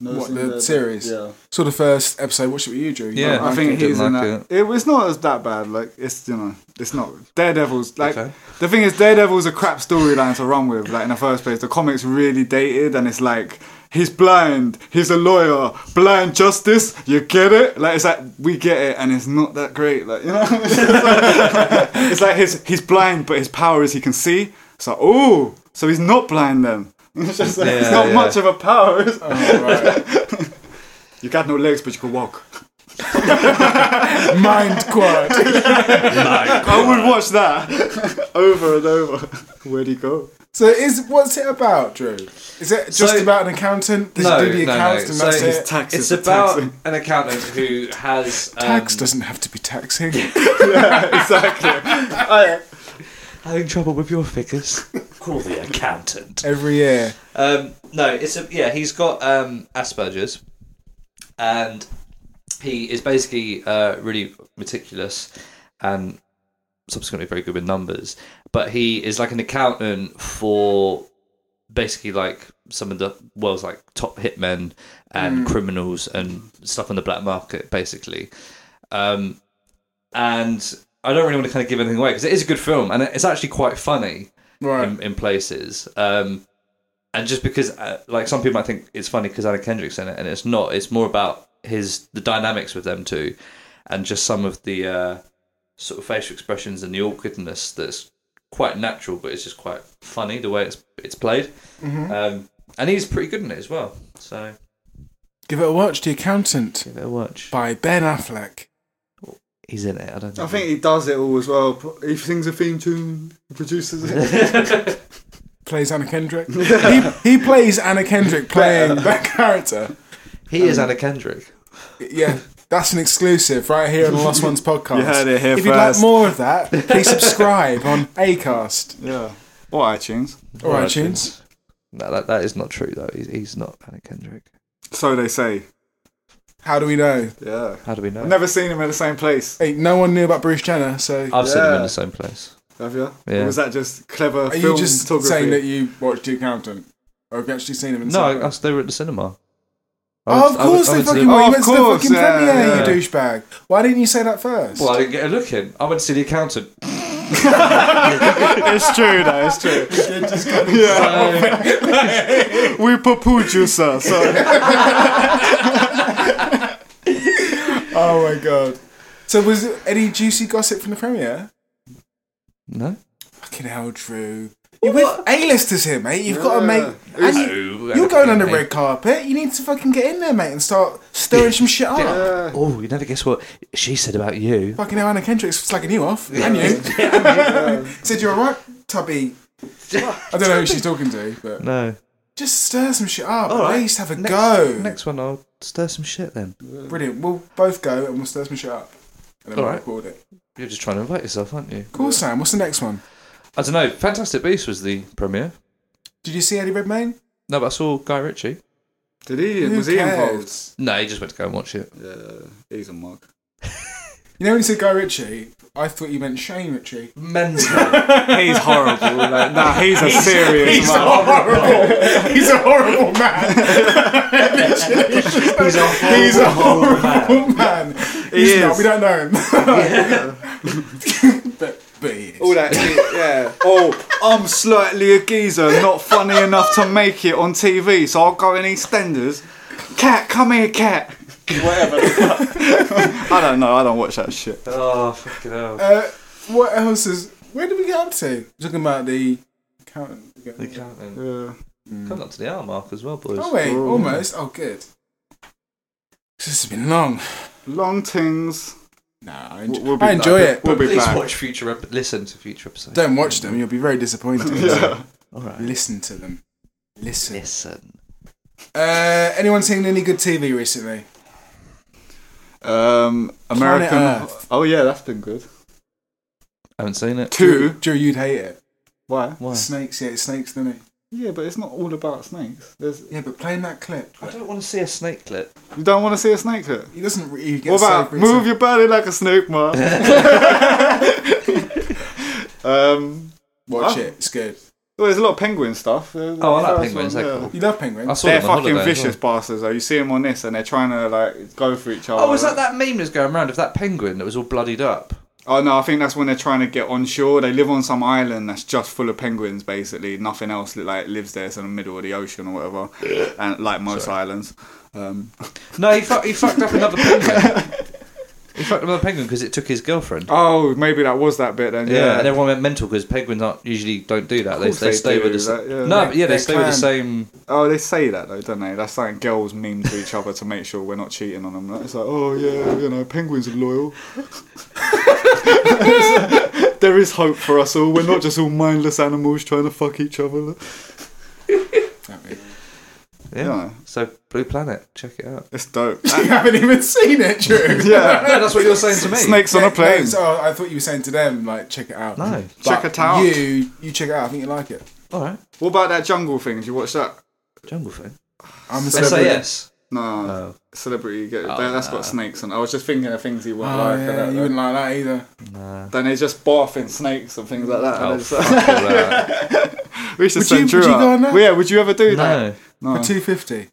[SPEAKER 3] No,
[SPEAKER 1] What
[SPEAKER 3] seen
[SPEAKER 1] the
[SPEAKER 3] Daredevil?
[SPEAKER 1] series?
[SPEAKER 3] Yeah.
[SPEAKER 1] Saw the first episode. Watch it with you, Drew.
[SPEAKER 2] Yeah.
[SPEAKER 3] I think
[SPEAKER 2] Didn't
[SPEAKER 3] he's in
[SPEAKER 2] like
[SPEAKER 3] that. It was not as that bad. Like it's you know, it's not Daredevil's like
[SPEAKER 2] Okay.
[SPEAKER 3] the thing is Daredevil's a crap storyline to run with. Like in the first place, the comics really dated, and it's like he's blind, he's a lawyer, blind justice. You get it? Like it's like we get it, and it's not that great. Like you know, it's like, it's like his he's blind, but his power is he can see. So oh, so he's not blind then. It's just like,
[SPEAKER 2] Yeah,
[SPEAKER 3] it's not
[SPEAKER 2] yeah.
[SPEAKER 3] much of a power. is it?
[SPEAKER 1] Right.
[SPEAKER 3] You got no legs, but you can walk.
[SPEAKER 1] Mind quad.
[SPEAKER 3] I would watch that over and over. Where'd he go?
[SPEAKER 1] So is what's it about, Drew? Is it just
[SPEAKER 2] So-
[SPEAKER 1] about an accountant? Does he do the accounts and that's
[SPEAKER 2] So
[SPEAKER 1] it?
[SPEAKER 3] taxes
[SPEAKER 2] it's
[SPEAKER 3] are
[SPEAKER 2] about
[SPEAKER 3] taxing.
[SPEAKER 2] an accountant who has um,
[SPEAKER 1] Tax doesn't have to be taxing.
[SPEAKER 2] having trouble with your figures. Call the accountant.
[SPEAKER 1] Every year.
[SPEAKER 2] Um, no, it's a yeah. He's got um, Asperger's, and he is basically uh, really meticulous and subsequently very good with numbers. But he is like an accountant for basically like some of the world's like top hitmen and criminals and stuff on the black market, basically. Um, and I don't really want to kind of give anything away because it is a good film and it's actually quite funny
[SPEAKER 1] Right.
[SPEAKER 2] in, in places. Um, and just because, uh, like, some people might think it's funny because Anna Kendrick's in it, and it's not. It's more about his the dynamics with them two, and just some of the uh, sort of facial expressions and the awkwardness that's quite natural, but it's just quite funny the way it's it's played.
[SPEAKER 3] Mm-hmm.
[SPEAKER 2] Um, and he's pretty good in it as well. So
[SPEAKER 1] Give it a watch, The Accountant
[SPEAKER 2] give it a watch.
[SPEAKER 1] by Ben Affleck.
[SPEAKER 2] He's in it. I don't.
[SPEAKER 3] I think he does it all as well. He sings a theme tune, he produces it.
[SPEAKER 1] Plays Anna Kendrick. he, he plays Anna Kendrick playing that character.
[SPEAKER 2] he is Anna Kendrick.
[SPEAKER 1] Yeah, that's an exclusive right here on the Lost Ones podcast.
[SPEAKER 3] You heard it here
[SPEAKER 1] if you'd like
[SPEAKER 3] first.
[SPEAKER 1] more of that, please subscribe on Acast
[SPEAKER 3] yeah. Or iTunes.
[SPEAKER 1] or iTunes.
[SPEAKER 2] No, that that is not true though. He's, he's not Anna Kendrick.
[SPEAKER 3] So they say.
[SPEAKER 1] How do we know?
[SPEAKER 3] Yeah.
[SPEAKER 2] How do we know?
[SPEAKER 3] I've never seen him in the same place.
[SPEAKER 1] Hey, no one knew about Bruce Jenner, so
[SPEAKER 2] I've seen them in
[SPEAKER 3] Yeah.
[SPEAKER 2] the same place.
[SPEAKER 3] Have you?
[SPEAKER 2] Yeah.
[SPEAKER 3] Or was that just clever
[SPEAKER 1] are you
[SPEAKER 3] film
[SPEAKER 1] just saying that you watched The Accountant? Or have you actually seen him in
[SPEAKER 2] No,
[SPEAKER 1] something?
[SPEAKER 2] I, I, they were at the cinema. I
[SPEAKER 1] Oh,
[SPEAKER 2] was-
[SPEAKER 1] of
[SPEAKER 2] I was-
[SPEAKER 1] course
[SPEAKER 2] I
[SPEAKER 1] they
[SPEAKER 2] went to the-
[SPEAKER 1] fucking were.
[SPEAKER 3] Oh,
[SPEAKER 1] you
[SPEAKER 3] of
[SPEAKER 1] went to the
[SPEAKER 3] course,
[SPEAKER 1] fucking
[SPEAKER 3] yeah,
[SPEAKER 1] premiere,
[SPEAKER 3] yeah.
[SPEAKER 1] you douchebag. Why didn't you say that first?
[SPEAKER 2] Well, I didn't get a look in. I went to see the accountant.
[SPEAKER 3] it's true, though, it's true. yeah. we papood you, sir. So.
[SPEAKER 1] Oh my god. So was there any juicy gossip from the premiere?
[SPEAKER 2] No.
[SPEAKER 1] Fucking hell, Drew. You're with A-listers here, mate. You've got to make. And you,
[SPEAKER 2] No,
[SPEAKER 1] you're going on the
[SPEAKER 2] mate.
[SPEAKER 1] red carpet. You need to fucking get in there, mate, and start stirring some shit up.
[SPEAKER 2] Oh, you never guess what she said about you.
[SPEAKER 1] Fucking hell, Anna Kendrick's slagging you off. And you. Said you're alright, Tubby. I don't know who she's talking to, but
[SPEAKER 2] No.
[SPEAKER 1] just stir some shit up.
[SPEAKER 2] All
[SPEAKER 1] At
[SPEAKER 2] right.
[SPEAKER 1] least have a
[SPEAKER 2] Next-
[SPEAKER 1] go.
[SPEAKER 2] Next one, I'll stir some shit. Then
[SPEAKER 1] Brilliant. We'll both go and we'll stir some shit up. And then
[SPEAKER 2] All
[SPEAKER 1] we'll
[SPEAKER 2] right.
[SPEAKER 1] record it.
[SPEAKER 2] you're just trying to invite yourself, aren't you?
[SPEAKER 1] Cool, Sam. What's the next one?
[SPEAKER 2] I don't know. Fantastic Beast was the premiere.
[SPEAKER 1] Did you see Eddie Redmayne?
[SPEAKER 2] No, but I saw Guy Ritchie.
[SPEAKER 3] Did he?
[SPEAKER 1] Who
[SPEAKER 3] was he
[SPEAKER 1] cares?
[SPEAKER 3] involved?
[SPEAKER 2] No, he just went to go and watch it.
[SPEAKER 3] Yeah. He's a mug.
[SPEAKER 1] You know when you said Guy Ritchie, I thought you meant Shane Ritchie.
[SPEAKER 2] Mental.
[SPEAKER 3] He's horrible. Like, nah, he's a serious
[SPEAKER 1] He's
[SPEAKER 3] man.
[SPEAKER 1] horrible. He's a horrible man.
[SPEAKER 2] He's a
[SPEAKER 1] He's a
[SPEAKER 2] horrible man.
[SPEAKER 1] horrible man.
[SPEAKER 3] He
[SPEAKER 1] He's not.
[SPEAKER 3] is.
[SPEAKER 1] We don't know him. but, but he is.
[SPEAKER 3] All that shit, yeah. Oh, I'm slightly a geezer, not funny enough to make it on TV, so I'll go in EastEnders. Cat, come here, cat.
[SPEAKER 2] Whatever. the fuck.
[SPEAKER 3] I don't know. I don't watch that shit.
[SPEAKER 2] Oh, fucking hell.
[SPEAKER 1] Uh, what else is? Where did we get up to? Talking about the count.
[SPEAKER 2] The counting.
[SPEAKER 3] Yeah.
[SPEAKER 2] Coming up to the hour mark as well, boys.
[SPEAKER 1] Oh wait, almost. Oh good. This has been long.
[SPEAKER 3] Long things.
[SPEAKER 1] Nah, I
[SPEAKER 3] We'll-
[SPEAKER 1] enjoy,
[SPEAKER 3] we'll be
[SPEAKER 1] I enjoy
[SPEAKER 3] back.
[SPEAKER 1] it.
[SPEAKER 3] We'll
[SPEAKER 1] But
[SPEAKER 3] be
[SPEAKER 2] Please
[SPEAKER 3] back.
[SPEAKER 2] watch future ep- listen to future episodes.
[SPEAKER 1] don't watch them. You'll be very disappointed.
[SPEAKER 3] Yeah.
[SPEAKER 2] All right.
[SPEAKER 1] Listen to them. Listen.
[SPEAKER 2] Listen.
[SPEAKER 1] Uh, anyone seen any good TV recently?
[SPEAKER 3] Um,
[SPEAKER 1] Planet
[SPEAKER 3] American.
[SPEAKER 1] Earth.
[SPEAKER 3] Oh yeah, that's been good.
[SPEAKER 2] I haven't seen it.
[SPEAKER 3] Two.
[SPEAKER 1] Drew, you'd hate it.
[SPEAKER 3] Why?
[SPEAKER 2] Why?
[SPEAKER 1] Snakes, yeah, it's snakes, doesn't it?
[SPEAKER 3] Yeah, but it's not all about snakes. There's,
[SPEAKER 1] Yeah, but playing that clip,
[SPEAKER 2] I don't want to see a snake clip.
[SPEAKER 3] you don't want to see a snake hit.
[SPEAKER 1] he doesn't really get
[SPEAKER 3] What about
[SPEAKER 1] so
[SPEAKER 3] move your body like a snake, man? um,
[SPEAKER 1] Watch
[SPEAKER 3] Huh?
[SPEAKER 1] it. It's good.
[SPEAKER 3] well, there's a lot of penguin stuff. There's-
[SPEAKER 2] Oh, I like
[SPEAKER 3] there's
[SPEAKER 2] penguins,
[SPEAKER 3] one,
[SPEAKER 2] they're
[SPEAKER 3] yeah.
[SPEAKER 2] cool.
[SPEAKER 1] You love
[SPEAKER 2] I
[SPEAKER 1] penguins.
[SPEAKER 2] saw
[SPEAKER 3] They're
[SPEAKER 2] them on
[SPEAKER 3] fucking
[SPEAKER 2] holiday as
[SPEAKER 3] vicious bastards. Though you see them on this, and they're trying to like go for each other.
[SPEAKER 2] Well. Oh, was that that meme that's going around of that penguin that was all bloodied up?
[SPEAKER 3] Oh no, I think that's when they're trying to get on shore. They live on some island that's just full of penguins, basically. Nothing else li- like lives there. It's in the middle of the ocean or whatever, and like most islands. Um,
[SPEAKER 2] No, he, fu- he fucked up another penguin. he fucked up another penguin because it took his girlfriend.
[SPEAKER 3] oh, maybe that was that bit then.
[SPEAKER 2] yeah.
[SPEAKER 3] Yeah,
[SPEAKER 2] and everyone went mental because penguins aren't usually don't do that. They,
[SPEAKER 3] course
[SPEAKER 2] they,
[SPEAKER 3] they
[SPEAKER 2] stay
[SPEAKER 3] do,
[SPEAKER 2] with the s-
[SPEAKER 3] that- yeah.
[SPEAKER 2] no, but yeah, they
[SPEAKER 1] They
[SPEAKER 2] stay with the
[SPEAKER 1] can.
[SPEAKER 2] same.
[SPEAKER 3] oh, they say that though, don't they? That's like girls meme to each other to make sure we're not cheating on them. Like, It's like, oh yeah, you know, penguins are loyal. there is hope for us all. We're not just all mindless animals trying to fuck each other.
[SPEAKER 2] Yeah.
[SPEAKER 3] Yeah.
[SPEAKER 2] So Blue Planet, check it out.
[SPEAKER 3] It's dope.
[SPEAKER 1] you haven't even seen it, Drew.
[SPEAKER 3] yeah,
[SPEAKER 2] No, that's what you're saying to me.
[SPEAKER 3] snakes on a plane.
[SPEAKER 1] No, so I thought you were saying to them, like, check it out.
[SPEAKER 2] No.
[SPEAKER 1] But
[SPEAKER 3] Check it out.
[SPEAKER 1] You, you check it out. I think you like it.
[SPEAKER 2] All right.
[SPEAKER 3] What about that jungle thing? Did you watch that?
[SPEAKER 2] Jungle Thing.
[SPEAKER 1] I'm a celebrity.
[SPEAKER 2] SAS.
[SPEAKER 3] No,
[SPEAKER 2] Oh.
[SPEAKER 3] celebrity. Get,
[SPEAKER 2] Oh,
[SPEAKER 3] that, that's
[SPEAKER 2] nah.
[SPEAKER 3] got snakes on. I was just thinking of things he wouldn't
[SPEAKER 1] Oh,
[SPEAKER 3] like.
[SPEAKER 1] yeah,
[SPEAKER 3] and
[SPEAKER 1] you
[SPEAKER 3] that,
[SPEAKER 1] wouldn't like that either.
[SPEAKER 2] Nah.
[SPEAKER 3] Then he's just barfing snakes and things like that.
[SPEAKER 2] Oh,
[SPEAKER 3] and it's-
[SPEAKER 2] fuck all that.
[SPEAKER 3] we should
[SPEAKER 1] Would
[SPEAKER 3] send
[SPEAKER 1] you-
[SPEAKER 3] Drew
[SPEAKER 1] would you
[SPEAKER 3] up.
[SPEAKER 1] go on that?
[SPEAKER 3] Well, yeah, would you ever do that?
[SPEAKER 2] No.
[SPEAKER 3] No.
[SPEAKER 1] For two fifty.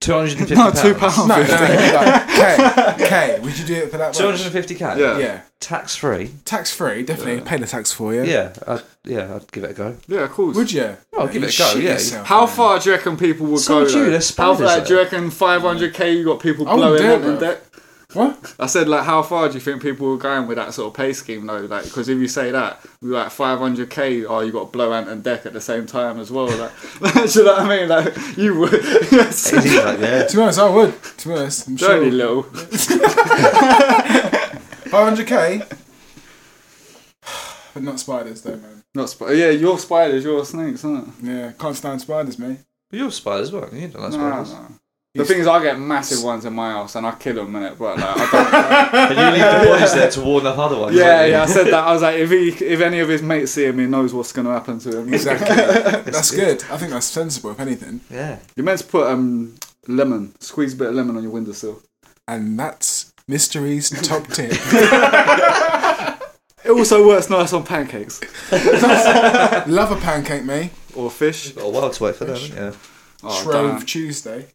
[SPEAKER 2] Two hundred and fifty.
[SPEAKER 3] No, two pounds.
[SPEAKER 1] No, no, no. like, K, K. Would you do it for that? much?
[SPEAKER 2] Two hundred and fifty k.
[SPEAKER 3] Yeah.
[SPEAKER 1] Yeah,
[SPEAKER 2] Tax free.
[SPEAKER 1] tax free. Definitely pay the tax for you.
[SPEAKER 2] Yeah. I'd, yeah. I'd give it a go.
[SPEAKER 3] Yeah, of course.
[SPEAKER 1] Would you?
[SPEAKER 2] Well,
[SPEAKER 1] Yeah,
[SPEAKER 2] give
[SPEAKER 1] you
[SPEAKER 2] it a go,
[SPEAKER 1] shit
[SPEAKER 2] yeah.
[SPEAKER 1] yourself,
[SPEAKER 3] How
[SPEAKER 1] man.
[SPEAKER 3] far do you reckon people would
[SPEAKER 2] So
[SPEAKER 3] go?
[SPEAKER 2] would you,
[SPEAKER 3] though?
[SPEAKER 2] they're spiders,
[SPEAKER 3] how far
[SPEAKER 2] though.
[SPEAKER 3] do you reckon 500k? You got people
[SPEAKER 1] I wouldn't
[SPEAKER 3] blowing
[SPEAKER 1] dare,
[SPEAKER 3] up and
[SPEAKER 1] bro.
[SPEAKER 3] that.
[SPEAKER 1] What?
[SPEAKER 3] I said, like, how far do you think people were going with that sort of pay scheme, though? Like, because if you say that, we were like 500k, oh, you got blow ant and deck at the same time as well. Like, do you know what I mean? Like, you would. yes.
[SPEAKER 2] It is like, yeah.
[SPEAKER 1] To be honest, I would. To be honest, I'm sure.
[SPEAKER 3] Dirty little.
[SPEAKER 1] 500k. but not spiders, though, man.
[SPEAKER 3] Not sp- yeah, you're spiders, you're snakes, aren't it?
[SPEAKER 1] Yeah, can't stand spiders, mate.
[SPEAKER 2] But you're spiders, weren't you? You don't like
[SPEAKER 3] Nah,
[SPEAKER 2] spiders.
[SPEAKER 3] nah. The thing is, I get massive ones in my house and I kill them, innit? But, like, I don't.
[SPEAKER 2] And you leave the boys there to warn off other ones.
[SPEAKER 3] yeah,
[SPEAKER 2] don't you?
[SPEAKER 3] yeah, I said that. I was like, if he, if any of his mates see him, he knows what's going to happen to him.
[SPEAKER 1] Exactly. that's good. I think that's sensible, if anything.
[SPEAKER 2] Yeah.
[SPEAKER 3] You're meant to put um lemon, squeeze a bit of lemon on your windowsill.
[SPEAKER 1] And that's mysteries top tip.
[SPEAKER 3] It also works nice on pancakes.
[SPEAKER 1] Love a pancake, mate.
[SPEAKER 3] or fish.
[SPEAKER 2] Got a while to wait for that, haven't you?
[SPEAKER 3] Oh,
[SPEAKER 1] Shrove
[SPEAKER 3] damn.
[SPEAKER 1] Tuesday.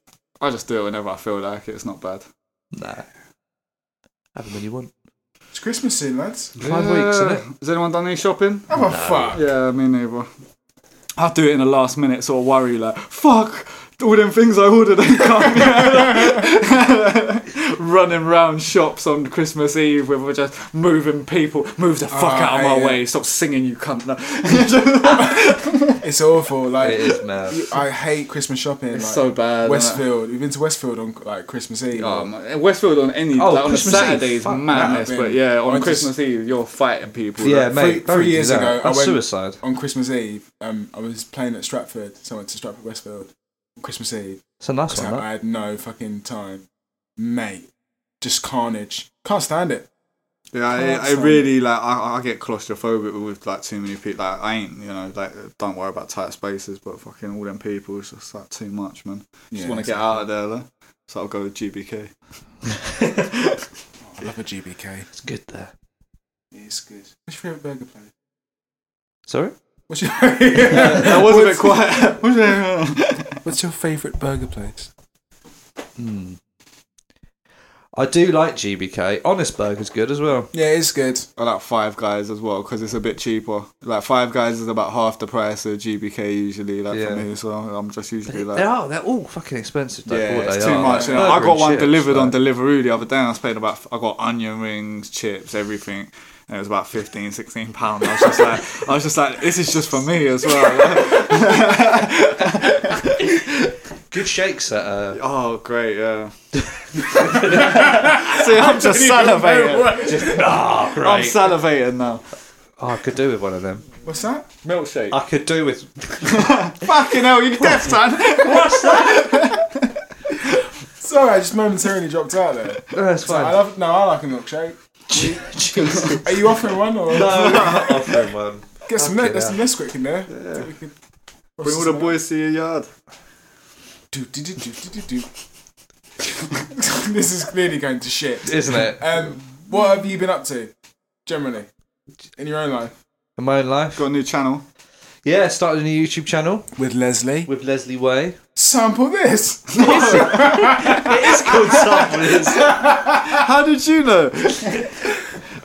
[SPEAKER 3] I just do it whenever I feel like it. It's not bad.
[SPEAKER 2] Nah. Have them when you want.
[SPEAKER 1] It's Christmas soon, lads.
[SPEAKER 2] Five weeks, isn't it?
[SPEAKER 3] Yeah. Has anyone done any shopping?
[SPEAKER 1] Have a fuck.
[SPEAKER 3] Yeah, me neither. I do it in the last minute, sort of worry like, fuck, all them things I ordered ain't coming. Running round shops on Christmas Eve with we're just moving people, move the fuck
[SPEAKER 1] Oh,
[SPEAKER 3] out of
[SPEAKER 1] I,
[SPEAKER 3] my
[SPEAKER 1] uh,
[SPEAKER 3] way, stop singing, you cunt. No.
[SPEAKER 1] It's awful. Like
[SPEAKER 2] It is mad.
[SPEAKER 1] I hate Christmas shopping.
[SPEAKER 3] It's
[SPEAKER 1] like,
[SPEAKER 3] so bad, innit?
[SPEAKER 1] Westfield. We've been to Westfield on like Christmas Eve.
[SPEAKER 3] Oh, man. Westfield on any
[SPEAKER 2] Oh,
[SPEAKER 3] like, on
[SPEAKER 2] Christmas
[SPEAKER 3] a
[SPEAKER 2] Eve,
[SPEAKER 3] Saturday is
[SPEAKER 2] fuck
[SPEAKER 3] madness,
[SPEAKER 1] that.
[SPEAKER 3] but yeah, on
[SPEAKER 1] I just-
[SPEAKER 3] Christmas Eve you're fighting people.
[SPEAKER 2] Yeah,
[SPEAKER 3] like,
[SPEAKER 2] mate.
[SPEAKER 1] three,
[SPEAKER 2] don't
[SPEAKER 1] three
[SPEAKER 2] do
[SPEAKER 1] years
[SPEAKER 2] that.
[SPEAKER 1] ago,
[SPEAKER 2] That's
[SPEAKER 1] I went
[SPEAKER 2] suicide.
[SPEAKER 1] on Christmas Eve. Um, I was playing at Stratford, so I went to Stratford Westfield. on Christmas Eve,
[SPEAKER 2] It's a nice
[SPEAKER 1] so
[SPEAKER 2] one, that.
[SPEAKER 1] I had no fucking time, mate. Just carnage. Can't stand it.
[SPEAKER 3] Yeah, I, I
[SPEAKER 1] Can't
[SPEAKER 3] really like. I, I get claustrophobic with like too many people. Like I ain't, you know, like don't worry about tight spaces, but fucking all them people it's just like too much, man. Just
[SPEAKER 1] Yeah,
[SPEAKER 3] want to get out of there, though. So I'll go with GBK.
[SPEAKER 1] Love a GBK.
[SPEAKER 2] It's good there.
[SPEAKER 1] It's good. What's your favorite burger place?
[SPEAKER 2] Sorry?
[SPEAKER 1] What's your
[SPEAKER 3] That was a bit quiet. What's that?
[SPEAKER 1] What's your favorite burger place?
[SPEAKER 2] Hmm. I do like GBK. Honest Burger's good as well.
[SPEAKER 1] Yeah, it's good.
[SPEAKER 3] I like Five Guys as well because it's a bit cheaper. Like Five Guys is about half the price of GBK usually. Like
[SPEAKER 2] Yeah.
[SPEAKER 3] for me, so I'm just usually
[SPEAKER 2] they
[SPEAKER 3] like.
[SPEAKER 2] are. They're all fucking expensive. Though, for
[SPEAKER 3] Yeah,
[SPEAKER 2] what
[SPEAKER 3] it's
[SPEAKER 2] they
[SPEAKER 3] too
[SPEAKER 2] are.
[SPEAKER 3] much.
[SPEAKER 2] Like,
[SPEAKER 3] you know. I
[SPEAKER 2] burger
[SPEAKER 3] got
[SPEAKER 2] and
[SPEAKER 3] one
[SPEAKER 2] chips,
[SPEAKER 3] delivered on
[SPEAKER 2] like-
[SPEAKER 3] Deliveroo the other day. and I spent about I got onion rings, chips, everything, and it was about 15, 16 pounds. I was just like, I was just like, this is just for me as well.
[SPEAKER 2] Good shakes at. Uh,
[SPEAKER 3] oh, great, yeah. See, I'm just salivating.
[SPEAKER 2] oh, great.
[SPEAKER 3] I'm salivating now.
[SPEAKER 2] Oh, I could do with one of them.
[SPEAKER 1] What's that?
[SPEAKER 3] Milkshake.
[SPEAKER 2] I could do with.
[SPEAKER 3] Fucking hell, you deaf son.
[SPEAKER 1] Sorry, I just momentarily dropped out there.
[SPEAKER 2] No, that's
[SPEAKER 1] I
[SPEAKER 2] fine.
[SPEAKER 1] love. No, I like a milkshake.
[SPEAKER 2] Jesus.
[SPEAKER 1] Are you offering one or
[SPEAKER 2] I'm not offering one.
[SPEAKER 1] get some? Net, there's some Nesquik in there. Think we could-
[SPEAKER 3] Bring all the boys to your yard.
[SPEAKER 1] Do, do, do, do, do, do, do. this is clearly going to shit.
[SPEAKER 2] Isn't it?
[SPEAKER 1] Um, what have you been up to, generally, in your own life?
[SPEAKER 2] In my own life.
[SPEAKER 3] Got a new channel.
[SPEAKER 2] Yeah, started a new YouTube channel
[SPEAKER 1] With Leslie.
[SPEAKER 2] with Leslie Way.
[SPEAKER 1] Sample this.
[SPEAKER 2] It's called Samplers.
[SPEAKER 3] How did you know?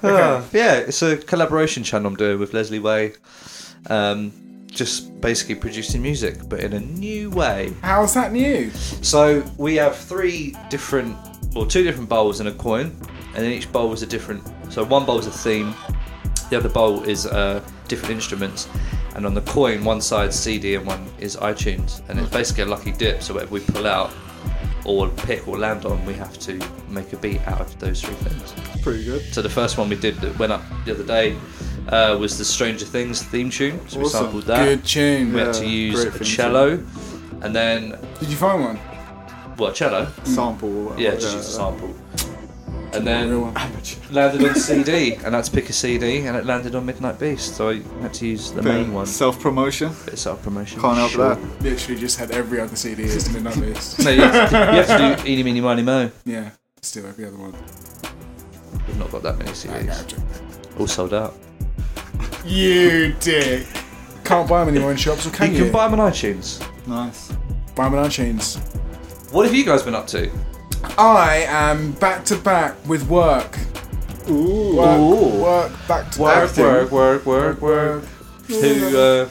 [SPEAKER 2] Uh, yeah, it's a collaboration channel I'm doing with Leslie Way. Um, just basically producing music, but in a new way.
[SPEAKER 1] How's that new?
[SPEAKER 2] So we have three different, well, two different bowls and a coin, and in each bowl is a different. So one bowl is a theme, the other bowl is uh, different instruments, and on the coin, one side's CD and one is iTunes, and it's basically a lucky dip. So whatever we pull out, or pick or land on, we have to make a beat out of those three things.
[SPEAKER 3] Pretty good.
[SPEAKER 2] So the first one we did that went up the other day uh, was the Stranger Things theme tune. So we
[SPEAKER 3] Awesome.
[SPEAKER 2] sampled that.
[SPEAKER 1] Good tune.
[SPEAKER 2] We had to
[SPEAKER 3] Yeah,
[SPEAKER 2] use
[SPEAKER 3] great
[SPEAKER 2] a
[SPEAKER 3] theme
[SPEAKER 2] cello, and then
[SPEAKER 1] Did you find one?
[SPEAKER 2] well, a cello.
[SPEAKER 3] Sample. or whatever,
[SPEAKER 2] Yeah, just use a sample. And
[SPEAKER 1] Real
[SPEAKER 2] then
[SPEAKER 1] one.
[SPEAKER 2] landed on CD, and I had to pick a CD, and it landed on Midnight Beast. So I had to use the main one.
[SPEAKER 3] Self promotion.
[SPEAKER 2] Bit of self promotion.
[SPEAKER 3] Can't help that.
[SPEAKER 1] Literally just had every other CD is midnight list.
[SPEAKER 2] No, you have to, you have to do Eeny Meeny Miny Mo.
[SPEAKER 1] Yeah, still every other one.
[SPEAKER 2] We've not got that many CDs.
[SPEAKER 1] Gotcha.
[SPEAKER 2] All sold out.
[SPEAKER 1] You dick. Can't buy them anymore in shops, or
[SPEAKER 2] You
[SPEAKER 1] can you?
[SPEAKER 2] can buy them on iTunes.
[SPEAKER 3] Nice.
[SPEAKER 1] buy them on iTunes.
[SPEAKER 2] What have you guys been up to?
[SPEAKER 1] I am back to back with work. Ooh. Work,
[SPEAKER 2] Ooh.
[SPEAKER 1] work, back to
[SPEAKER 2] Work,
[SPEAKER 1] back.
[SPEAKER 2] work, work, work, work. Who, uh,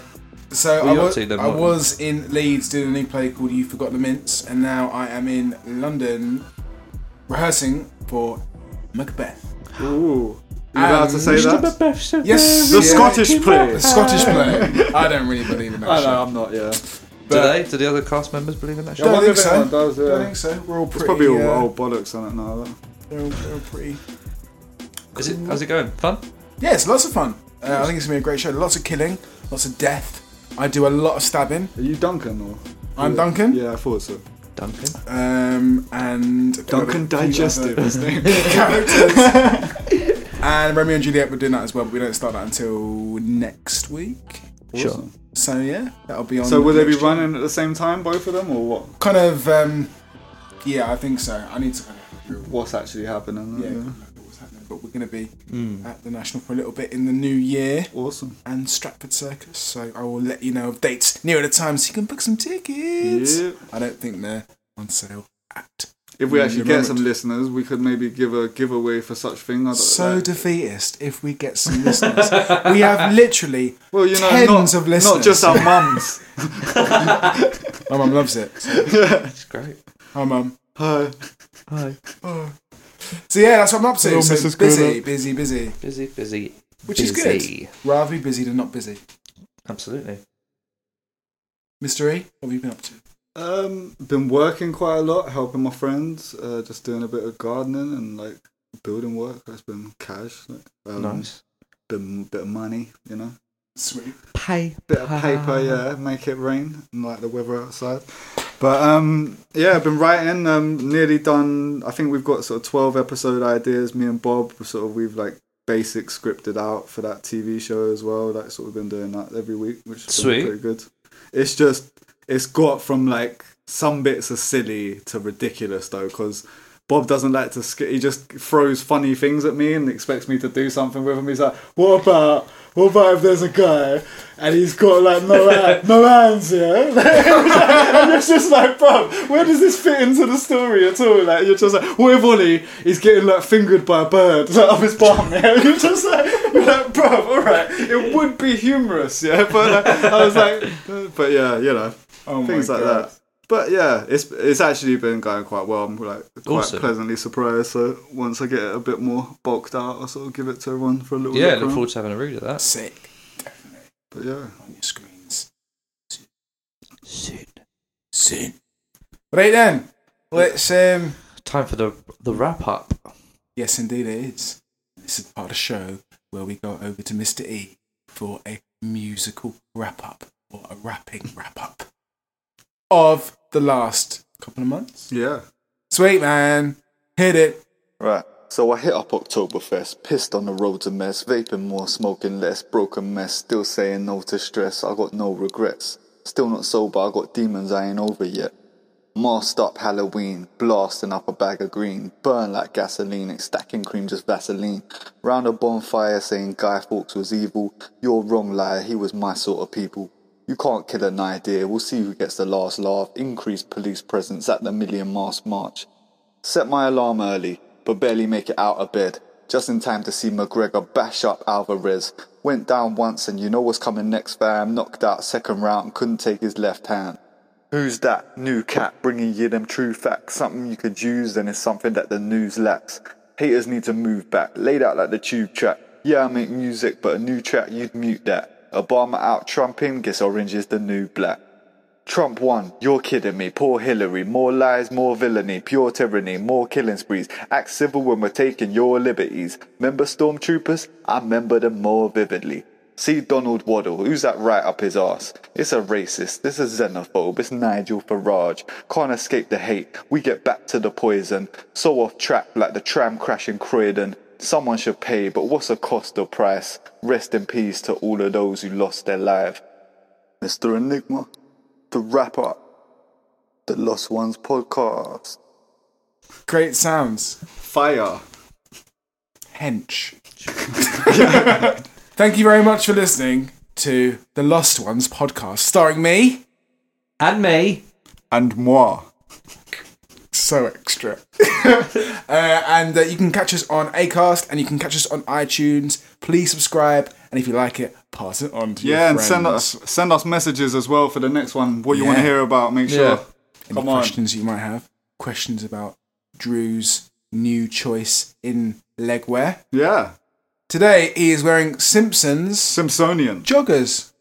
[SPEAKER 1] So I
[SPEAKER 2] Were you up
[SPEAKER 1] was,
[SPEAKER 2] to then,
[SPEAKER 1] I
[SPEAKER 2] Martin?
[SPEAKER 1] was in Leeds doing a new play called You Forgot the Mints, and now I am in London rehearsing for Macbeth.
[SPEAKER 3] Ooh. You allowed to say that?
[SPEAKER 1] Yes,
[SPEAKER 3] The Scottish play.
[SPEAKER 1] the Scottish play. I don't really believe in that shit.
[SPEAKER 3] I'm not. Yeah.
[SPEAKER 2] do they? Do the other cast members believe in that shit?
[SPEAKER 1] Don't
[SPEAKER 3] wonder
[SPEAKER 1] think
[SPEAKER 3] if
[SPEAKER 1] so.
[SPEAKER 3] anyone does, yeah.
[SPEAKER 1] Don't think so. We're all
[SPEAKER 3] It's
[SPEAKER 1] pretty.
[SPEAKER 3] probably all
[SPEAKER 1] uh,
[SPEAKER 3] old bollocks on it now. isn't it?
[SPEAKER 1] They're all, they're all pretty.
[SPEAKER 2] Is it? How's it going? Fun?
[SPEAKER 1] Yeah, it's lots of fun. Uh, I think it's gonna be a great show. Lots of killing, lots of death. I do a lot of stabbing.
[SPEAKER 3] Are you Duncan or?
[SPEAKER 1] I'm Duncan.
[SPEAKER 3] Yeah, I thought so.
[SPEAKER 2] Duncan.
[SPEAKER 1] Um, and
[SPEAKER 3] Duncan
[SPEAKER 1] Got a few
[SPEAKER 3] Digestive.
[SPEAKER 1] other
[SPEAKER 3] His name.
[SPEAKER 1] characters. and Romeo and Juliet we're doing that as well, but we don't start that until next week.
[SPEAKER 2] Sure.
[SPEAKER 1] So yeah, that'll be on.
[SPEAKER 3] So will they be
[SPEAKER 1] next year.
[SPEAKER 3] running at the same time, both of them, or what?
[SPEAKER 1] Kind of. Um, yeah, I think so. I need to. Kind of,
[SPEAKER 3] What's actually happening?
[SPEAKER 1] yeah,
[SPEAKER 3] Yeah. Hmm.
[SPEAKER 1] kind of know what's happening, but we're gonna be at the national for a little bit in the new year.
[SPEAKER 3] Awesome.
[SPEAKER 1] and Stratford Circus. So I will let you know of dates nearer the time so you can book some tickets.
[SPEAKER 3] Yep.
[SPEAKER 1] I don't think they're on sale at.
[SPEAKER 3] If we actually
[SPEAKER 1] You're
[SPEAKER 3] get
[SPEAKER 1] right.
[SPEAKER 3] some listeners, we could maybe give a giveaway for such thing. I don't
[SPEAKER 1] So
[SPEAKER 3] know.
[SPEAKER 1] defeatist if we get some listeners. we have literally
[SPEAKER 3] well, you know,
[SPEAKER 1] tens
[SPEAKER 3] not,
[SPEAKER 1] of listeners.
[SPEAKER 3] not just our mums.
[SPEAKER 1] My mum loves it. So.
[SPEAKER 2] It's great.
[SPEAKER 1] Hi, mum.
[SPEAKER 3] Hi.
[SPEAKER 2] Hi.
[SPEAKER 1] So yeah, that's what I'm up to.
[SPEAKER 3] Hello,
[SPEAKER 1] so
[SPEAKER 3] Mrs.
[SPEAKER 1] busy,
[SPEAKER 3] Cooler.
[SPEAKER 1] busy, busy.
[SPEAKER 2] Busy, busy.
[SPEAKER 1] Which is
[SPEAKER 2] busy.
[SPEAKER 1] good. Rather be busy than not busy.
[SPEAKER 2] Absolutely.
[SPEAKER 1] Mr. E, what have you been up to?
[SPEAKER 3] Um, been working quite a lot, helping my friends, uh, just doing a bit of gardening and like building work. That's been cash. Like, um,
[SPEAKER 2] nice.
[SPEAKER 3] Been bit of money, you know.
[SPEAKER 1] Sweet.
[SPEAKER 2] Pay.
[SPEAKER 3] Bit of paper, yeah. Make it rain, and like the weather outside. But um, yeah, I've been writing. Um, nearly done. I think we've got sort of twelve episode ideas. Me and Bob, sort of, we've like basic scripted out for that TV show as well. Like, sort of been doing that every week, which is
[SPEAKER 2] Sweet.
[SPEAKER 3] pretty good. It's just it's got from like some bits are silly to ridiculous though, because Bob doesn't like to. Sk- he just throws funny things at me and expects me to do something with him. He's like, "What about? What about if there's a guy and he's got like no hand, no hands, yeah?" and it's just like, bro, where does this fit into the story at all? Like, you're just like, what if Ollie is getting like fingered by a bird like, up his bum? Yeah, you're just like, you're like, bro, all right, it would be humorous, yeah. But like, I was like, uh, but yeah, you know,
[SPEAKER 1] Oh my
[SPEAKER 3] things like
[SPEAKER 1] God.
[SPEAKER 3] that. But yeah, it's it's actually been going quite well. I'm like quite
[SPEAKER 2] Awesome.
[SPEAKER 3] pleasantly surprised. So once I get it a bit more bulked out, I'll sort of give it to everyone for a little.
[SPEAKER 2] Yeah,
[SPEAKER 3] look
[SPEAKER 2] look
[SPEAKER 3] around.
[SPEAKER 2] forward to having a read of that.
[SPEAKER 1] Sick. Definitely
[SPEAKER 3] But yeah,
[SPEAKER 1] on your screens.
[SPEAKER 2] Soon.
[SPEAKER 1] Soon. Right then. Let's um
[SPEAKER 2] Time for the the wrap up.
[SPEAKER 1] Yes indeed it is. This is part of the show where we go over to Mr. E for a musical wrap up or a rapping wrap up of the last couple of months.
[SPEAKER 3] yeah.
[SPEAKER 1] Sweet man. Hit it.
[SPEAKER 5] Right. So I hit up Oktoberfest, pissed on the roads a mess, vaping more, smoking less, broken mess, still saying no to stress, I got no regrets. Still not sober, I got demons I ain't over yet. Masked up Halloween, blasting up a bag of green, burn like gasoline, it's stacking cream just Vaseline. Round a bonfire saying Guy Fawkes was evil, you're wrong liar, he was my sort of people. You can't kill an idea, we'll see who gets the last laugh, increased police presence at the Million Mask March. Set my alarm early, but barely make it out of bed. Just in time to see McGregor bash up Alvarez. Went down once, and you know what's coming next, fam. Knocked out second round, couldn't take his left hand. Who's that new cat bringing you them true facts? Something you could use, and it's something that the news lacks. Haters need to move back, laid out like the tube track. Yeah, I make music, but a new track, you'd mute that. Obama out trumping, guess orange is the new black. Trump won. You're kidding me. Poor Hillary. More lies, more villainy. Pure tyranny. More killing sprees. Act civil when we're taking your liberties. Member stormtroopers? I remember them more vividly. See Donald Waddle. Who's that right up his arse? It's a racist. This is xenophobe. It's Nigel Farage. Can't escape the hate. We get back to the poison. So off track like the tram crash in Croydon. Someone should pay, but what's the cost or price? Rest in peace to all of those who lost their life. Mr. Enigma the wrap up, the Lost Ones podcast.
[SPEAKER 1] Great sounds.
[SPEAKER 3] Fire.
[SPEAKER 1] Hench. Thank you very much for listening to the Lost Ones podcast starring me.
[SPEAKER 2] And me.
[SPEAKER 3] And moi.
[SPEAKER 1] So extra. Uh, and uh, you can catch us on Acast and you can catch us on iTunes. Please subscribe and if you like it, pass it on to
[SPEAKER 3] Yeah,
[SPEAKER 1] your
[SPEAKER 3] and
[SPEAKER 1] friends.
[SPEAKER 3] send us send us messages as well for the next one. What you want
[SPEAKER 1] Yeah.
[SPEAKER 3] to hear about? Make
[SPEAKER 2] Yeah.
[SPEAKER 3] sure.
[SPEAKER 1] any
[SPEAKER 3] Come on.
[SPEAKER 1] questions you might have. Questions about Drew's new choice in legwear.
[SPEAKER 3] Yeah,
[SPEAKER 1] Today he is wearing Simpsons
[SPEAKER 3] Simpsonian.
[SPEAKER 1] joggers.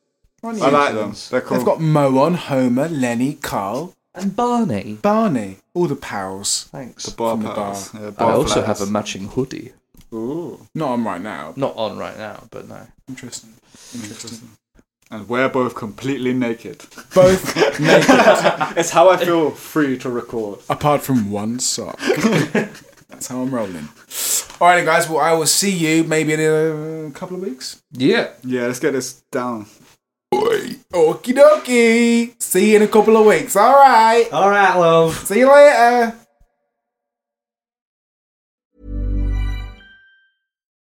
[SPEAKER 3] I like them. They're cool.
[SPEAKER 1] They've got Mo on, Homer, Lenny, Carl,
[SPEAKER 2] And Barney.
[SPEAKER 1] Barney, all the pals.
[SPEAKER 2] Thanks.
[SPEAKER 3] the bar
[SPEAKER 1] from the
[SPEAKER 3] pads.
[SPEAKER 1] bar.
[SPEAKER 3] Yeah,
[SPEAKER 2] I
[SPEAKER 3] bar
[SPEAKER 2] also
[SPEAKER 3] flats.
[SPEAKER 2] have a matching hoodie.
[SPEAKER 3] Ooh.
[SPEAKER 1] Not on right now.
[SPEAKER 2] Not on right now, but no.
[SPEAKER 1] Interesting. Interesting.
[SPEAKER 3] And we're both completely naked.
[SPEAKER 1] Both naked,
[SPEAKER 3] it's how I feel free to record.
[SPEAKER 1] apart from one sock. That's how I'm rolling. All right, then, guys. Well, I will see you maybe in a couple of weeks.
[SPEAKER 2] Yeah.
[SPEAKER 3] Yeah, let's get this down.
[SPEAKER 1] Okie dokie. See you in a couple of weeks. All right.
[SPEAKER 6] All right, love.
[SPEAKER 1] See you later.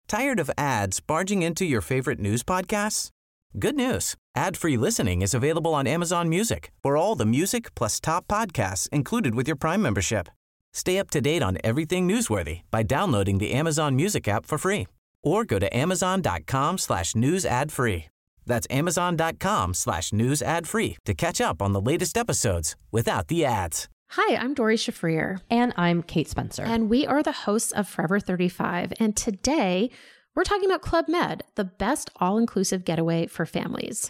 [SPEAKER 7] Tired of ads barging into your favorite news podcasts? Good news. Ad-free listening is available on Amazon Music for all the music plus top podcasts included with your Prime membership. Stay up to date on everything newsworthy by downloading the Amazon Music app for free or go to amazon.com slash news ad free. That's amazon.com slash news ad free to catch up on the latest episodes without the ads.
[SPEAKER 8] Hi, I'm Dori Shafrir,
[SPEAKER 9] And I'm Kate Spencer.
[SPEAKER 8] and we are the hosts of Forever 35. And today we're talking about Club Med, the best all inclusive getaway for families.